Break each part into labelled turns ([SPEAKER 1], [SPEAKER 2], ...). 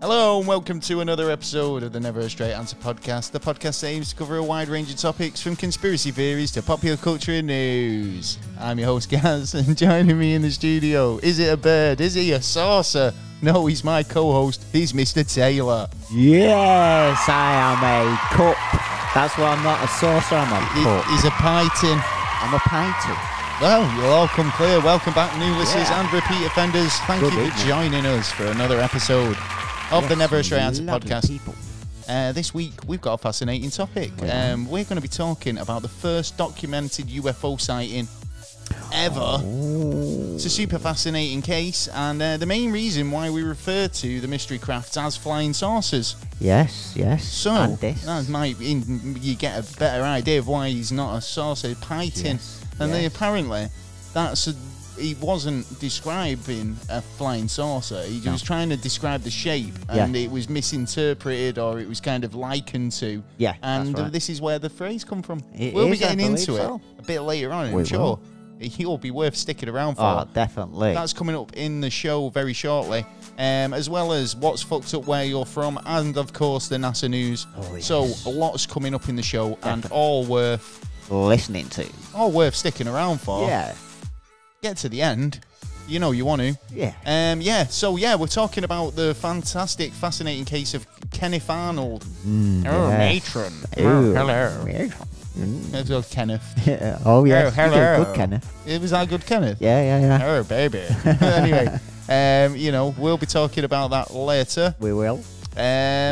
[SPEAKER 1] Hello and welcome to another episode of the Never a Straight Answer podcast. The podcast that aims to cover a wide range of topics from conspiracy theories to popular culture and news. I'm your host Gaz, and joining me in the studio is it a bird? Is he a saucer? No, he's my co-host. He's Mr. Taylor.
[SPEAKER 2] Yes, I am a cup. That's why I'm not a saucer, I'm a
[SPEAKER 1] He-
[SPEAKER 2] cup.
[SPEAKER 1] he's a pyton.
[SPEAKER 2] I'm a pinter.
[SPEAKER 1] Well, you'll all come clear. Welcome back, new listeners
[SPEAKER 2] Yeah.
[SPEAKER 1] and repeat offenders. Thank
[SPEAKER 2] Good
[SPEAKER 1] you for
[SPEAKER 2] evening.
[SPEAKER 1] joining us for another episode of the Never a Straight Answer podcast.
[SPEAKER 2] People.
[SPEAKER 1] Uh, this week we've got a fascinating topic.
[SPEAKER 2] Yeah.
[SPEAKER 1] Um, we're going to be talking about the first documented UFO sighting ever. It's a super fascinating case, and uh, the main reason why we refer to the mystery crafts as flying saucers.
[SPEAKER 2] Yes, yes.
[SPEAKER 1] So
[SPEAKER 2] and this.
[SPEAKER 1] that might in, you get a better idea of why he's not a saucer python,
[SPEAKER 2] Yes,
[SPEAKER 1] and they
[SPEAKER 2] yes.
[SPEAKER 1] apparently that's a, he wasn't describing a flying saucer. He
[SPEAKER 2] No.
[SPEAKER 1] was trying to describe the shape,
[SPEAKER 2] Yeah.
[SPEAKER 1] and it was misinterpreted or it was kind of likened to.
[SPEAKER 2] Yeah, that's
[SPEAKER 1] and uh,
[SPEAKER 2] right.
[SPEAKER 1] this is where the phrase come from.
[SPEAKER 2] It
[SPEAKER 1] we'll be
[SPEAKER 2] is, I
[SPEAKER 1] getting
[SPEAKER 2] believe
[SPEAKER 1] into
[SPEAKER 2] so.
[SPEAKER 1] it a bit later on.
[SPEAKER 2] We
[SPEAKER 1] I'm
[SPEAKER 2] will.
[SPEAKER 1] sure he'll be worth sticking around for.
[SPEAKER 2] Oh, definitely.
[SPEAKER 1] That's coming up in the show very shortly, um, as well as what's fucked up where you're from, and of course the NASA news.
[SPEAKER 2] Oh, yes.
[SPEAKER 1] So lots coming up in the show, and all worth
[SPEAKER 2] Listening to.
[SPEAKER 1] all worth sticking around for.
[SPEAKER 2] Yeah,
[SPEAKER 1] Get to the end, you know you want to.
[SPEAKER 2] yeah.
[SPEAKER 1] Um, yeah, so yeah, we're talking about the fantastic, fascinating case of Kenneth Arnold. oh,
[SPEAKER 2] yes.
[SPEAKER 1] matron.
[SPEAKER 2] Ooh.
[SPEAKER 1] Oh, hello.
[SPEAKER 2] Mm.
[SPEAKER 1] That's good Kenneth.
[SPEAKER 2] Yeah. Oh, yes.
[SPEAKER 1] Oh,
[SPEAKER 2] you did
[SPEAKER 1] hello.
[SPEAKER 2] Good, Kenneth.
[SPEAKER 1] It was that good, Kenneth.
[SPEAKER 2] Yeah, yeah, yeah.
[SPEAKER 1] Oh, baby. anyway, um, you know, we'll be talking about that later.
[SPEAKER 2] We will.
[SPEAKER 1] Um,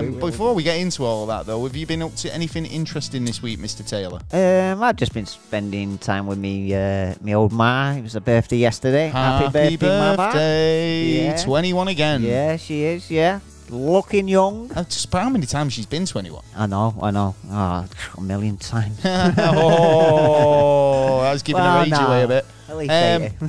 [SPEAKER 2] We
[SPEAKER 1] but
[SPEAKER 2] will
[SPEAKER 1] before we get into all that, though, have you been up to anything interesting this week, Mr. Taylor?
[SPEAKER 2] Um, I've just been spending time with me, uh, me old ma. It was her birthday yesterday. Happy birthday, mama.
[SPEAKER 1] birthday,
[SPEAKER 2] Yeah.
[SPEAKER 1] 21 again.
[SPEAKER 2] Yeah, she is. Yeah, looking young.
[SPEAKER 1] Uh, Just how many times she's been 21?
[SPEAKER 2] I know, I know. Oh, a million times.
[SPEAKER 1] oh, that's giving
[SPEAKER 2] Well,
[SPEAKER 1] her age
[SPEAKER 2] no.
[SPEAKER 1] away a bit.
[SPEAKER 2] At least
[SPEAKER 1] Um,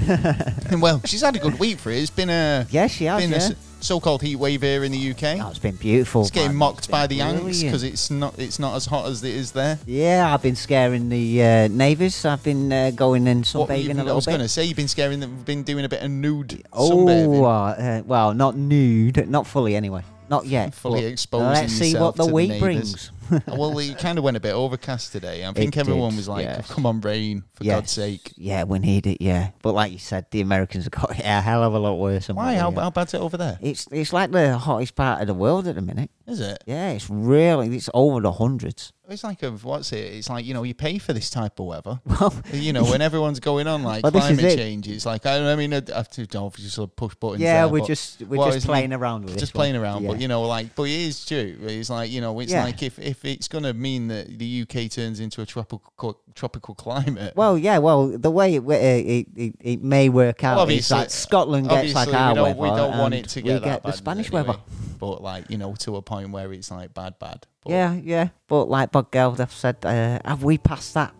[SPEAKER 2] eighty.
[SPEAKER 1] well, she's had a good week for it. It's been a
[SPEAKER 2] yeah, she has.
[SPEAKER 1] been a
[SPEAKER 2] Yeah.
[SPEAKER 1] s- so-called heat wave here in the UK.
[SPEAKER 2] Oh, it's been beautiful.
[SPEAKER 1] it's getting
[SPEAKER 2] man.
[SPEAKER 1] mocked
[SPEAKER 2] been
[SPEAKER 1] by the Yanks
[SPEAKER 2] brilliant.
[SPEAKER 1] because it's not it's not as hot as it is there.
[SPEAKER 2] Yeah, I've been scaring the uh, neighbours. I've been uh, going and
[SPEAKER 1] What were you-
[SPEAKER 2] sunbathing a
[SPEAKER 1] I
[SPEAKER 2] little
[SPEAKER 1] was going
[SPEAKER 2] bit.
[SPEAKER 1] to say you've been scaring them, been doing a bit of nude
[SPEAKER 2] Oh,
[SPEAKER 1] sunbathing.
[SPEAKER 2] uh, well, not nude, not fully anyway, not yet.
[SPEAKER 1] Fully
[SPEAKER 2] but
[SPEAKER 1] exposing
[SPEAKER 2] Let's see
[SPEAKER 1] yourself
[SPEAKER 2] what the
[SPEAKER 1] to the
[SPEAKER 2] week
[SPEAKER 1] neighbours.
[SPEAKER 2] brings.
[SPEAKER 1] well, it kind of went a bit overcast today. I think
[SPEAKER 2] did,
[SPEAKER 1] everyone was like, "Oh,
[SPEAKER 2] yes.
[SPEAKER 1] "Come on, rain for
[SPEAKER 2] Yes.
[SPEAKER 1] God's sake."
[SPEAKER 2] Yeah, we need it. Yeah, but like you said, the Americans have got it a hell of a lot worse. than
[SPEAKER 1] Why?
[SPEAKER 2] what
[SPEAKER 1] How,
[SPEAKER 2] we have.
[SPEAKER 1] how bad's it over there?
[SPEAKER 2] It's it's like the hottest part of the world at the minute.
[SPEAKER 1] Is it?
[SPEAKER 2] Yeah, it's really it's over the hundreds.
[SPEAKER 1] It's like a what's it? It's like you know you pay for this type of weather.
[SPEAKER 2] Well,
[SPEAKER 1] You know when everyone's going on like
[SPEAKER 2] Well, this is
[SPEAKER 1] climate
[SPEAKER 2] it.
[SPEAKER 1] change, it's like I, I mean I have to obviously sort of push buttons.
[SPEAKER 2] yeah,
[SPEAKER 1] there,
[SPEAKER 2] we're
[SPEAKER 1] but
[SPEAKER 2] just we're
[SPEAKER 1] what is
[SPEAKER 2] just
[SPEAKER 1] it?
[SPEAKER 2] playing around with it.
[SPEAKER 1] just playing around. But you know, like, but it is true. It's like you know, it's
[SPEAKER 2] Yeah.
[SPEAKER 1] like if, if it's gonna mean that the UK turns into a tropical tropical climate.
[SPEAKER 2] Well, yeah. Well, the way it w- uh, it, it, it may work out is
[SPEAKER 1] Obviously-
[SPEAKER 2] that Scotland gets like
[SPEAKER 1] obviously
[SPEAKER 2] our
[SPEAKER 1] we don't,
[SPEAKER 2] weather,
[SPEAKER 1] we don't want
[SPEAKER 2] and
[SPEAKER 1] it to get
[SPEAKER 2] we
[SPEAKER 1] that
[SPEAKER 2] get the
[SPEAKER 1] bad
[SPEAKER 2] Spanish
[SPEAKER 1] anyway.
[SPEAKER 2] weather.
[SPEAKER 1] But like you know, to a point where it's like bad, bad. But
[SPEAKER 2] Yeah, yeah. But like Bob Geldof said, uh, have we passed that?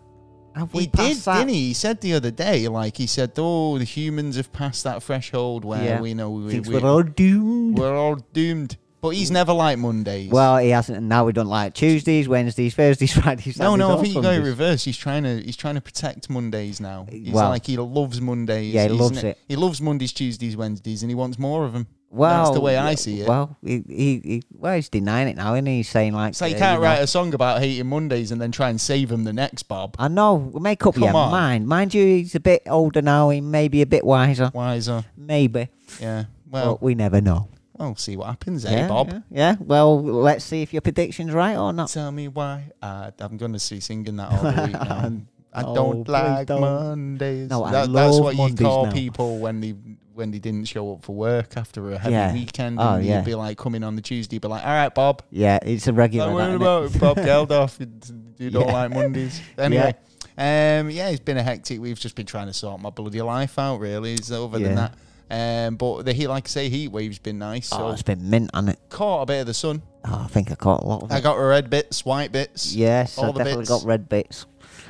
[SPEAKER 2] Have we
[SPEAKER 1] He
[SPEAKER 2] passed
[SPEAKER 1] did,
[SPEAKER 2] that?
[SPEAKER 1] didn't he? He said the other day, like he said, oh, the humans have passed that threshold where
[SPEAKER 2] Yeah.
[SPEAKER 1] we know we,
[SPEAKER 2] Thinks
[SPEAKER 1] we,
[SPEAKER 2] we're all doomed. Mm.
[SPEAKER 1] we're all doomed. But he's never liked Mondays.
[SPEAKER 2] well, he hasn't. and Now we don't like Tuesdays, Wednesdays, Thursdays, Fridays.
[SPEAKER 1] no,
[SPEAKER 2] Saturdays,
[SPEAKER 1] no,
[SPEAKER 2] or
[SPEAKER 1] I think you go in
[SPEAKER 2] Sundays.
[SPEAKER 1] reverse. He's trying to he's trying to protect Mondays now. He's
[SPEAKER 2] Well-
[SPEAKER 1] like he loves Mondays.
[SPEAKER 2] Yeah, he
[SPEAKER 1] He's
[SPEAKER 2] loves
[SPEAKER 1] ne-
[SPEAKER 2] it.
[SPEAKER 1] He loves Mondays, Tuesdays, Wednesdays, and he wants more of them.
[SPEAKER 2] Well,
[SPEAKER 1] that's the way I
[SPEAKER 2] yeah,
[SPEAKER 1] see it.
[SPEAKER 2] Well, he, he, he, well, he's denying it now, isn't he? He's saying like,
[SPEAKER 1] it's like you
[SPEAKER 2] uh,
[SPEAKER 1] can't
[SPEAKER 2] know-
[SPEAKER 1] write a song about hating Mondays and then try and save them the next Bob.
[SPEAKER 2] I know. Make up
[SPEAKER 1] Come
[SPEAKER 2] your
[SPEAKER 1] on.
[SPEAKER 2] mind. Mind you, he's a bit older now. He may be a bit wiser.
[SPEAKER 1] Wiser,
[SPEAKER 2] Maybe.
[SPEAKER 1] yeah. Well,
[SPEAKER 2] But we never know.
[SPEAKER 1] we'll see what happens, eh,
[SPEAKER 2] yeah,
[SPEAKER 1] Oh. Bob?
[SPEAKER 2] Yeah, yeah. Well, let's see if your prediction's right or not.
[SPEAKER 1] Tell me why. I, I'm going to see singing that all the week now. I
[SPEAKER 2] No,
[SPEAKER 1] don't
[SPEAKER 2] Oh, please
[SPEAKER 1] like
[SPEAKER 2] don't.
[SPEAKER 1] Mondays.
[SPEAKER 2] No, I
[SPEAKER 1] that's
[SPEAKER 2] love
[SPEAKER 1] what
[SPEAKER 2] Mondays
[SPEAKER 1] you call
[SPEAKER 2] now.
[SPEAKER 1] people when they when they didn't show up for work after a heavy
[SPEAKER 2] Yeah.
[SPEAKER 1] weekend.
[SPEAKER 2] Oh,
[SPEAKER 1] and
[SPEAKER 2] yeah.
[SPEAKER 1] You'd be like coming on the Tuesday, be like, "All right, Bob,
[SPEAKER 2] Yeah, it's a regular.
[SPEAKER 1] don't
[SPEAKER 2] that,
[SPEAKER 1] worry
[SPEAKER 2] innit?
[SPEAKER 1] about it, Bob Geldof. You- You don't
[SPEAKER 2] Yeah.
[SPEAKER 1] like Mondays." Anyway, um, yeah, it's been a hectic. We've just been trying to sort my bloody life out. Really, is other than
[SPEAKER 2] Yeah.
[SPEAKER 1] that. Um, but the heat, like I say, heat wave's been nice. So
[SPEAKER 2] Oh, it's been mint on it.
[SPEAKER 1] caught a bit of the sun.
[SPEAKER 2] Oh, I think I caught a lot of it.
[SPEAKER 1] I got red bits, white bits.
[SPEAKER 2] yes, I
[SPEAKER 1] all the
[SPEAKER 2] definitely
[SPEAKER 1] bits.
[SPEAKER 2] got red bits.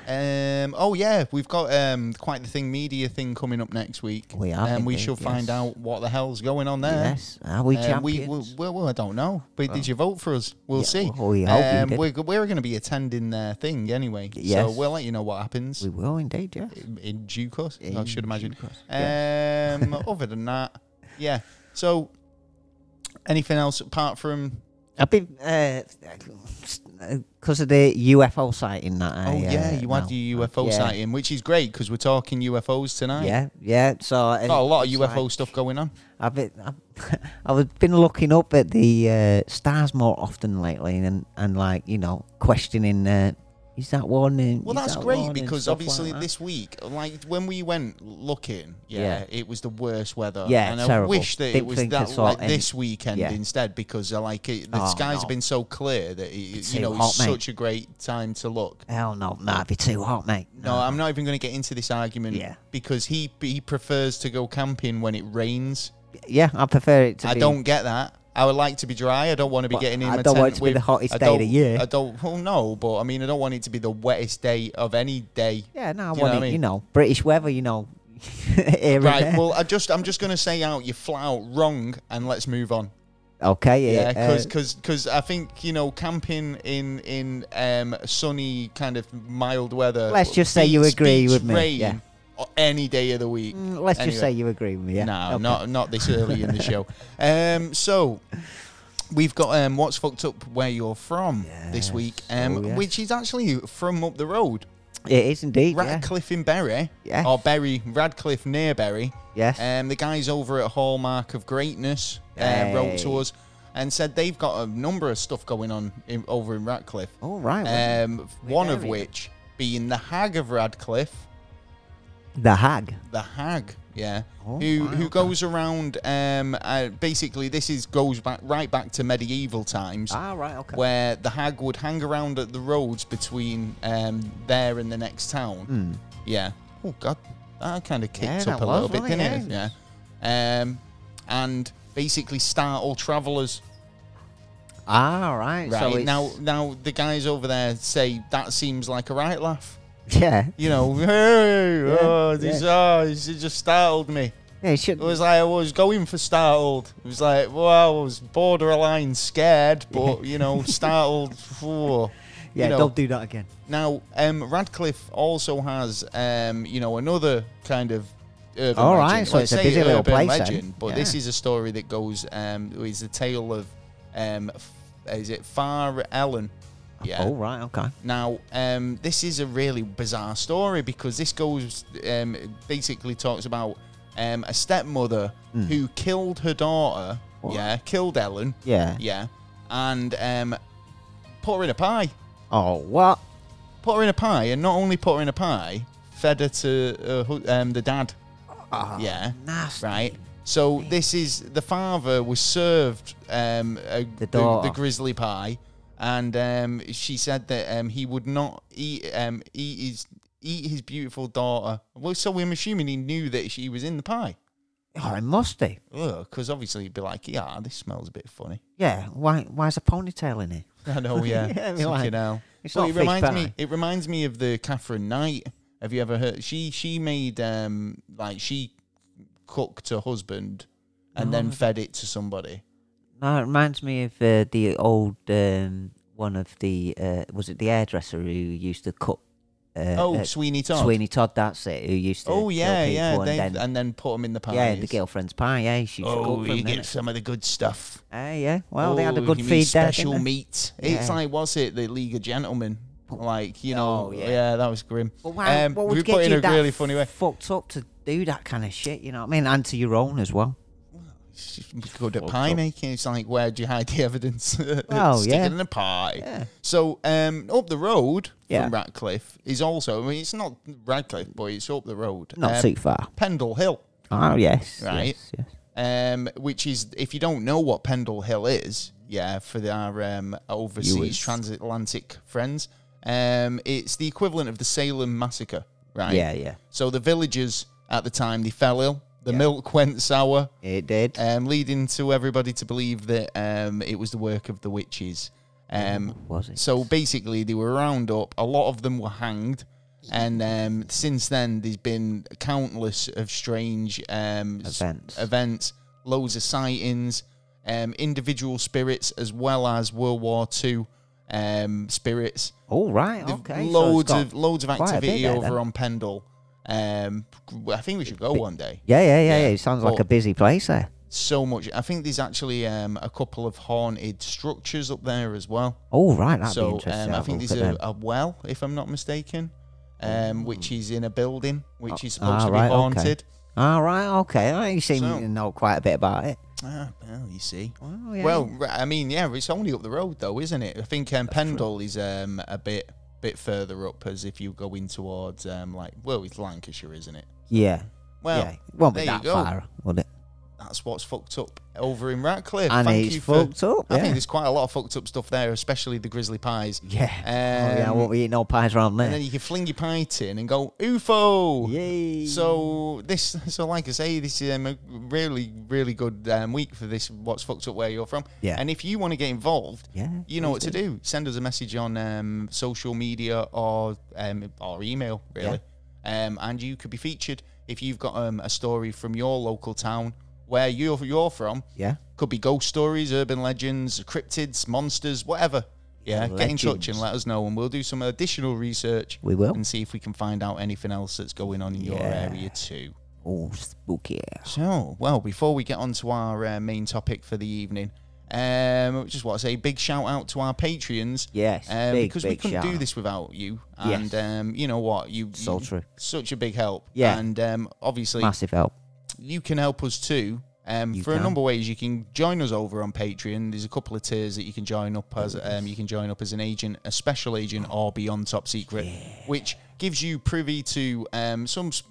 [SPEAKER 1] Um, oh yeah, we've got um, quite the thing media thing coming up next week.
[SPEAKER 2] We have
[SPEAKER 1] and we
[SPEAKER 2] indeed,
[SPEAKER 1] shall find
[SPEAKER 2] yes.
[SPEAKER 1] out what the hell's going on there.
[SPEAKER 2] yes, are we
[SPEAKER 1] Um, Uh, we,
[SPEAKER 2] champions? Oh.
[SPEAKER 1] we, well, well, I don't know. But did you vote for us? We'll
[SPEAKER 2] Yeah,
[SPEAKER 1] see.
[SPEAKER 2] well, we hope you
[SPEAKER 1] um,
[SPEAKER 2] did.
[SPEAKER 1] we're we're going to be attending their thing anyway. So
[SPEAKER 2] Yes.
[SPEAKER 1] we'll let you know what happens
[SPEAKER 2] We will indeed. Yeah.
[SPEAKER 1] in due course. I
[SPEAKER 2] In
[SPEAKER 1] should imagine.
[SPEAKER 2] due course,
[SPEAKER 1] Um, other than that, yeah. So Anything else apart from?
[SPEAKER 2] I've been uh, because of the UFO sighting that. I,
[SPEAKER 1] Oh yeah,
[SPEAKER 2] uh,
[SPEAKER 1] you had
[SPEAKER 2] now-
[SPEAKER 1] your UFO
[SPEAKER 2] yeah.
[SPEAKER 1] sighting, which is great because we're talking UFOs tonight.
[SPEAKER 2] Yeah, yeah. So uh,
[SPEAKER 1] got a lot of
[SPEAKER 2] it's
[SPEAKER 1] UFO
[SPEAKER 2] like-
[SPEAKER 1] stuff going on.
[SPEAKER 2] I've been, I've, I've been looking up at the uh, stars more often lately, and and like you know questioning. Uh, is that one? And
[SPEAKER 1] Well,
[SPEAKER 2] is
[SPEAKER 1] that's
[SPEAKER 2] that
[SPEAKER 1] great
[SPEAKER 2] one and
[SPEAKER 1] because
[SPEAKER 2] stuff
[SPEAKER 1] obviously
[SPEAKER 2] like that?
[SPEAKER 1] this week, like when we went looking, yeah,
[SPEAKER 2] Yeah.
[SPEAKER 1] it was the worst weather.
[SPEAKER 2] Yeah,
[SPEAKER 1] and
[SPEAKER 2] terrible.
[SPEAKER 1] I wish that it
[SPEAKER 2] Didn't
[SPEAKER 1] was
[SPEAKER 2] think I
[SPEAKER 1] that
[SPEAKER 2] saw
[SPEAKER 1] like
[SPEAKER 2] any-
[SPEAKER 1] this weekend
[SPEAKER 2] Yeah.
[SPEAKER 1] instead because uh, like it, the
[SPEAKER 2] Oh,
[SPEAKER 1] skies have
[SPEAKER 2] no.
[SPEAKER 1] been so clear that it,
[SPEAKER 2] It's
[SPEAKER 1] you
[SPEAKER 2] too
[SPEAKER 1] know
[SPEAKER 2] hot,
[SPEAKER 1] it's
[SPEAKER 2] mate.
[SPEAKER 1] such a great time to look.
[SPEAKER 2] Hell no, no, it'd be too hot, mate.
[SPEAKER 1] No, I'm not even going to get into this argument
[SPEAKER 2] Yeah.
[SPEAKER 1] because he he prefers to go camping when it rains.
[SPEAKER 2] Yeah, I prefer it to
[SPEAKER 1] I
[SPEAKER 2] be.
[SPEAKER 1] don't get that. I would like to be dry. I don't want to be
[SPEAKER 2] Well,
[SPEAKER 1] getting in
[SPEAKER 2] I
[SPEAKER 1] my
[SPEAKER 2] don't
[SPEAKER 1] tent
[SPEAKER 2] want it to be
[SPEAKER 1] with-
[SPEAKER 2] the hottest
[SPEAKER 1] I
[SPEAKER 2] day of
[SPEAKER 1] don't-
[SPEAKER 2] the year.
[SPEAKER 1] I don't. Well, no, but I mean, I don't want it to be the wettest day of any day.
[SPEAKER 2] Yeah, no, I
[SPEAKER 1] Do you know
[SPEAKER 2] want
[SPEAKER 1] what
[SPEAKER 2] it.
[SPEAKER 1] I mean?
[SPEAKER 2] You know, British weather. You know, here and
[SPEAKER 1] Right.
[SPEAKER 2] there.
[SPEAKER 1] Well, I just I'm just gonna say out you flout wrong, and let's move on.
[SPEAKER 2] okay,
[SPEAKER 1] Yeah,
[SPEAKER 2] yeah,
[SPEAKER 1] because
[SPEAKER 2] uh,
[SPEAKER 1] I think you know camping in in um, sunny kind of mild weather.
[SPEAKER 2] Let's just say you
[SPEAKER 1] beats-
[SPEAKER 2] agree
[SPEAKER 1] beats
[SPEAKER 2] with me,
[SPEAKER 1] rain
[SPEAKER 2] yeah.
[SPEAKER 1] o- any day of the week.
[SPEAKER 2] mm, let's
[SPEAKER 1] Anyway.
[SPEAKER 2] just say you agree with me. Yeah,
[SPEAKER 1] No,
[SPEAKER 2] Okay.
[SPEAKER 1] not not this early in the show. Um, so we've got um, what's fucked up where you're from this week,
[SPEAKER 2] Yes.
[SPEAKER 1] um,
[SPEAKER 2] Oh, yes.
[SPEAKER 1] which is actually from up the road,
[SPEAKER 2] It is indeed. Yeah.
[SPEAKER 1] Radcliffe in Bury,
[SPEAKER 2] Yes.
[SPEAKER 1] or Bury Radcliffe near Bury.
[SPEAKER 2] Yes.
[SPEAKER 1] Um, the guys over at Hallmark of Greatness uh,
[SPEAKER 2] Hey.
[SPEAKER 1] wrote to us and said they've got a number of stuff going on in, over in Ratcliffe.
[SPEAKER 2] All right. well,
[SPEAKER 1] Um, one of
[SPEAKER 2] Oh, area.
[SPEAKER 1] which being the Hag of Radcliffe,
[SPEAKER 2] the hag.
[SPEAKER 1] the Hag, yeah,
[SPEAKER 2] Oh,
[SPEAKER 1] who
[SPEAKER 2] wow,
[SPEAKER 1] who
[SPEAKER 2] okay.
[SPEAKER 1] goes around. Um, uh, basically, this is goes back right back to medieval times.
[SPEAKER 2] All right. Ah, Okay.
[SPEAKER 1] Where the hag would hang around at the roads between um, there and the next town,
[SPEAKER 2] Mm.
[SPEAKER 1] yeah. Oh God, that kind of
[SPEAKER 2] Yeah,
[SPEAKER 1] kicked
[SPEAKER 2] that
[SPEAKER 1] up a
[SPEAKER 2] was,
[SPEAKER 1] little bit,
[SPEAKER 2] wasn't
[SPEAKER 1] didn't it? Yeah. Um, and basically startle travellers.
[SPEAKER 2] All right.
[SPEAKER 1] Right
[SPEAKER 2] So it's,
[SPEAKER 1] now, now the guys over there say that seems like a right laugh.
[SPEAKER 2] yeah,
[SPEAKER 1] You know, hey,
[SPEAKER 2] Yeah,
[SPEAKER 1] oh, this, oh, this it just startled me.
[SPEAKER 2] yeah, it should.
[SPEAKER 1] It was like I was going for startled. It was like, well, I was borderline scared, but you know, startled. whoa.
[SPEAKER 2] yeah,
[SPEAKER 1] you know,
[SPEAKER 2] don't do that again.
[SPEAKER 1] Now, um, Radcliffe also has, um, you know, another kind of urban
[SPEAKER 2] All right,
[SPEAKER 1] legend.
[SPEAKER 2] so
[SPEAKER 1] Like,
[SPEAKER 2] it's a
[SPEAKER 1] say
[SPEAKER 2] busy little
[SPEAKER 1] urban
[SPEAKER 2] place then.
[SPEAKER 1] legend, But this
[SPEAKER 2] Yeah.
[SPEAKER 1] is a story that goes, um, is the tale of, um, f- is it Far Ellen? Yeah.
[SPEAKER 2] All Oh, right. Okay.
[SPEAKER 1] Now, um, this is a really bizarre story because this goes, um, basically talks about um, a stepmother who killed her daughter.
[SPEAKER 2] Hmm. What?
[SPEAKER 1] Yeah, killed Ellen.
[SPEAKER 2] Yeah.
[SPEAKER 1] Yeah, and um, put her in a pie
[SPEAKER 2] Oh, what?
[SPEAKER 1] put her in a pie, and not only put her in a pie, fed her to uh, hu- um, the dad.
[SPEAKER 2] Oh,
[SPEAKER 1] Yeah,
[SPEAKER 2] Nasty.
[SPEAKER 1] right. So this is the father was served um, a, the,
[SPEAKER 2] daughter.
[SPEAKER 1] grizzly pie, and um, she said that um, he would not eat um, eat his eat his beautiful daughter. Well, so I'm assuming he knew that she was in the pie,
[SPEAKER 2] Oh, it must be.
[SPEAKER 1] because obviously he'd be like, "Yeah, this smells a bit funny."
[SPEAKER 2] Yeah. Why? Why's a ponytail in it?
[SPEAKER 1] I know, yeah.
[SPEAKER 2] Yeah, I mean,
[SPEAKER 1] Fucking
[SPEAKER 2] like,
[SPEAKER 1] hell.
[SPEAKER 2] it's
[SPEAKER 1] Well,
[SPEAKER 2] not
[SPEAKER 1] it
[SPEAKER 2] fish
[SPEAKER 1] reminds me.
[SPEAKER 2] pie.
[SPEAKER 1] It reminds me of the Catherine Knight. Have you ever heard? She she made um like she cooked her husband and then fed it to somebody.
[SPEAKER 2] No, it reminds me of uh, the old um, one of the uh, was it the hairdresser who used to cut. Uh,
[SPEAKER 1] oh,
[SPEAKER 2] uh,
[SPEAKER 1] Sweeney Todd.
[SPEAKER 2] Sweeney Todd. That's it. Who used to.
[SPEAKER 1] Oh
[SPEAKER 2] kill
[SPEAKER 1] yeah,
[SPEAKER 2] people
[SPEAKER 1] yeah.
[SPEAKER 2] And
[SPEAKER 1] They,
[SPEAKER 2] then,
[SPEAKER 1] and, then put them in the pies.
[SPEAKER 2] yeah, the girlfriend's pie. Yeah, she.
[SPEAKER 1] Oh,
[SPEAKER 2] cooked
[SPEAKER 1] you
[SPEAKER 2] them, didn't
[SPEAKER 1] get
[SPEAKER 2] it?
[SPEAKER 1] some of the good stuff.
[SPEAKER 2] Eh, yeah. Well, they had a
[SPEAKER 1] Oh,
[SPEAKER 2] good
[SPEAKER 1] you mean
[SPEAKER 2] feed there.
[SPEAKER 1] Special
[SPEAKER 2] didn't they?
[SPEAKER 1] meat. It's
[SPEAKER 2] Yeah.
[SPEAKER 1] like was it the League of Gentlemen? Like you know,
[SPEAKER 2] Oh,
[SPEAKER 1] yeah.
[SPEAKER 2] yeah.
[SPEAKER 1] that was grim.
[SPEAKER 2] But why,
[SPEAKER 1] Um,
[SPEAKER 2] what
[SPEAKER 1] we
[SPEAKER 2] would
[SPEAKER 1] put
[SPEAKER 2] get
[SPEAKER 1] in
[SPEAKER 2] you
[SPEAKER 1] a
[SPEAKER 2] that
[SPEAKER 1] really funny way.
[SPEAKER 2] fucked up to do that kind of shit? You know what I mean? And to your own as well.
[SPEAKER 1] good at
[SPEAKER 2] fucked
[SPEAKER 1] pie
[SPEAKER 2] up.
[SPEAKER 1] making. It's like where do you hide the evidence?
[SPEAKER 2] Well,
[SPEAKER 1] Stick
[SPEAKER 2] yeah.
[SPEAKER 1] it in a pie.
[SPEAKER 2] Yeah.
[SPEAKER 1] So um, up the road
[SPEAKER 2] Yeah.
[SPEAKER 1] from Ratcliffe is also. I mean, it's not Radcliffe, but it's up the road.
[SPEAKER 2] Not
[SPEAKER 1] um,
[SPEAKER 2] too far.
[SPEAKER 1] Pendle Hill,
[SPEAKER 2] Oh yes.
[SPEAKER 1] Right.
[SPEAKER 2] Yes, yes.
[SPEAKER 1] um, which is if you don't know what Pendle Hill is, yeah, for the- our um, overseas
[SPEAKER 2] Viewers.
[SPEAKER 1] transatlantic friends, um, it's the equivalent of the Salem massacre, right?
[SPEAKER 2] Yeah, yeah.
[SPEAKER 1] So the villagers at the time they fell ill. The
[SPEAKER 2] Yeah.
[SPEAKER 1] milk went sour.
[SPEAKER 2] It did.
[SPEAKER 1] um, leading to everybody to believe that um, it was the work of the witches. Um,
[SPEAKER 2] was it?
[SPEAKER 1] so basically, they were round up. A lot of them were hanged, and um, since then, there's been countless of strange um, s-
[SPEAKER 2] Events.
[SPEAKER 1] events, loads of sightings, um, individual spirits, as well as World War Two um, spirits
[SPEAKER 2] All right.
[SPEAKER 1] they've
[SPEAKER 2] Okay. so it's
[SPEAKER 1] loads
[SPEAKER 2] got-
[SPEAKER 1] of loads of
[SPEAKER 2] quite a bit
[SPEAKER 1] activity
[SPEAKER 2] there
[SPEAKER 1] over
[SPEAKER 2] then.
[SPEAKER 1] on Pendle. Um, I think we should go one day.
[SPEAKER 2] Yeah, yeah, yeah, yeah.
[SPEAKER 1] Yeah.
[SPEAKER 2] It sounds like
[SPEAKER 1] Well-
[SPEAKER 2] a busy place there.
[SPEAKER 1] so much. I think there's actually um, a couple of haunted structures up there as well.
[SPEAKER 2] Oh, right. That'd be
[SPEAKER 1] so
[SPEAKER 2] interesting.
[SPEAKER 1] um, I
[SPEAKER 2] Have a
[SPEAKER 1] think
[SPEAKER 2] look
[SPEAKER 1] there's
[SPEAKER 2] at
[SPEAKER 1] a,
[SPEAKER 2] them.
[SPEAKER 1] a well, if I'm not mistaken, um, which is in a building which is supposed
[SPEAKER 2] ah,
[SPEAKER 1] to be
[SPEAKER 2] right, okay.
[SPEAKER 1] haunted.
[SPEAKER 2] All right. Okay. Ah, you seem
[SPEAKER 1] So-
[SPEAKER 2] to know quite a bit about it.
[SPEAKER 1] Ah, well, you see.
[SPEAKER 2] Oh, yeah.
[SPEAKER 1] Well, r- I mean, yeah, it's only up the road though, isn't it? I think um, Pendle is um, a bit bit further up as if you go in towards um, like well, it's Lancashire, isn't it?
[SPEAKER 2] yeah.
[SPEAKER 1] Well,
[SPEAKER 2] yeah. Won't be
[SPEAKER 1] there you
[SPEAKER 2] that
[SPEAKER 1] go.
[SPEAKER 2] far, would it?
[SPEAKER 1] that's what's fucked up over in Ratcliffe.
[SPEAKER 2] And
[SPEAKER 1] Thank
[SPEAKER 2] it's
[SPEAKER 1] you for.
[SPEAKER 2] fucked up.
[SPEAKER 1] I
[SPEAKER 2] Yeah.
[SPEAKER 1] think there's quite a lot of fucked up stuff there, especially the grizzly pies.
[SPEAKER 2] yeah. oh, yeah. I
[SPEAKER 1] Um,
[SPEAKER 2] won't be eating no pies around
[SPEAKER 1] And
[SPEAKER 2] there.
[SPEAKER 1] then you can fling your pie tin and go UFO.
[SPEAKER 2] Yay.
[SPEAKER 1] So this, so like I say, this is um, a really, really good um, week for this. What's fucked up where you're from?
[SPEAKER 2] Yeah.
[SPEAKER 1] And if you want to get involved,
[SPEAKER 2] Yeah,
[SPEAKER 1] you know
[SPEAKER 2] please
[SPEAKER 1] what to do. Send us a message on um, social media or um, or email, really, um, and you could be featured if you've got um, a story from your local town where you're you're from.
[SPEAKER 2] Yeah.
[SPEAKER 1] Could be ghost stories, urban legends, cryptids, monsters, whatever. Yeah, get in touch and
[SPEAKER 2] Legends.
[SPEAKER 1] let us know, and we'll do some additional research.
[SPEAKER 2] We will.
[SPEAKER 1] and see if we can find out anything else that's going on in your
[SPEAKER 2] Yeah.
[SPEAKER 1] area too.
[SPEAKER 2] Oh, spooky.
[SPEAKER 1] So, well, before we get on to our uh, main topic for the evening, um, just want to say a big shout out to our Patreons.
[SPEAKER 2] Yes,
[SPEAKER 1] um,
[SPEAKER 2] big,
[SPEAKER 1] because we
[SPEAKER 2] big
[SPEAKER 1] couldn't do
[SPEAKER 2] shout-out.
[SPEAKER 1] this without you.
[SPEAKER 2] Yes.
[SPEAKER 1] And um, you know what? You
[SPEAKER 2] So
[SPEAKER 1] you-
[SPEAKER 2] true.
[SPEAKER 1] Such a big help.
[SPEAKER 2] Yeah.
[SPEAKER 1] And um, obviously,
[SPEAKER 2] Massive help.
[SPEAKER 1] you can help us too. Um, for a
[SPEAKER 2] can.
[SPEAKER 1] number of ways, you can join us over on Patreon. There's a couple of tiers that you can join up as. Um, you can join up as an agent, a special agent, or beyond top secret, which gives you privy to um, some s-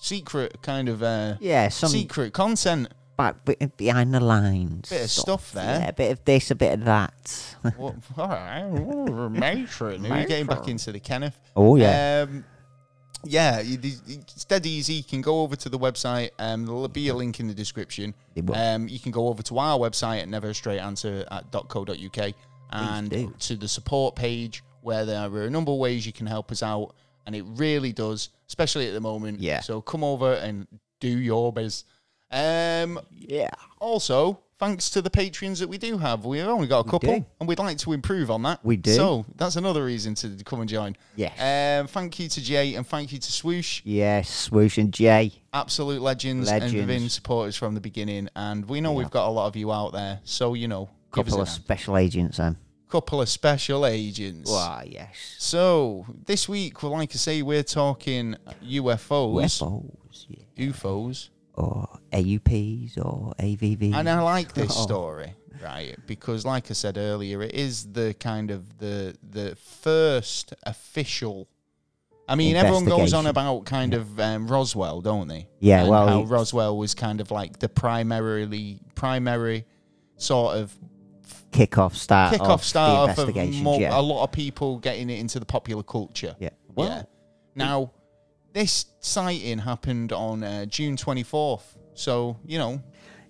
[SPEAKER 1] secret kind of uh,
[SPEAKER 2] Yeah, some
[SPEAKER 1] secret content.
[SPEAKER 2] back be- behind the lines.
[SPEAKER 1] Bit of stuff there.
[SPEAKER 2] Yeah, a bit of this, a bit of that.
[SPEAKER 1] What, all right, ooh, matron. Are we getting back
[SPEAKER 2] Matron.
[SPEAKER 1] into the Kenneth?
[SPEAKER 2] Oh, yeah.
[SPEAKER 1] Um, yeah, you- the- it's dead easy. You can go over to the website. Um, there'll be a link in the description.
[SPEAKER 2] There will.
[SPEAKER 1] Um, you can go over to our website at neverstraightanswer at .co.uk
[SPEAKER 2] do.
[SPEAKER 1] and to the support page where there are a number of ways you can help us out, and it really does, especially at the moment.
[SPEAKER 2] Yeah.
[SPEAKER 1] So come over and do your biz. Um,
[SPEAKER 2] yeah.
[SPEAKER 1] also, thanks to the patrons that we do have, we've only got a couple,
[SPEAKER 2] do.
[SPEAKER 1] and we'd like to improve on that.
[SPEAKER 2] We do.
[SPEAKER 1] So that's another reason to come and join.
[SPEAKER 2] Yes.
[SPEAKER 1] Um, thank you to Jay and thank you to Swoosh,
[SPEAKER 2] Yes, Swoosh and Jay.
[SPEAKER 1] absolute legends, and
[SPEAKER 2] Legends.
[SPEAKER 1] been supporters from the beginning. And we know we've got a lot of you out there, so you know, give us
[SPEAKER 2] Couple
[SPEAKER 1] a
[SPEAKER 2] of special agents, um.
[SPEAKER 1] couple of special agents.
[SPEAKER 2] Wow, yes.
[SPEAKER 1] So this week, well, like I say, we're talking UFOs,
[SPEAKER 2] UFOs, yeah.
[SPEAKER 1] UFOs,
[SPEAKER 2] or AUPs or AVVs.
[SPEAKER 1] And I like this
[SPEAKER 2] Oh.
[SPEAKER 1] story, right? Because, like I said earlier, it is the kind of the the first official. I mean, everyone goes on
[SPEAKER 2] Investigation.
[SPEAKER 1] about kind of um, Roswell, don't they?
[SPEAKER 2] Yeah,
[SPEAKER 1] And
[SPEAKER 2] well,
[SPEAKER 1] how
[SPEAKER 2] it's-
[SPEAKER 1] Roswell was kind of like the primarily primary sort of
[SPEAKER 2] Kickoff start.
[SPEAKER 1] kickoff
[SPEAKER 2] Uh, of
[SPEAKER 1] start
[SPEAKER 2] the
[SPEAKER 1] of
[SPEAKER 2] investigation.
[SPEAKER 1] more,
[SPEAKER 2] yeah.
[SPEAKER 1] a lot of people getting it into the popular culture.
[SPEAKER 2] yeah.
[SPEAKER 1] yeah. Now, this sighting happened on uh, June 24th. So, you know,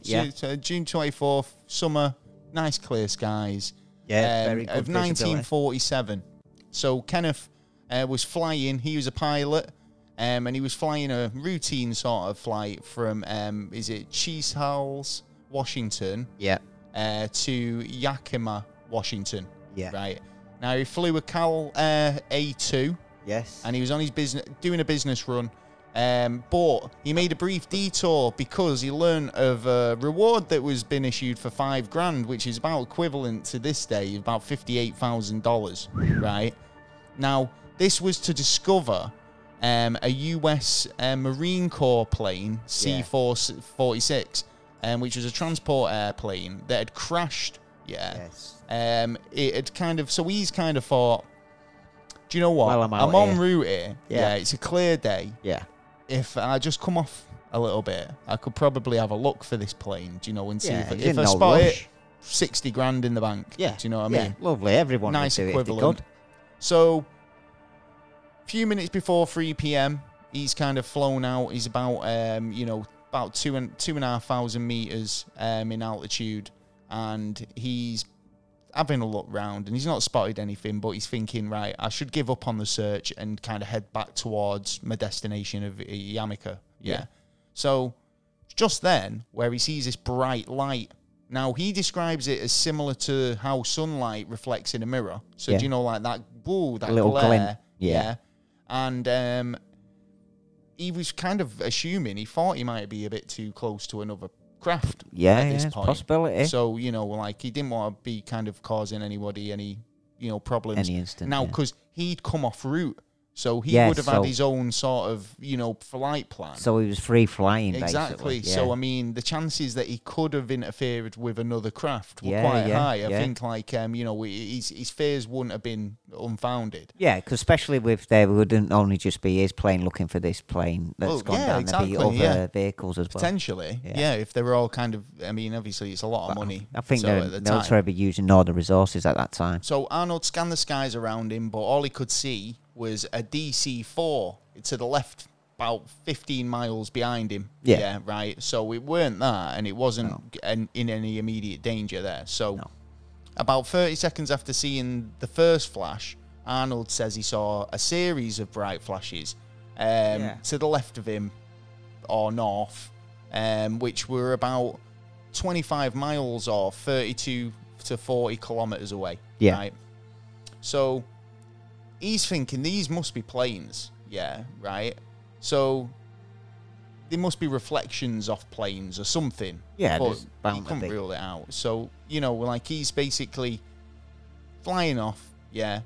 [SPEAKER 2] Yeah.
[SPEAKER 1] Ju- uh, June 24th, summer, nice clear skies.
[SPEAKER 2] Yeah,
[SPEAKER 1] um,
[SPEAKER 2] very good
[SPEAKER 1] Of
[SPEAKER 2] visibility.
[SPEAKER 1] 1947. So, Kenneth uh, was flying. He was a pilot. Um, and he was flying a routine sort of flight from, um, is it Cheese House, Washington,
[SPEAKER 2] yeah.
[SPEAKER 1] uh, to Yakima, Washington.
[SPEAKER 2] Yeah.
[SPEAKER 1] Right. Now, he flew a Cal uh, A2
[SPEAKER 2] Yes.
[SPEAKER 1] and he was on his business doing a business run. Um, but he made a brief detour because he learned of a reward that was been issued for five grand, which is about equivalent to this day, about fifty-eight thousand dollars. Right now, this was to discover um, a U.S. Uh, Marine Corps plane C four forty six, um, which was a transport airplane that had crashed. Yeah.
[SPEAKER 2] yes.
[SPEAKER 1] Um, it had kind of so he's kind of thought, do you know what?
[SPEAKER 2] Well, I'm out
[SPEAKER 1] on
[SPEAKER 2] here."
[SPEAKER 1] route here. Yeah.
[SPEAKER 2] Yeah.
[SPEAKER 1] it's a clear day.
[SPEAKER 2] Yeah.
[SPEAKER 1] If I just come off a little bit, I could probably have a look for this plane. Do you know and see
[SPEAKER 2] Yeah,
[SPEAKER 1] if,
[SPEAKER 2] he's in
[SPEAKER 1] if I
[SPEAKER 2] no
[SPEAKER 1] spot
[SPEAKER 2] rush.
[SPEAKER 1] it, sixty grand in the bank.
[SPEAKER 2] Yeah.
[SPEAKER 1] do you know what I
[SPEAKER 2] yeah,
[SPEAKER 1] mean?
[SPEAKER 2] Lovely. Everyone
[SPEAKER 1] Nice
[SPEAKER 2] would do
[SPEAKER 1] equivalent.
[SPEAKER 2] It if
[SPEAKER 1] So, few minutes before three p.m., he's kind of flown out. He's about um, you know about two and two and a half thousand meters um, in altitude, and he's having a look round and he's not spotted anything but he's thinking right i should give up on the search and kind of head back towards my destination of uh, yamika yeah.
[SPEAKER 2] Yeah.
[SPEAKER 1] so just then where he sees this bright light now he describes it as similar to how sunlight reflects in a mirror so
[SPEAKER 2] Yeah.
[SPEAKER 1] do you know like that whoa that
[SPEAKER 2] Little
[SPEAKER 1] glare
[SPEAKER 2] glint, yeah.
[SPEAKER 1] yeah. and um he was kind of assuming he thought he might be a bit too close to another craft
[SPEAKER 2] Yeah,
[SPEAKER 1] at
[SPEAKER 2] yeah,
[SPEAKER 1] this
[SPEAKER 2] it's a
[SPEAKER 1] point.
[SPEAKER 2] possibility.
[SPEAKER 1] So you know, like he didn't want to be kind of causing anybody any you know problems
[SPEAKER 2] Any instant.
[SPEAKER 1] now
[SPEAKER 2] yeah.
[SPEAKER 1] because he'd come off route, so he
[SPEAKER 2] Yeah,
[SPEAKER 1] would have
[SPEAKER 2] so-
[SPEAKER 1] had his own sort of you know flight plan.
[SPEAKER 2] So he was free flying,
[SPEAKER 1] exactly.
[SPEAKER 2] basically.
[SPEAKER 1] So um,
[SPEAKER 2] yeah.
[SPEAKER 1] I mean, the chances that he could have interfered with another craft were
[SPEAKER 2] Yeah,
[SPEAKER 1] quite
[SPEAKER 2] yeah,
[SPEAKER 1] high. I
[SPEAKER 2] yeah.
[SPEAKER 1] think like um you know we- his his fears wouldn't have been unfounded.
[SPEAKER 2] Yeah, because especially with there wouldn't only just be his plane looking for this plane that's
[SPEAKER 1] Well,
[SPEAKER 2] gone
[SPEAKER 1] yeah,
[SPEAKER 2] down.
[SPEAKER 1] exactly,
[SPEAKER 2] There'd be
[SPEAKER 1] yeah.
[SPEAKER 2] other vehicles as well.
[SPEAKER 1] Potentially, yeah.
[SPEAKER 2] yeah.
[SPEAKER 1] If they were all kind of, I mean, obviously it's a lot of money.
[SPEAKER 2] I think
[SPEAKER 1] so
[SPEAKER 2] the
[SPEAKER 1] at the time.
[SPEAKER 2] military be using northern resources at that time.
[SPEAKER 1] So Arnold scanned the skies around him, but all he could see was a DC 4 to the left, about 15 miles behind him.
[SPEAKER 2] Yeah.
[SPEAKER 1] right. So it weren't that, and it wasn't g- an, in any immediate danger there. So
[SPEAKER 2] No.
[SPEAKER 1] about 30 seconds after seeing the first flash, Arnold says he saw a series of bright flashes um,
[SPEAKER 2] Yeah.
[SPEAKER 1] to the left of him or north, um, which were about 25 miles or 32 to 40 kilometers away.
[SPEAKER 2] Yeah.
[SPEAKER 1] Right? So he's thinking these must be planes. Yeah, right. So they must be reflections off planes or something.
[SPEAKER 2] Yeah,
[SPEAKER 1] but
[SPEAKER 2] there's bound
[SPEAKER 1] he
[SPEAKER 2] to
[SPEAKER 1] couldn't
[SPEAKER 2] be.
[SPEAKER 1] rule it out. So you know, like he's basically flying off. Yeah,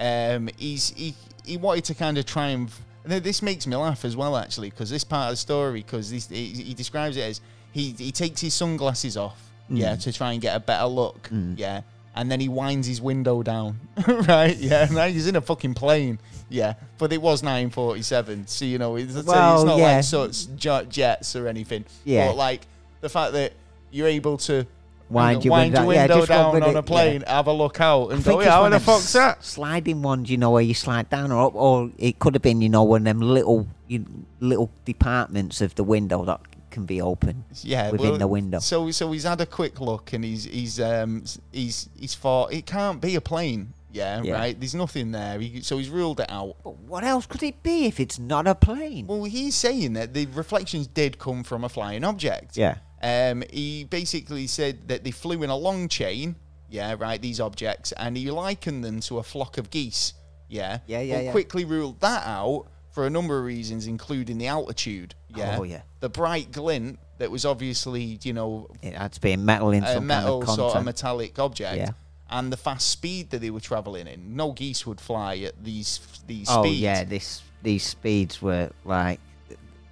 [SPEAKER 1] um, he's he he wanted to kind of try and. and this makes me laugh as well, actually, because this part of the story, because he, he describes it as he he takes his sunglasses off,
[SPEAKER 2] Mm.
[SPEAKER 1] yeah, to try and get a better look, yeah, and then he winds his window down, right, yeah, and now he's in a fucking plane, yeah, but it was 947, so you know, it's, so it's
[SPEAKER 2] Well,
[SPEAKER 1] not
[SPEAKER 2] yeah.
[SPEAKER 1] like such j- jets or anything,
[SPEAKER 2] Yeah.
[SPEAKER 1] but like the fact that you're able to
[SPEAKER 2] Wind your window- yeah, just go
[SPEAKER 1] down
[SPEAKER 2] with
[SPEAKER 1] on
[SPEAKER 2] it,
[SPEAKER 1] a plane, have a look out, and
[SPEAKER 2] I think
[SPEAKER 1] go,
[SPEAKER 2] it's
[SPEAKER 1] yeah, how
[SPEAKER 2] one
[SPEAKER 1] the
[SPEAKER 2] of them
[SPEAKER 1] fuck's that?
[SPEAKER 2] s- Sliding ones, you know, where you slide down or up, or it could have been, you know, one of them little you, little departments of the window that can be open.
[SPEAKER 1] yeah,
[SPEAKER 2] within
[SPEAKER 1] well,
[SPEAKER 2] the window.
[SPEAKER 1] So so he's had a quick look and he's he's um s- he's he's thought it can't be a plane. Yeah,
[SPEAKER 2] Yeah.
[SPEAKER 1] right. There's nothing there. He, so he's ruled it out.
[SPEAKER 2] But what else could it be if it's not a plane?
[SPEAKER 1] Well, he's saying that the reflections did come from a flying object.
[SPEAKER 2] Yeah.
[SPEAKER 1] Um, he basically said that they flew in a long chain. Yeah, right. These objects, and he likened them to a flock of geese. Yeah.
[SPEAKER 2] Yeah, yeah,
[SPEAKER 1] But
[SPEAKER 2] yeah.
[SPEAKER 1] quickly ruled that out for a number of reasons, including the altitude. Yeah.
[SPEAKER 2] Oh, yeah.
[SPEAKER 1] The bright glint that was obviously, you know,
[SPEAKER 2] it had to be metal in
[SPEAKER 1] a
[SPEAKER 2] some
[SPEAKER 1] metal
[SPEAKER 2] kind of
[SPEAKER 1] sort of
[SPEAKER 2] content.
[SPEAKER 1] metallic object
[SPEAKER 2] Yeah.
[SPEAKER 1] and the fast speed that they were traveling in no geese would fly at these these
[SPEAKER 2] oh
[SPEAKER 1] speeds
[SPEAKER 2] yeah, this these speeds were like,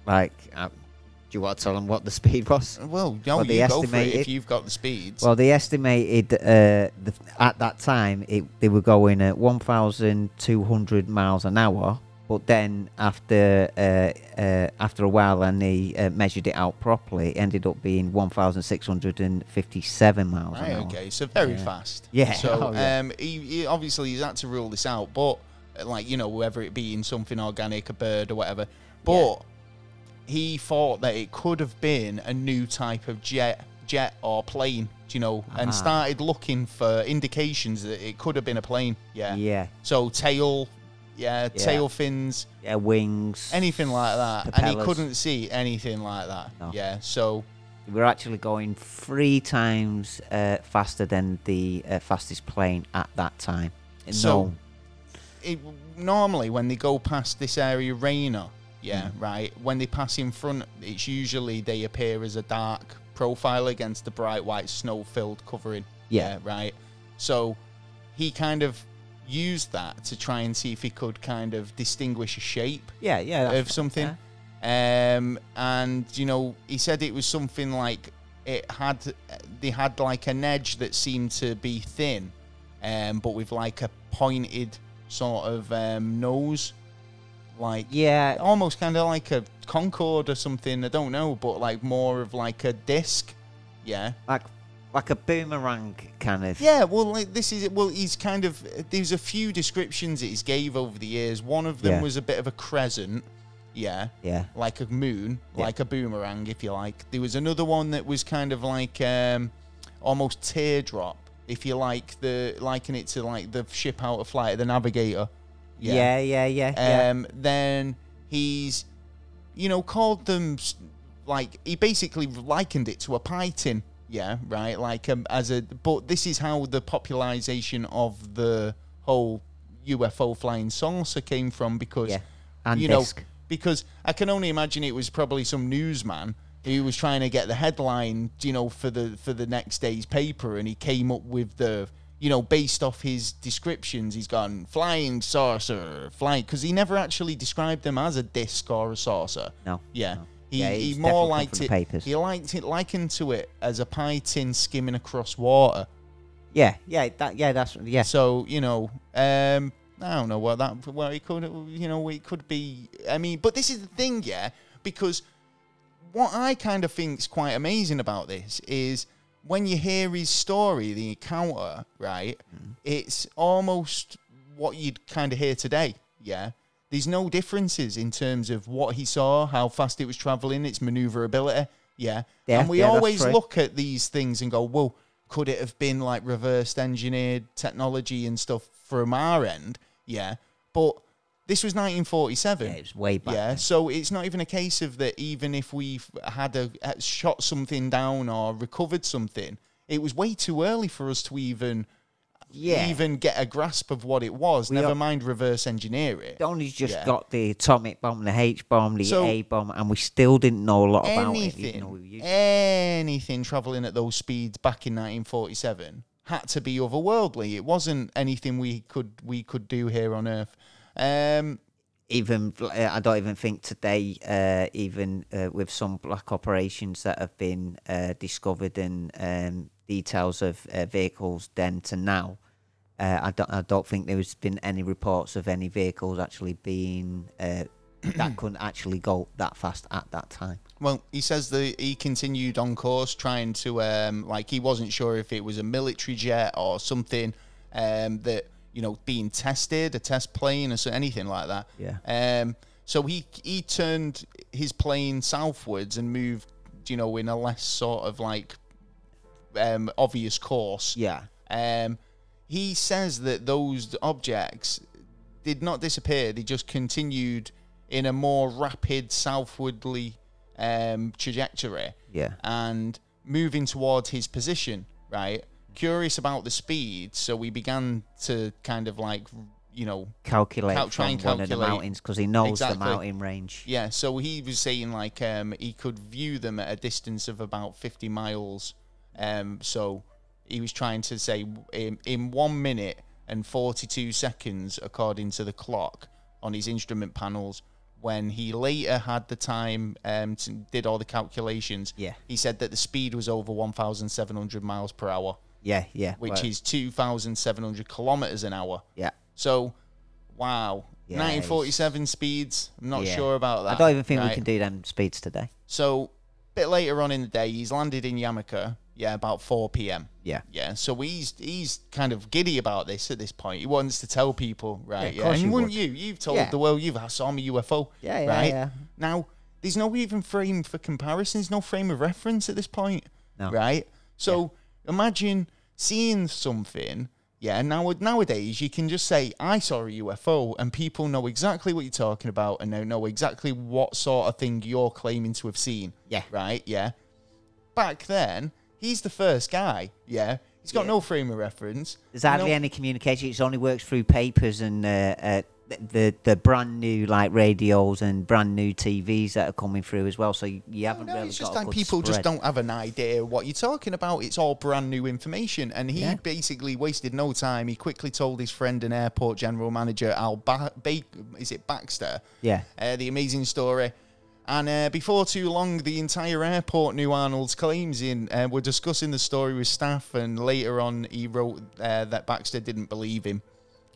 [SPEAKER 2] like. Uh, do you want to tell them what the speed was?
[SPEAKER 1] well no
[SPEAKER 2] Well, they
[SPEAKER 1] you go for it if
[SPEAKER 2] estimated-
[SPEAKER 1] you've got the speeds
[SPEAKER 2] Well, they estimated uh, the, at that time it, they were going at 1,200 miles an hour. But then after uh, uh, after a while, and they uh, measured it out properly, it ended up being 1,657 miles
[SPEAKER 1] right
[SPEAKER 2] an hour.
[SPEAKER 1] okay so very
[SPEAKER 2] Yeah.
[SPEAKER 1] fast
[SPEAKER 2] Yeah,
[SPEAKER 1] so
[SPEAKER 2] oh, yeah.
[SPEAKER 1] um he, he obviously he's had to rule this out but uh, like you know whether it be in something organic a bird or whatever but he thought that it could have been a new type of jet jet or plane do you know
[SPEAKER 2] Ah.
[SPEAKER 1] and started looking for indications that it could have been a plane yeah
[SPEAKER 2] Yeah,
[SPEAKER 1] So tail, yeah,
[SPEAKER 2] Yeah.
[SPEAKER 1] tail fins,
[SPEAKER 2] yeah, wings.
[SPEAKER 1] anything like that. And he
[SPEAKER 2] Propellers.
[SPEAKER 1] couldn't see anything like that.
[SPEAKER 2] No.
[SPEAKER 1] Yeah. So
[SPEAKER 2] They were actually going three times uh, faster than the uh, fastest plane at that time.
[SPEAKER 1] So-
[SPEAKER 2] no,
[SPEAKER 1] it, normally when they go past this area, Rainer, yeah,
[SPEAKER 2] Hmm.
[SPEAKER 1] right. When they pass in front, it's usually they appear as a dark profile against the bright white snow-filled covering.
[SPEAKER 2] Yeah.
[SPEAKER 1] Right. So he kind of used that to try and see if he could kind of distinguish a shape.
[SPEAKER 2] yeah, yeah, that's
[SPEAKER 1] of something.
[SPEAKER 2] yeah.
[SPEAKER 1] Um, and you know, he said it was something like it had they had like an edge that seemed to be thin, um, but with like a pointed sort of um, nose, like
[SPEAKER 2] yeah.
[SPEAKER 1] almost kind of like a Concorde or something. I don't know, but like more of like a disc. Yeah,
[SPEAKER 2] like like a boomerang kind of.
[SPEAKER 1] yeah. Well, like this is well, he's kind of there's a few descriptions that he's gave over the years. One of them
[SPEAKER 2] Yeah.
[SPEAKER 1] was a bit of a crescent. Yeah,
[SPEAKER 2] Yeah.
[SPEAKER 1] like a moon,
[SPEAKER 2] Yeah.
[SPEAKER 1] like a boomerang, if you like. There was another one that was kind of like um, almost teardrop, if you like, the liken it to like the ship out of flight, the Navigator.
[SPEAKER 2] Yeah. Yeah. Yeah. Yeah.
[SPEAKER 1] Um, Then he's, you know, called them s- like he basically likened it to a pie tin. Yeah, right. Like um, as a but this is how the popularization of the whole UFO flying saucer came from because
[SPEAKER 2] Yeah. And
[SPEAKER 1] you
[SPEAKER 2] disc.
[SPEAKER 1] know because I can only imagine it was probably some newsman who was trying to get the headline, you know, for the for the next day's paper, and he came up with the, you know, based off his descriptions, he's gone flying saucer, flying, because he never actually described them as a disc or a saucer.
[SPEAKER 2] No,
[SPEAKER 1] Yeah.
[SPEAKER 2] no.
[SPEAKER 1] He,
[SPEAKER 2] Yeah,
[SPEAKER 1] he
[SPEAKER 2] it's
[SPEAKER 1] more
[SPEAKER 2] definitely come
[SPEAKER 1] liked
[SPEAKER 2] from
[SPEAKER 1] it.
[SPEAKER 2] the papers.
[SPEAKER 1] He liked it likened to it as a pie tin skimming across water.
[SPEAKER 2] yeah, yeah, that, yeah, that's yeah,
[SPEAKER 1] So you know, um, I don't know what that. Well, it could, you know, it could be. I mean, but this is the thing, yeah, because what I kind of think's quite amazing about this is when you hear his story, the encounter, right?
[SPEAKER 2] Mm-hmm.
[SPEAKER 1] It's almost what you'd kind of hear today, yeah. There's no differences in terms of what he saw, how fast it was traveling, its maneuverability, yeah.
[SPEAKER 2] Yeah,
[SPEAKER 1] and we
[SPEAKER 2] yeah, that's
[SPEAKER 1] always
[SPEAKER 2] true.
[SPEAKER 1] look at these things and go, well, could it have been like reversed engineered technology and stuff from our end? Yeah. But this was 1947.
[SPEAKER 2] yeah, it's way back.
[SPEAKER 1] Yeah, so it's not even a case of that. Even if we've had a uh, shot something down or recovered something, it was way too early for us to even
[SPEAKER 2] Yeah.
[SPEAKER 1] even get a grasp of what it was. never
[SPEAKER 2] are-
[SPEAKER 1] mind reverse engineer it.
[SPEAKER 2] Donny's just
[SPEAKER 1] Yeah.
[SPEAKER 2] got the atomic bomb, the H bomb, the
[SPEAKER 1] So-
[SPEAKER 2] A bomb, and we still didn't know a lot about it. even though we were
[SPEAKER 1] Anything,
[SPEAKER 2] used-
[SPEAKER 1] anything traveling at those speeds back in 1947 had to be otherworldly. It wasn't anything we could we could do here on Earth. Um,
[SPEAKER 2] even uh, I don't even think today, uh, even uh, with some black operations that have been uh, discovered and um, details of uh, vehicles then to now, uh, I don't I don't think there's been any reports of any vehicles actually being uh, that couldn't actually go that fast at that time.
[SPEAKER 1] Well, he says that he continued on course, trying to um, like he wasn't sure if it was a military jet or something um, that you know being tested, a test plane or so, anything like that.
[SPEAKER 2] Yeah.
[SPEAKER 1] Um, so he he turned his plane southwards and moved, you know, in a less sort of like um, obvious course.
[SPEAKER 2] Yeah,
[SPEAKER 1] Um, he says that those objects did not disappear; they just continued in a more rapid southwardly um, trajectory
[SPEAKER 2] yeah,
[SPEAKER 1] and moving towards his position. Right, curious about the speed, so we began to kind of like, you know,
[SPEAKER 2] calculate
[SPEAKER 1] Cal- try
[SPEAKER 2] from
[SPEAKER 1] and
[SPEAKER 2] one of the
[SPEAKER 1] calculate.
[SPEAKER 2] mountains because he knows
[SPEAKER 1] Exactly.
[SPEAKER 2] the mountain range.
[SPEAKER 1] yeah. So he was saying like um, he could view them at a distance of about fifty miles. Um, so he was trying to say in, in one minute and forty-two seconds, according to the clock on his instrument panels. When he later had the time, um, to, did all the calculations.
[SPEAKER 2] Yeah.
[SPEAKER 1] he said that the speed was over one thousand seven hundred miles per hour,
[SPEAKER 2] Yeah, yeah,
[SPEAKER 1] which
[SPEAKER 2] well,
[SPEAKER 1] is two thousand seven hundred kilometers an hour.
[SPEAKER 2] yeah.
[SPEAKER 1] So, wow.
[SPEAKER 2] Yeah,
[SPEAKER 1] 1947 speeds. I'm not
[SPEAKER 2] Yeah.
[SPEAKER 1] sure about that.
[SPEAKER 2] I don't even think
[SPEAKER 1] right?
[SPEAKER 2] we can do them speeds today.
[SPEAKER 1] So, a bit later on in the day, he's landed in Yamaka. Yeah, about 4 p.m.
[SPEAKER 2] Yeah.
[SPEAKER 1] Yeah, so he's he's kind of giddy about this at this point. He wants to tell people,
[SPEAKER 2] Yeah,
[SPEAKER 1] right?
[SPEAKER 2] of
[SPEAKER 1] Yeah,
[SPEAKER 2] course
[SPEAKER 1] and
[SPEAKER 2] you
[SPEAKER 1] wouldn't
[SPEAKER 2] would.
[SPEAKER 1] you? You've told
[SPEAKER 2] Yeah.
[SPEAKER 1] the world you've I saw me UFO.
[SPEAKER 2] Yeah, yeah,
[SPEAKER 1] right?
[SPEAKER 2] yeah.
[SPEAKER 1] Now there's no even frame for comparison. There's no frame of reference at this point,
[SPEAKER 2] No.
[SPEAKER 1] right? So imagine seeing something. Yeah, now nowadays you can just say I saw a UFO, and people know exactly what you're talking about, and they know exactly what sort of thing you're claiming to have seen.
[SPEAKER 2] Yeah.
[SPEAKER 1] right. Yeah, back then, he's the first guy. Yeah, he's got no frame of reference.
[SPEAKER 2] There's hardly
[SPEAKER 1] No-
[SPEAKER 2] any communication. It only works through papers and uh, uh, th- the the brand new like radios and brand new TVs that are coming through as well. So you, you haven't
[SPEAKER 1] No,
[SPEAKER 2] really
[SPEAKER 1] it's
[SPEAKER 2] got
[SPEAKER 1] just
[SPEAKER 2] a
[SPEAKER 1] like
[SPEAKER 2] good
[SPEAKER 1] people just
[SPEAKER 2] spread.
[SPEAKER 1] don't have an idea what you're talking about. It's all brand new information. And he
[SPEAKER 2] Yeah.
[SPEAKER 1] basically wasted no time. He quickly told his friend and airport general manager Al ba- ba- is it Baxter?
[SPEAKER 2] Yeah.
[SPEAKER 1] Uh, the amazing story. And uh, before too long, the entire airport knew Arnold's claims in. Uh, we're discussing the story with staff, and later on, he wrote uh, that Baxter didn't believe him.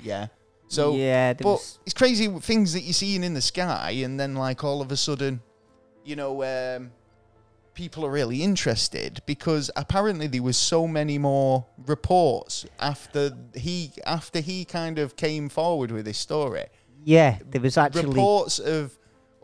[SPEAKER 1] Yeah. So
[SPEAKER 2] Yeah, there
[SPEAKER 1] but
[SPEAKER 2] was-
[SPEAKER 1] it's crazy things that you're seeing in the sky, and then like all of a sudden, you know, um, people are really interested because apparently there was so many more reports after he after he kind of came forward with his story.
[SPEAKER 2] Yeah, there was actually.
[SPEAKER 1] Reports of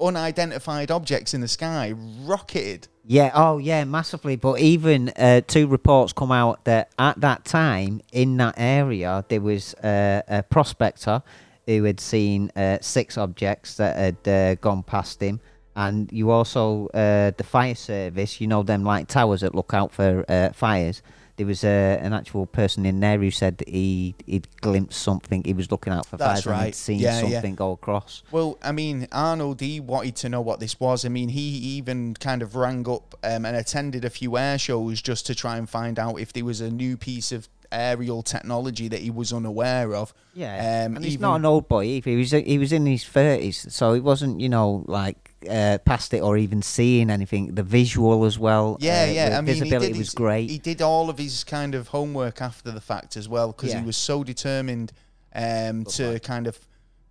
[SPEAKER 1] unidentified objects in the sky rocketed.
[SPEAKER 2] Yeah, oh yeah, massively. But even uh, two reports come out that at that time in that area there was uh, a prospector who had seen uh, six objects that had uh, gone past him, and you also uh, the fire service, you know them like towers that look out for uh, fires. there was a, an actual person in there who said that he he'd glimpsed something. He was looking out for
[SPEAKER 1] That's
[SPEAKER 2] fires and
[SPEAKER 1] right.
[SPEAKER 2] he'd seen
[SPEAKER 1] Yeah, yeah.
[SPEAKER 2] something go across.
[SPEAKER 1] Well, I mean, Arnold, he wanted to know what this was. I mean, he even kind of rang up um, and attended a few air shows just to try and find out if there was a new piece of aerial technology that he was unaware of.
[SPEAKER 2] Yeah,
[SPEAKER 1] Um,
[SPEAKER 2] and he's
[SPEAKER 1] even-
[SPEAKER 2] not an old boy either. He was he was in his thirties, so he wasn't you know like uh, past it or even seeing anything. The visual as well.
[SPEAKER 1] Yeah,
[SPEAKER 2] uh,
[SPEAKER 1] yeah.
[SPEAKER 2] The
[SPEAKER 1] I mean,
[SPEAKER 2] visibility
[SPEAKER 1] he did
[SPEAKER 2] was
[SPEAKER 1] his-
[SPEAKER 2] great.
[SPEAKER 1] He did all of his kind of homework after the fact as well because
[SPEAKER 2] Yeah.
[SPEAKER 1] he was so determined um, to kind of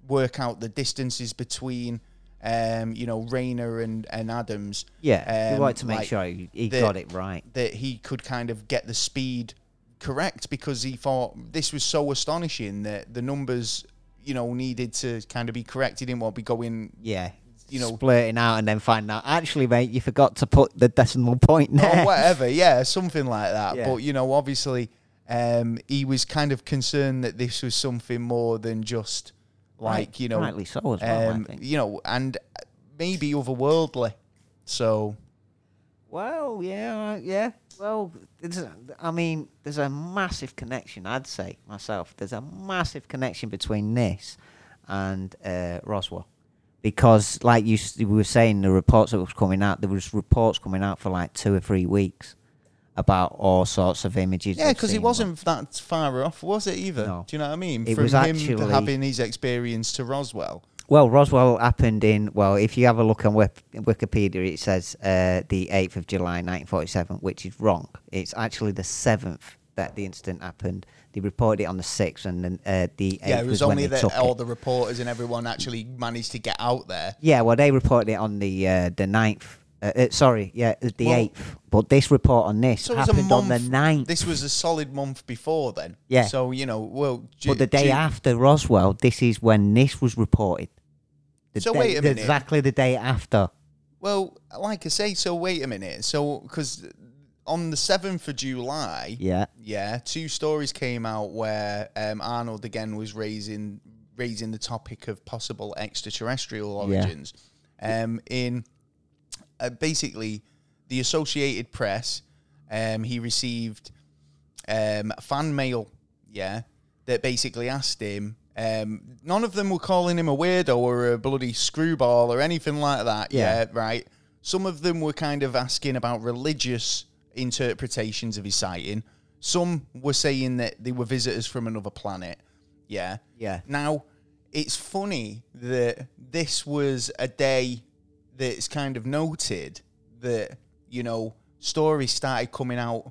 [SPEAKER 1] work out the distances between, um, you know, Rayner and, and Adams.
[SPEAKER 2] yeah, he
[SPEAKER 1] um,
[SPEAKER 2] wanted to make
[SPEAKER 1] like,
[SPEAKER 2] sure he, he
[SPEAKER 1] the-
[SPEAKER 2] got it right.
[SPEAKER 1] that he could kind of get the speed correct because he thought this was so astonishing that the numbers, you know, needed to kind of be correct. He didn't want to be going.
[SPEAKER 2] Yeah.
[SPEAKER 1] you know-
[SPEAKER 2] splurting out and then finding out. Actually, mate, you forgot to put the decimal point
[SPEAKER 1] Or
[SPEAKER 2] there.
[SPEAKER 1] whatever, yeah, something like that.
[SPEAKER 2] Yeah.
[SPEAKER 1] But you know, obviously, um, he was kind of concerned that this was something more than just like
[SPEAKER 2] Right-
[SPEAKER 1] you know,
[SPEAKER 2] rightly so as well. I
[SPEAKER 1] um,
[SPEAKER 2] think.
[SPEAKER 1] you know, and maybe otherworldly. So
[SPEAKER 2] Well, yeah, uh, yeah. Well, there's a, I mean, there's a massive connection. I'd say myself, there's a massive connection between this and uh, Roswell, because like you s- we were saying, the reports that was coming out, there was reports coming out for like two or three weeks about all sorts of images.
[SPEAKER 1] Yeah,
[SPEAKER 2] they've
[SPEAKER 1] because
[SPEAKER 2] seen.
[SPEAKER 1] it wasn't that far off, was it either?
[SPEAKER 2] No.
[SPEAKER 1] Do you know what I mean?
[SPEAKER 2] It
[SPEAKER 1] From
[SPEAKER 2] was
[SPEAKER 1] him
[SPEAKER 2] actually-
[SPEAKER 1] having his experience to Roswell.
[SPEAKER 2] Well, Roswell happened in, well, if you have a look on Wip- Wikipedia, it says uh, the 8th of July 1947, which is wrong. It's actually the 7th that the incident happened. They reported it on the 6th, and then uh, the 8th
[SPEAKER 1] Yeah, it was,
[SPEAKER 2] when
[SPEAKER 1] only
[SPEAKER 2] they
[SPEAKER 1] that
[SPEAKER 2] took
[SPEAKER 1] all
[SPEAKER 2] it.
[SPEAKER 1] the reporters and everyone actually managed to get out there.
[SPEAKER 2] Yeah, well, they reported it on the uh, the 9th. Uh, uh, sorry, yeah, the
[SPEAKER 1] Well-
[SPEAKER 2] 8th. But this report on this
[SPEAKER 1] So it was a
[SPEAKER 2] happened on the
[SPEAKER 1] month.
[SPEAKER 2] 9th.
[SPEAKER 1] This was a solid month before then.
[SPEAKER 2] Yeah.
[SPEAKER 1] So you know, well, ju-
[SPEAKER 2] but the day
[SPEAKER 1] ju-
[SPEAKER 2] after Roswell, this is when this was reported.
[SPEAKER 1] So
[SPEAKER 2] day-
[SPEAKER 1] wait a minute.
[SPEAKER 2] Exactly the day after.
[SPEAKER 1] Well, like I say, so wait a minute. So because on the seventh of July,
[SPEAKER 2] Yeah.
[SPEAKER 1] yeah, two stories came out where um, Arnold again was raising raising the topic of possible extraterrestrial
[SPEAKER 2] Yeah.
[SPEAKER 1] origins. Um, in uh, basically the Associated Press, um, he received um, fan mail, yeah, that basically asked him. Um, none of them were calling him a weirdo or a bloody screwball or anything like that. Yeah.
[SPEAKER 2] Yeah.
[SPEAKER 1] right. Some of them were kind of asking about religious interpretations of his sighting. Some were saying that they were visitors from another planet. Yeah.
[SPEAKER 2] Yeah.
[SPEAKER 1] Now, it's funny that this was a day that's kind of noted that, you know, stories started coming out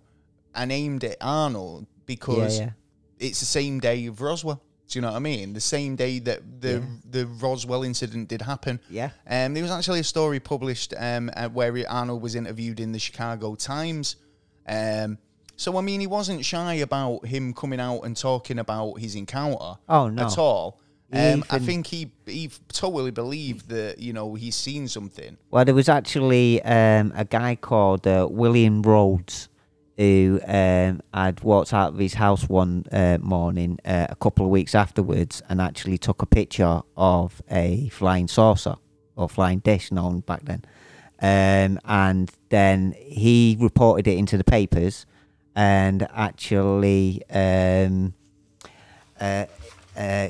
[SPEAKER 1] and aimed at Arnold because
[SPEAKER 2] yeah.
[SPEAKER 1] it's the same day of Roswell. Do you know what I mean? The same day that the the Roswell incident did happen.
[SPEAKER 2] Yeah.
[SPEAKER 1] Um, there was actually a story published um, uh, where he- Arnold was interviewed in the Chicago Times. Um, so I mean, he wasn't shy about him coming out and talking about his encounter.
[SPEAKER 2] Oh, no.
[SPEAKER 1] at all. Um, I
[SPEAKER 2] Even-
[SPEAKER 1] think he he totally believed that you know he's seen something.
[SPEAKER 2] Well, there was actually um, a guy called uh, William Rhodes who um, had walked out of his house one uh, morning uh, a couple of weeks afterwards and actually took a picture of a flying saucer or flying dish known back then. Um, and then he reported it into the papers and actually. Um, uh, uh,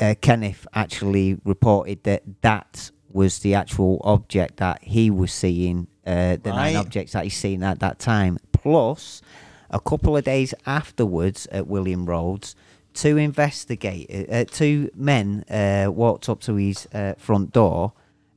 [SPEAKER 2] uh, Kenneth actually reported that that was the actual object that he was seeing, uh, the
[SPEAKER 1] Right.
[SPEAKER 2] nine objects that he's seen at that time. Plus, a couple of days afterwards at William Rhodes, two investigators, uh, two men uh, walked up to his uh, front door.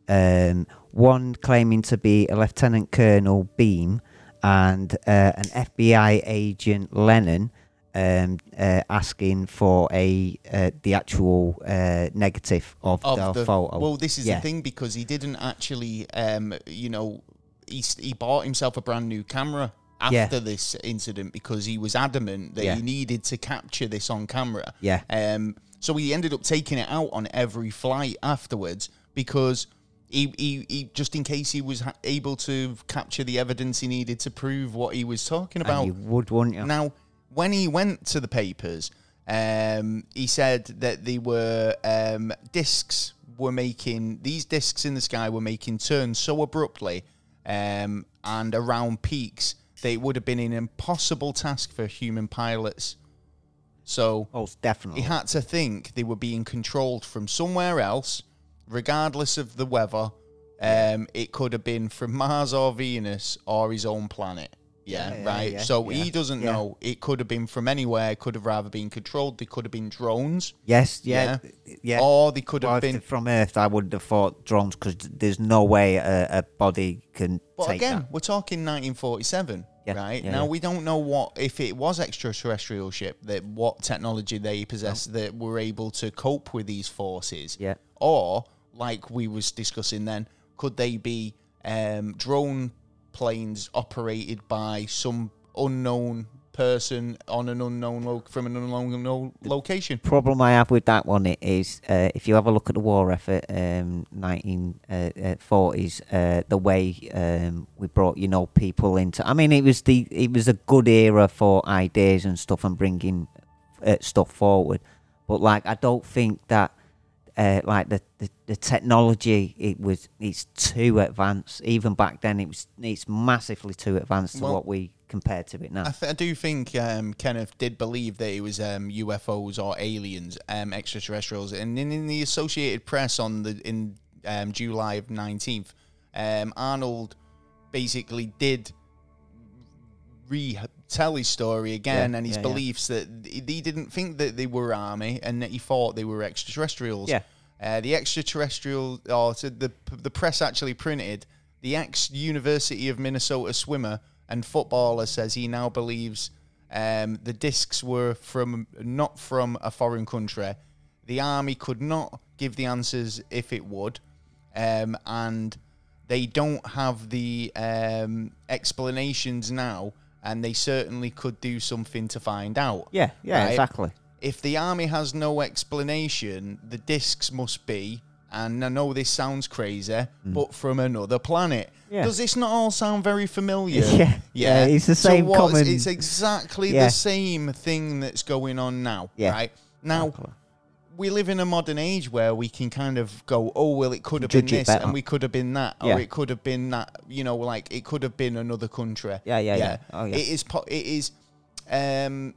[SPEAKER 2] Um, one claiming to be a Lieutenant Colonel Beam and uh, an FBI agent Lennon, um, uh, asking for a uh, the actual uh, negative of, the, photo.
[SPEAKER 1] Well, this is
[SPEAKER 2] yeah.
[SPEAKER 1] the thing because he didn't actually, um, you know, he s- he bought himself a brand new camera
[SPEAKER 2] Yeah.
[SPEAKER 1] after this incident because he was adamant that
[SPEAKER 2] Yeah.
[SPEAKER 1] he needed to capture this on camera.
[SPEAKER 2] Yeah.
[SPEAKER 1] Um. So he ended up taking it out on every flight afterwards because. He, he, he just in case he was ha- able to capture the evidence he needed to prove what he was talking
[SPEAKER 2] And
[SPEAKER 1] about
[SPEAKER 2] you would, wouldn't you?
[SPEAKER 1] now, when he went to the papers, um, he said that they were um, discs were making these discs in the sky were making turns so abruptly um, and around peaks that it would have been an impossible task for human pilots. So
[SPEAKER 2] Oh, definitely.
[SPEAKER 1] he had to think they were being controlled from somewhere else, regardless of the weather. Um, it could have been from Mars or Venus or his own planet. Yeah,
[SPEAKER 2] Yeah, yeah,
[SPEAKER 1] right.
[SPEAKER 2] yeah,
[SPEAKER 1] so he
[SPEAKER 2] yeah,
[SPEAKER 1] doesn't
[SPEAKER 2] yeah.
[SPEAKER 1] know. It could have been from anywhere. It could have rather been controlled. They could have been drones,
[SPEAKER 2] yes, yeah,
[SPEAKER 1] Yeah.
[SPEAKER 2] yeah.
[SPEAKER 1] or they could
[SPEAKER 2] Well,
[SPEAKER 1] have
[SPEAKER 2] if
[SPEAKER 1] been.
[SPEAKER 2] they're from Earth, I wouldn't have thought drones because there's no way a, a body can
[SPEAKER 1] But
[SPEAKER 2] take
[SPEAKER 1] again,
[SPEAKER 2] that.
[SPEAKER 1] we're talking 1947,
[SPEAKER 2] Yeah,
[SPEAKER 1] right?
[SPEAKER 2] yeah,
[SPEAKER 1] now
[SPEAKER 2] yeah.
[SPEAKER 1] we don't know what if it was extraterrestrial ship that what technology they possessed that were able to cope with these forces.
[SPEAKER 2] Yeah.
[SPEAKER 1] Or like we was discussing then, could they be um, drone planes operated by some unknown person on an unknown lo- from an unknown lo- location?
[SPEAKER 2] problem I have with that one i- is uh, if you have a look at the war effort, um, 1940s, uh, the way um, we brought you know people into. I mean, it was the it was a good era for ideas and stuff and bringing uh, stuff forward, but like I don't think that. Uh, like the, the, the technology, it was it's too advanced. Even back then, it was it's massively too advanced
[SPEAKER 1] Well-
[SPEAKER 2] to what we compare to it now.
[SPEAKER 1] I, th- I do think um, Kenneth did believe that it was um, UFOs or aliens, um, extraterrestrials, and in, in the Associated Press on the in um, July of nineteenth, um, Arnold basically did retell his story again
[SPEAKER 2] Yeah,
[SPEAKER 1] and his
[SPEAKER 2] yeah, yeah.
[SPEAKER 1] beliefs that th- he didn't think that they were army and that he thought they were extraterrestrials.
[SPEAKER 2] Yeah.
[SPEAKER 1] Uh, the extraterrestrial, or so the the press actually printed the ex University of Minnesota swimmer and footballer says he now believes um, the discs were from not from a foreign country. The army could not give the answers if it would, um, and they don't have the um, explanations now. And they certainly could do something to find out
[SPEAKER 2] yeah, yeah,
[SPEAKER 1] Right.
[SPEAKER 2] exactly.
[SPEAKER 1] if the army has no explanation, the discs must be, and I know this sounds crazy, but from another planet.
[SPEAKER 2] Mm. Yeah.
[SPEAKER 1] Does this not all sound very familiar?
[SPEAKER 2] Yeah. Yeah, it's the
[SPEAKER 1] So
[SPEAKER 2] same
[SPEAKER 1] what's-
[SPEAKER 2] common-
[SPEAKER 1] It's exactly
[SPEAKER 2] Yeah.
[SPEAKER 1] the same thing that's going on now,
[SPEAKER 2] Yeah.
[SPEAKER 1] right? Now, we live in a modern age where we can kind of go, oh, well, it could have been
[SPEAKER 2] Judge it
[SPEAKER 1] this,
[SPEAKER 2] better.
[SPEAKER 1] and we could have been that,
[SPEAKER 2] Yeah.
[SPEAKER 1] or it could have been that, you know, like it could have been another country.
[SPEAKER 2] Yeah, yeah, yeah. Oh, yeah.
[SPEAKER 1] It is, po- it is, um,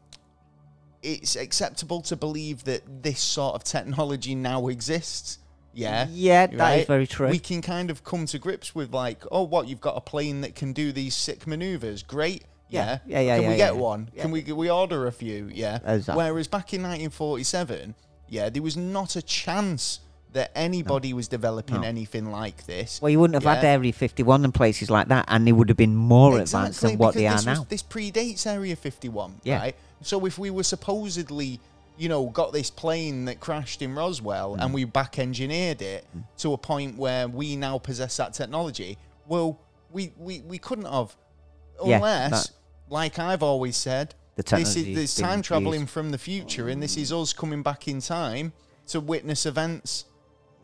[SPEAKER 1] it's acceptable to believe that this sort of technology now exists. Yeah.
[SPEAKER 2] Yeah, that is
[SPEAKER 1] right?
[SPEAKER 2] very true.
[SPEAKER 1] We can kind of come to grips with like, oh, what you've got a plane that can do these sick maneuvers. Great. Yeah.
[SPEAKER 2] Yeah, yeah, yeah,
[SPEAKER 1] Can we
[SPEAKER 2] yeah,
[SPEAKER 1] get
[SPEAKER 2] yeah.
[SPEAKER 1] one? Can we we order a few? Yeah.
[SPEAKER 2] Exactly.
[SPEAKER 1] Whereas back in 1947, yeah, there was not a chance that anybody was developing anything like this.
[SPEAKER 2] Well, you wouldn't have had
[SPEAKER 1] Yeah.
[SPEAKER 2] Area 51 and places like that, and they would have been more advanced
[SPEAKER 1] Exactly,
[SPEAKER 2] than what they are
[SPEAKER 1] because this
[SPEAKER 2] now.
[SPEAKER 1] was- this predates Area 51,
[SPEAKER 2] Yeah.
[SPEAKER 1] right? So if we were supposedly, you know, got this plane that crashed in Roswell
[SPEAKER 2] Mm.
[SPEAKER 1] and we back engineered it to a point where we now possess that technology, well, we, we, we couldn't have.
[SPEAKER 2] Yeah,
[SPEAKER 1] Unless,
[SPEAKER 2] that-
[SPEAKER 1] like I've always said,
[SPEAKER 2] The
[SPEAKER 1] this is
[SPEAKER 2] technology's
[SPEAKER 1] this
[SPEAKER 2] been
[SPEAKER 1] time traveling
[SPEAKER 2] used.
[SPEAKER 1] from the future and this is us coming back in time to witness events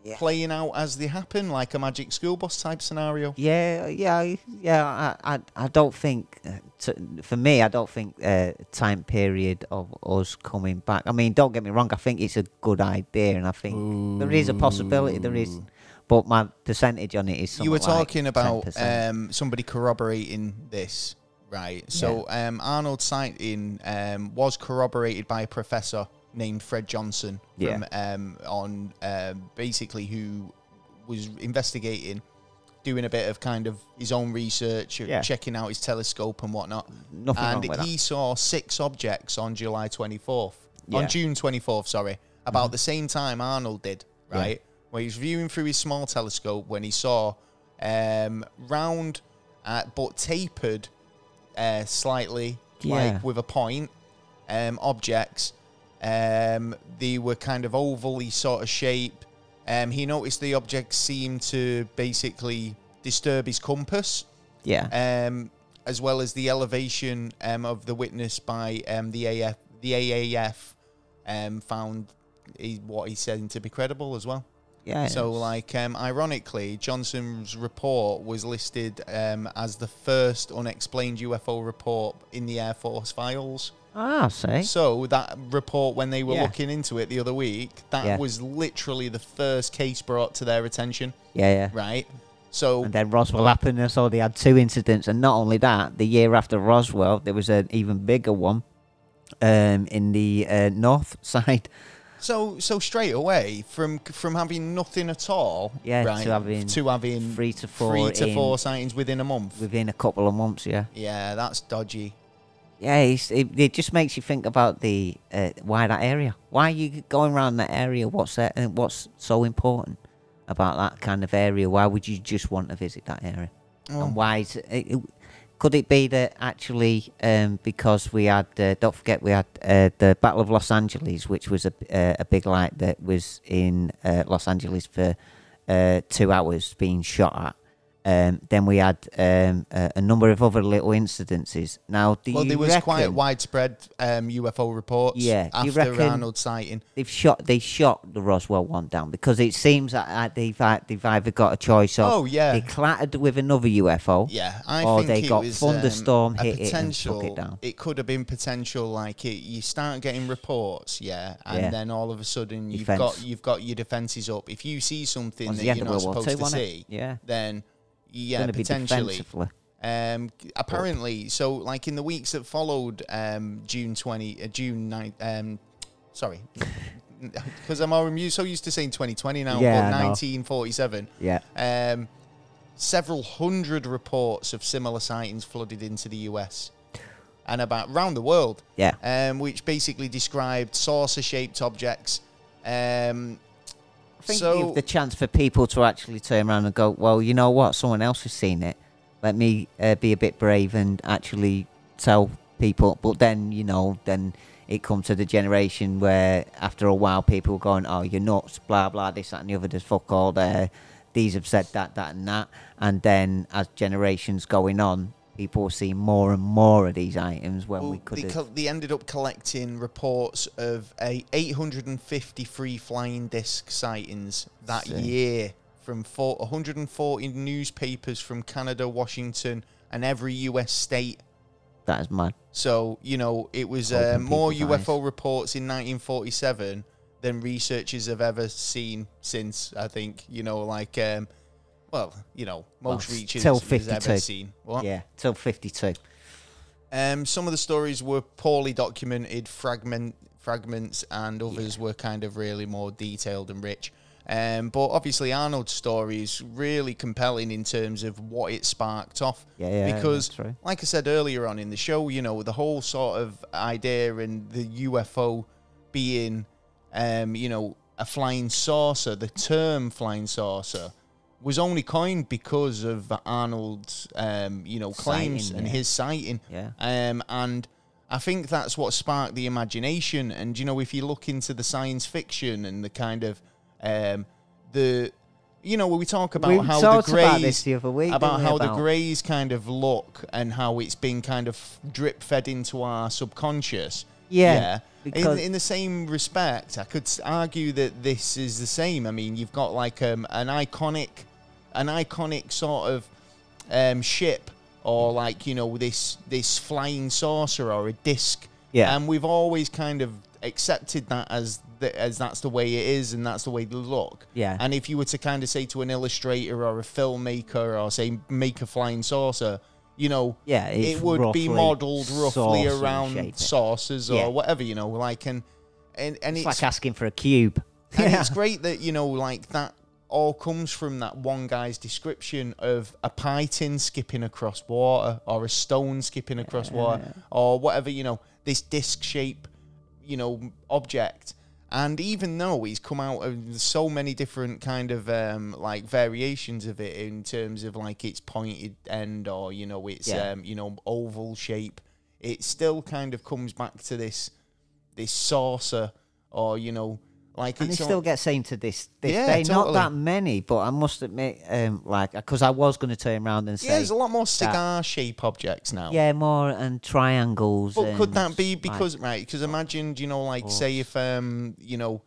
[SPEAKER 2] Yeah.
[SPEAKER 1] playing out as they happen, like a magic school bus type scenario.
[SPEAKER 2] Yeah, yeah, yeah. I, I, I don't think, uh, t- for me, I don't think uh, time period of us coming back. I mean, don't get me wrong. I think it's a good idea, and I think there is a possibility. There is, but my percentage on it is.
[SPEAKER 1] you were
[SPEAKER 2] something like
[SPEAKER 1] talking about
[SPEAKER 2] 10%.
[SPEAKER 1] um, somebody corroborating this, right? So um, Arnold sighting um, was corroborated by a professor named Fred Johnson from um, on um, basically who was investigating, doing a bit of kind of his own research,
[SPEAKER 2] Yeah.
[SPEAKER 1] checking out his telescope and whatnot.
[SPEAKER 2] Nothing wrong
[SPEAKER 1] and
[SPEAKER 2] with that.
[SPEAKER 1] he saw six objects on July 24th,
[SPEAKER 2] Yeah. Mm-hmm.
[SPEAKER 1] on June 24th, sorry, about the same time Arnold did, right? Where he was viewing through his small telescope when he saw um, round uh, but tapered uh, slightly,
[SPEAKER 2] Yeah.
[SPEAKER 1] like with a point, um, objects. Um, they were kind of ovally sort of shape. Um, he noticed the objects seemed to basically disturb his compass
[SPEAKER 2] yeah,
[SPEAKER 1] um, as well as the elevation um, of the witness by um, the AF. The AAF um, found he, what he said to be credible as well.
[SPEAKER 2] yeah.
[SPEAKER 1] So, like, um, ironically, Johnson's report was listed um, as the first unexplained UFO report in the Air Force files.
[SPEAKER 2] ah, I see.
[SPEAKER 1] So that report, when they were
[SPEAKER 2] Yeah.
[SPEAKER 1] looking into it the other week, that
[SPEAKER 2] Yeah.
[SPEAKER 1] was literally the first case brought to their attention
[SPEAKER 2] yeah, yeah.
[SPEAKER 1] right? So
[SPEAKER 2] And then Roswell happened, and so they had two incidents. And not only that, the year after Roswell, there was an even bigger one um, in the uh, north side.
[SPEAKER 1] so so straight away from from having nothing at all,
[SPEAKER 2] Yeah,
[SPEAKER 1] right,
[SPEAKER 2] to having
[SPEAKER 1] to having
[SPEAKER 2] three to four
[SPEAKER 1] three to
[SPEAKER 2] in-
[SPEAKER 1] four sightings within a month.
[SPEAKER 2] within a couple of months. Yeah,
[SPEAKER 1] yeah, that's dodgy.
[SPEAKER 2] yeah. It's, it, it just makes you think about the uh, why that area. Why are you going around that area? What's that, uh, What's so important about that kind of area? Why would you just want to visit that area?
[SPEAKER 1] Oh.
[SPEAKER 2] and why is it, it, could it be that actually um, because we had uh, don't forget we had uh, the Battle of Los Angeles which was a, uh, a big light that was in uh, Los Angeles for uh, two hours being shot at um, then we had um, a, a number of other little incidences now do
[SPEAKER 1] Well,
[SPEAKER 2] you
[SPEAKER 1] there was quite
[SPEAKER 2] reckon
[SPEAKER 1] widespread um, UFO reports
[SPEAKER 2] Yeah, do you
[SPEAKER 1] after
[SPEAKER 2] reckon-
[SPEAKER 1] Arnold's sighting.
[SPEAKER 2] they've shot they shot the Roswell one down because it seems that uh, they've, uh, they've either got a choice of
[SPEAKER 1] Oh, yeah.
[SPEAKER 2] they clattered with another UFO
[SPEAKER 1] Yeah, I
[SPEAKER 2] Or
[SPEAKER 1] think
[SPEAKER 2] they
[SPEAKER 1] it
[SPEAKER 2] got
[SPEAKER 1] was,
[SPEAKER 2] thunderstorm
[SPEAKER 1] um, a
[SPEAKER 2] hit it and took it
[SPEAKER 1] potential.
[SPEAKER 2] down.
[SPEAKER 1] could have been potential. Like it, you start getting reports, yeah, and
[SPEAKER 2] Yeah.
[SPEAKER 1] then all of a sudden you've
[SPEAKER 2] Defence.
[SPEAKER 1] got you've got your defenses up. If you see something
[SPEAKER 2] Was
[SPEAKER 1] that
[SPEAKER 2] the end
[SPEAKER 1] you're
[SPEAKER 2] of
[SPEAKER 1] not
[SPEAKER 2] World War
[SPEAKER 1] supposed
[SPEAKER 2] Two,
[SPEAKER 1] to
[SPEAKER 2] wasn't it?
[SPEAKER 1] see,
[SPEAKER 2] Yeah.
[SPEAKER 1] then yeah,
[SPEAKER 2] Gonna be
[SPEAKER 1] potentially.
[SPEAKER 2] defensively.
[SPEAKER 1] Um, g- apparently, so like in the weeks that followed um, June twenty, uh, June nine, um, sorry, because I'm all amu- so used to saying 2020 now,
[SPEAKER 2] Yeah,
[SPEAKER 1] but
[SPEAKER 2] I know.
[SPEAKER 1] 1947.
[SPEAKER 2] yeah
[SPEAKER 1] Um, several hundred reports of similar sightings flooded into the US and about round the world.
[SPEAKER 2] Yeah.
[SPEAKER 1] Um, which basically described saucer-shaped objects. Um,
[SPEAKER 2] I think
[SPEAKER 1] so
[SPEAKER 2] you give the chance for people to actually turn around and go, well, you know what? Someone else has seen it. Let me uh, be a bit brave and actually tell people. But then, you know, then it comes to the generation where after a while people are going, oh, you're nuts, blah, blah, this, that, and the other. There's fuck all there. These have said that, that, and that. And then as generations going on, people see more and more of these items when
[SPEAKER 1] Well,
[SPEAKER 2] we could
[SPEAKER 1] they,
[SPEAKER 2] have.
[SPEAKER 1] col- they ended up collecting reports of a 853 flying disc sightings that
[SPEAKER 2] Sick.
[SPEAKER 1] year from four, 140 newspapers from Canada, Washington, and every US state.
[SPEAKER 2] that is mad.
[SPEAKER 1] So, you know, it was
[SPEAKER 2] Open
[SPEAKER 1] uh, more
[SPEAKER 2] people's eyes.
[SPEAKER 1] UFO reports in 1947 than researchers have ever seen since, I think. You know, like, um, well, you know, most
[SPEAKER 2] Well,
[SPEAKER 1] researchers
[SPEAKER 2] till
[SPEAKER 1] has ever
[SPEAKER 2] 52.
[SPEAKER 1] seen. What?
[SPEAKER 2] Yeah, till 52.
[SPEAKER 1] Um, some of the stories were poorly documented, fragment fragments, and others were kind of really more detailed and rich. Um, but obviously, Arnold's story is really compelling in terms of what it sparked off.
[SPEAKER 2] Yeah, yeah, yeah,
[SPEAKER 1] Because,
[SPEAKER 2] that's right.
[SPEAKER 1] like I said earlier on in the show, you know, the whole sort of idea and the UFO being, um, you know, a flying saucer, the term flying saucer was only coined because of Arnold's, um, you know, claims
[SPEAKER 2] Sighting,
[SPEAKER 1] and
[SPEAKER 2] yeah.
[SPEAKER 1] his sighting.
[SPEAKER 2] Yeah.
[SPEAKER 1] Um, and I think that's what sparked the imagination. And you know, if you look into the science fiction and the kind of um, the, you know, when we talk about
[SPEAKER 2] We
[SPEAKER 1] how
[SPEAKER 2] talked
[SPEAKER 1] the
[SPEAKER 2] about
[SPEAKER 1] greys
[SPEAKER 2] this the other week,
[SPEAKER 1] about
[SPEAKER 2] didn't we,
[SPEAKER 1] how
[SPEAKER 2] about-
[SPEAKER 1] the greys kind of look and how it's been kind of drip fed into our subconscious.
[SPEAKER 2] Yeah,
[SPEAKER 1] In,
[SPEAKER 2] because-
[SPEAKER 1] in the same respect, I could s- argue that this is the same. I mean, you've got like um, an iconic, an iconic sort of um, ship, or like you know this this flying saucer or a disc.
[SPEAKER 2] Yeah.
[SPEAKER 1] And we've always kind of accepted that as the, as that's the way it is, and that's the way they look.
[SPEAKER 2] Yeah.
[SPEAKER 1] And if you were to kind of say to an illustrator or a filmmaker or say make a flying saucer, you know,
[SPEAKER 2] Yeah,
[SPEAKER 1] it
[SPEAKER 2] it's
[SPEAKER 1] would be
[SPEAKER 2] roughly
[SPEAKER 1] modeled roughly
[SPEAKER 2] saucer
[SPEAKER 1] around
[SPEAKER 2] shape, yeah.
[SPEAKER 1] saucers or
[SPEAKER 2] Yeah.
[SPEAKER 1] whatever, you know, like and and and it's,
[SPEAKER 2] It's like asking for a cube.
[SPEAKER 1] and it's great that you know, like that all comes from that one guy's description of a pie tin skipping across water or a stone skipping across water or whatever, you know, this disc shape, you know, object. And even though he's come out of so many different kind of um, like variations of it in terms of like its pointed end or you know its
[SPEAKER 2] Yeah.
[SPEAKER 1] um, you know oval shape, it still kind of comes back to this this saucer or you know like
[SPEAKER 2] and they
[SPEAKER 1] it's
[SPEAKER 2] still
[SPEAKER 1] al-
[SPEAKER 2] get seen to this, this
[SPEAKER 1] Yeah,
[SPEAKER 2] day.
[SPEAKER 1] totally.
[SPEAKER 2] Not that many, but I must admit, um, like, because I was going to turn around and
[SPEAKER 1] yeah,
[SPEAKER 2] say,
[SPEAKER 1] there's a lot more cigar shape objects now.
[SPEAKER 2] yeah, more and triangles.
[SPEAKER 1] But could that
[SPEAKER 2] and,
[SPEAKER 1] be
[SPEAKER 2] like,
[SPEAKER 1] because right? Because imagine, you know, like say if um, you know,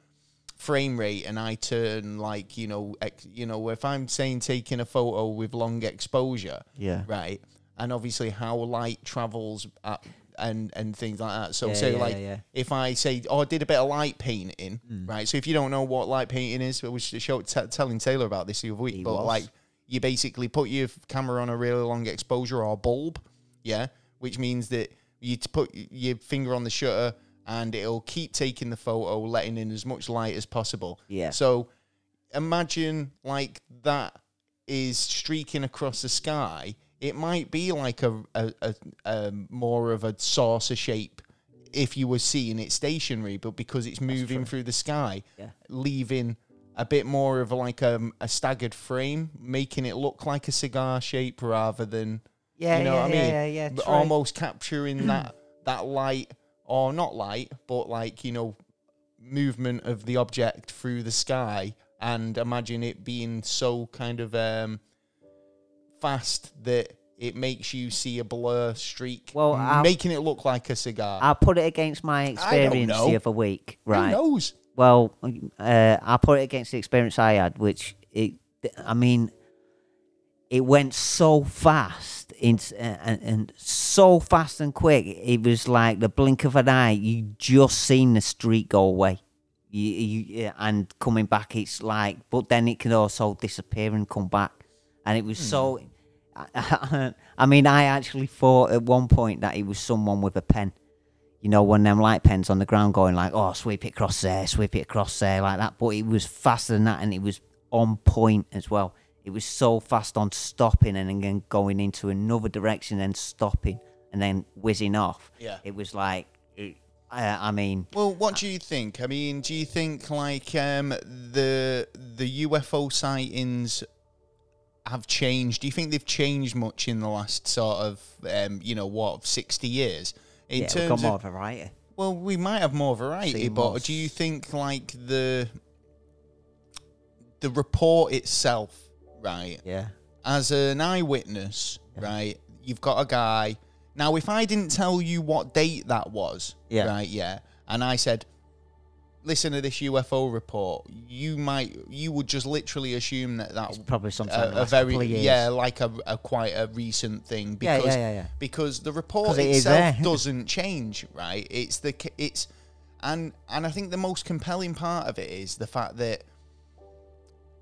[SPEAKER 1] frame rate, and I turn like you know, ex, you know, if I'm saying taking a photo with long exposure,
[SPEAKER 2] Yeah.
[SPEAKER 1] right, and obviously how light travels at, and and things like that. So
[SPEAKER 2] Yeah,
[SPEAKER 1] say
[SPEAKER 2] yeah,
[SPEAKER 1] like
[SPEAKER 2] yeah. Hmm.
[SPEAKER 1] if I say, oh, I did a bit of light painting, right? So if you don't know what light painting is, we should show t- telling Taylor about this the other week, but
[SPEAKER 2] was.
[SPEAKER 1] like. you basically put your camera on a really long exposure or bulb, yeah, which means that you t- put your finger on the shutter and it'll keep taking the photo, letting in as much light as possible.
[SPEAKER 2] Yeah.
[SPEAKER 1] So imagine like that is streaking across the sky. It might be like a, a, a, a more of a saucer shape if you were seeing it stationary, but because it's moving through the sky,
[SPEAKER 2] Yeah.
[SPEAKER 1] leaving a bit more of like um, a staggered frame, making it look like a cigar shape rather than
[SPEAKER 2] Yeah,
[SPEAKER 1] you know
[SPEAKER 2] yeah,
[SPEAKER 1] what I
[SPEAKER 2] yeah,
[SPEAKER 1] mean?
[SPEAKER 2] yeah, yeah,
[SPEAKER 1] But
[SPEAKER 2] true.
[SPEAKER 1] almost capturing that that light or not light, but like you know, movement of the object through the sky, and imagine it being so kind of um, fast that it makes you see a blur streak,
[SPEAKER 2] Well, I'll-
[SPEAKER 1] making it look like a cigar.
[SPEAKER 2] I'll put it against my experience
[SPEAKER 1] know.
[SPEAKER 2] the other week,
[SPEAKER 1] Who
[SPEAKER 2] right?
[SPEAKER 1] knows?
[SPEAKER 2] Well, uh, I'll put it against the experience I had, which it, I mean, it went so fast in, and, and so fast and quick. It was like the blink of an eye. You just seen the street go away. You, you, yeah, and coming back, it's like, but then it can also disappear and come back. And it was so. I, mean, I actually thought at one point that it was someone with a pen. You know, one of them light pens on the ground going like, oh, sweep it across there, sweep it across there, like that. But it was faster than that and it was on point as well. It was so fast on stopping and then going into another direction and stopping and then whizzing off.
[SPEAKER 1] Yeah.
[SPEAKER 2] It was like, it, I, I mean,
[SPEAKER 1] Well, what do you think? I mean, do you think like um, the the UFO sightings have changed? Do you think they've changed much in the last sort of um, you know what sixty years? In
[SPEAKER 2] yeah, we
[SPEAKER 1] terms
[SPEAKER 2] got more
[SPEAKER 1] of,
[SPEAKER 2] variety.
[SPEAKER 1] well, we might have more variety,
[SPEAKER 2] See
[SPEAKER 1] but
[SPEAKER 2] more.
[SPEAKER 1] do you think like the the report itself, right?
[SPEAKER 2] Yeah.
[SPEAKER 1] as an eyewitness, right? You've got a guy. Now, if I didn't tell you what date that was,
[SPEAKER 2] Yeah.
[SPEAKER 1] right? Yeah, and I said, listen to this UFO report. You might, you would just literally assume that that
[SPEAKER 2] Probably sometime in the
[SPEAKER 1] a, a
[SPEAKER 2] last
[SPEAKER 1] very
[SPEAKER 2] couple of years.
[SPEAKER 1] yeah, like a, a quite a recent thing
[SPEAKER 2] Yeah, yeah,
[SPEAKER 1] because
[SPEAKER 2] yeah, yeah.
[SPEAKER 1] because the
[SPEAKER 2] 'Cause
[SPEAKER 1] report
[SPEAKER 2] it is
[SPEAKER 1] itself
[SPEAKER 2] there.
[SPEAKER 1] doesn't change, right? It's the c- it's and and I think the most compelling part of it is the fact that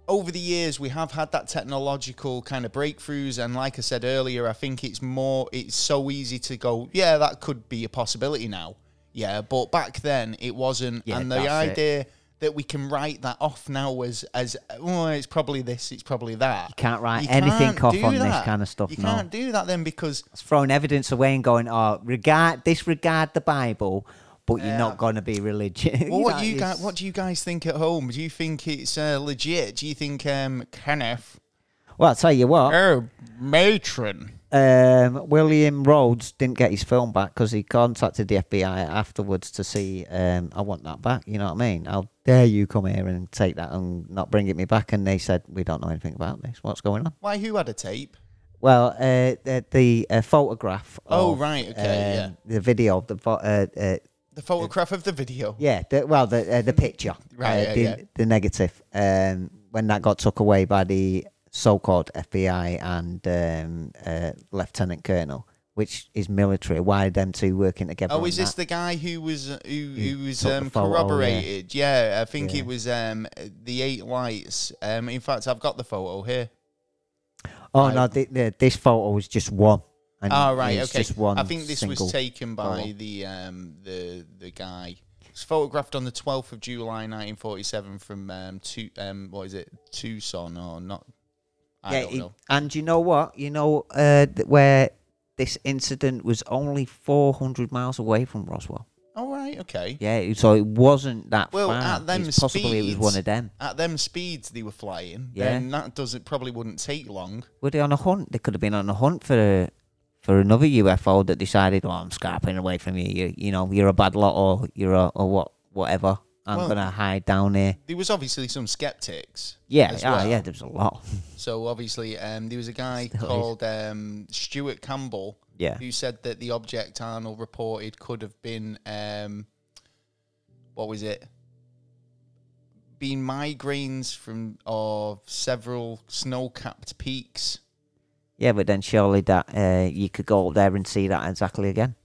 [SPEAKER 1] over the years we have had that technological kind of breakthroughs and like i said earlier i think it's more it's so easy to go yeah that could be a possibility now yeah but back then it wasn't
[SPEAKER 2] Yeah,
[SPEAKER 1] and the
[SPEAKER 2] that's it.
[SPEAKER 1] idea that we can write that off now as as oh it's probably this it's probably that you
[SPEAKER 2] can't write anything
[SPEAKER 1] can't
[SPEAKER 2] off
[SPEAKER 1] do
[SPEAKER 2] on this
[SPEAKER 1] that.
[SPEAKER 2] kind of stuff
[SPEAKER 1] you
[SPEAKER 2] now.
[SPEAKER 1] can't do that then because
[SPEAKER 2] It's throwing evidence away and going, oh, regard disregard the Bible, but you're not going to be religious.
[SPEAKER 1] Well, what
[SPEAKER 2] know,
[SPEAKER 1] you guys,
[SPEAKER 2] it's-
[SPEAKER 1] what do you guys think at home? Do you think it's uh, legit? Do you think um, Kenneth,
[SPEAKER 2] Well, I'll tell you what,
[SPEAKER 1] oh matron,
[SPEAKER 2] um, William Rhodes didn't get his film back because he contacted the FBI afterwards to see, um, I want that back. You know what I mean? How dare you come here and take that and not bring it me back? And they said, we don't know anything about this. What's going on?
[SPEAKER 1] why who had a tape?
[SPEAKER 2] Well, uh, the, the uh, photograph.
[SPEAKER 1] Oh,
[SPEAKER 2] of,
[SPEAKER 1] right, okay,
[SPEAKER 2] um, The video, the pho- uh, uh,
[SPEAKER 1] The photograph of the video.
[SPEAKER 2] Yeah, the, well, the uh, the picture,
[SPEAKER 1] Right,
[SPEAKER 2] uh,
[SPEAKER 1] yeah,
[SPEAKER 2] the,
[SPEAKER 1] yeah.
[SPEAKER 2] the negative, um, when that got took away by the so-called FBI and um, uh, Lieutenant Colonel, which is military. Why them two working together?
[SPEAKER 1] Oh,
[SPEAKER 2] on
[SPEAKER 1] is this
[SPEAKER 2] that?
[SPEAKER 1] the guy who was uh, who, who was
[SPEAKER 2] took the
[SPEAKER 1] um,
[SPEAKER 2] photo, yeah.
[SPEAKER 1] corroborated? Yeah. I think
[SPEAKER 2] Yeah.
[SPEAKER 1] it was um, the eight lights. Um, in fact, I've got the photo here.
[SPEAKER 2] Oh no, the, the, this photo was just one. And
[SPEAKER 1] Oh, right,
[SPEAKER 2] it's
[SPEAKER 1] okay.
[SPEAKER 2] Just one.
[SPEAKER 1] I think this
[SPEAKER 2] single-
[SPEAKER 1] was taken by
[SPEAKER 2] photo.
[SPEAKER 1] the um, the the guy. It's photographed on the 12th of July 1947 from um, two, um, what is it Tucson or not? I
[SPEAKER 2] Yeah,
[SPEAKER 1] don't
[SPEAKER 2] it-
[SPEAKER 1] know.
[SPEAKER 2] and you know what? You know uh, th- where this incident was only four hundred miles away from Roswell.
[SPEAKER 1] All right, okay.
[SPEAKER 2] Yeah, so it wasn't that
[SPEAKER 1] Well,
[SPEAKER 2] far.
[SPEAKER 1] at them
[SPEAKER 2] It's possibly it was one
[SPEAKER 1] speeds-
[SPEAKER 2] of them.
[SPEAKER 1] At them speeds they were flying,
[SPEAKER 2] Yeah.
[SPEAKER 1] then that doesn't probably wouldn't take long.
[SPEAKER 2] Were they on a hunt? They could have been on a hunt for for another UFO that decided, "Oh, I'm scarping away from you. You, you know, you're a bad lot, or you're a, or what, whatever. I'm
[SPEAKER 1] Well-
[SPEAKER 2] gonna hide down here."
[SPEAKER 1] There was obviously some skeptics.
[SPEAKER 2] Yeah,
[SPEAKER 1] as
[SPEAKER 2] ah,
[SPEAKER 1] well.
[SPEAKER 2] yeah. There's a lot.
[SPEAKER 1] So obviously, um, there was a guy
[SPEAKER 2] Still is.
[SPEAKER 1] called um, Stuart Campbell
[SPEAKER 2] Yeah.
[SPEAKER 1] who said that the object Arnold reported could have been um, what was it? Been migraines from of several snow-capped peaks.
[SPEAKER 2] Yeah, but then surely that uh, you could go up there and see that exactly again.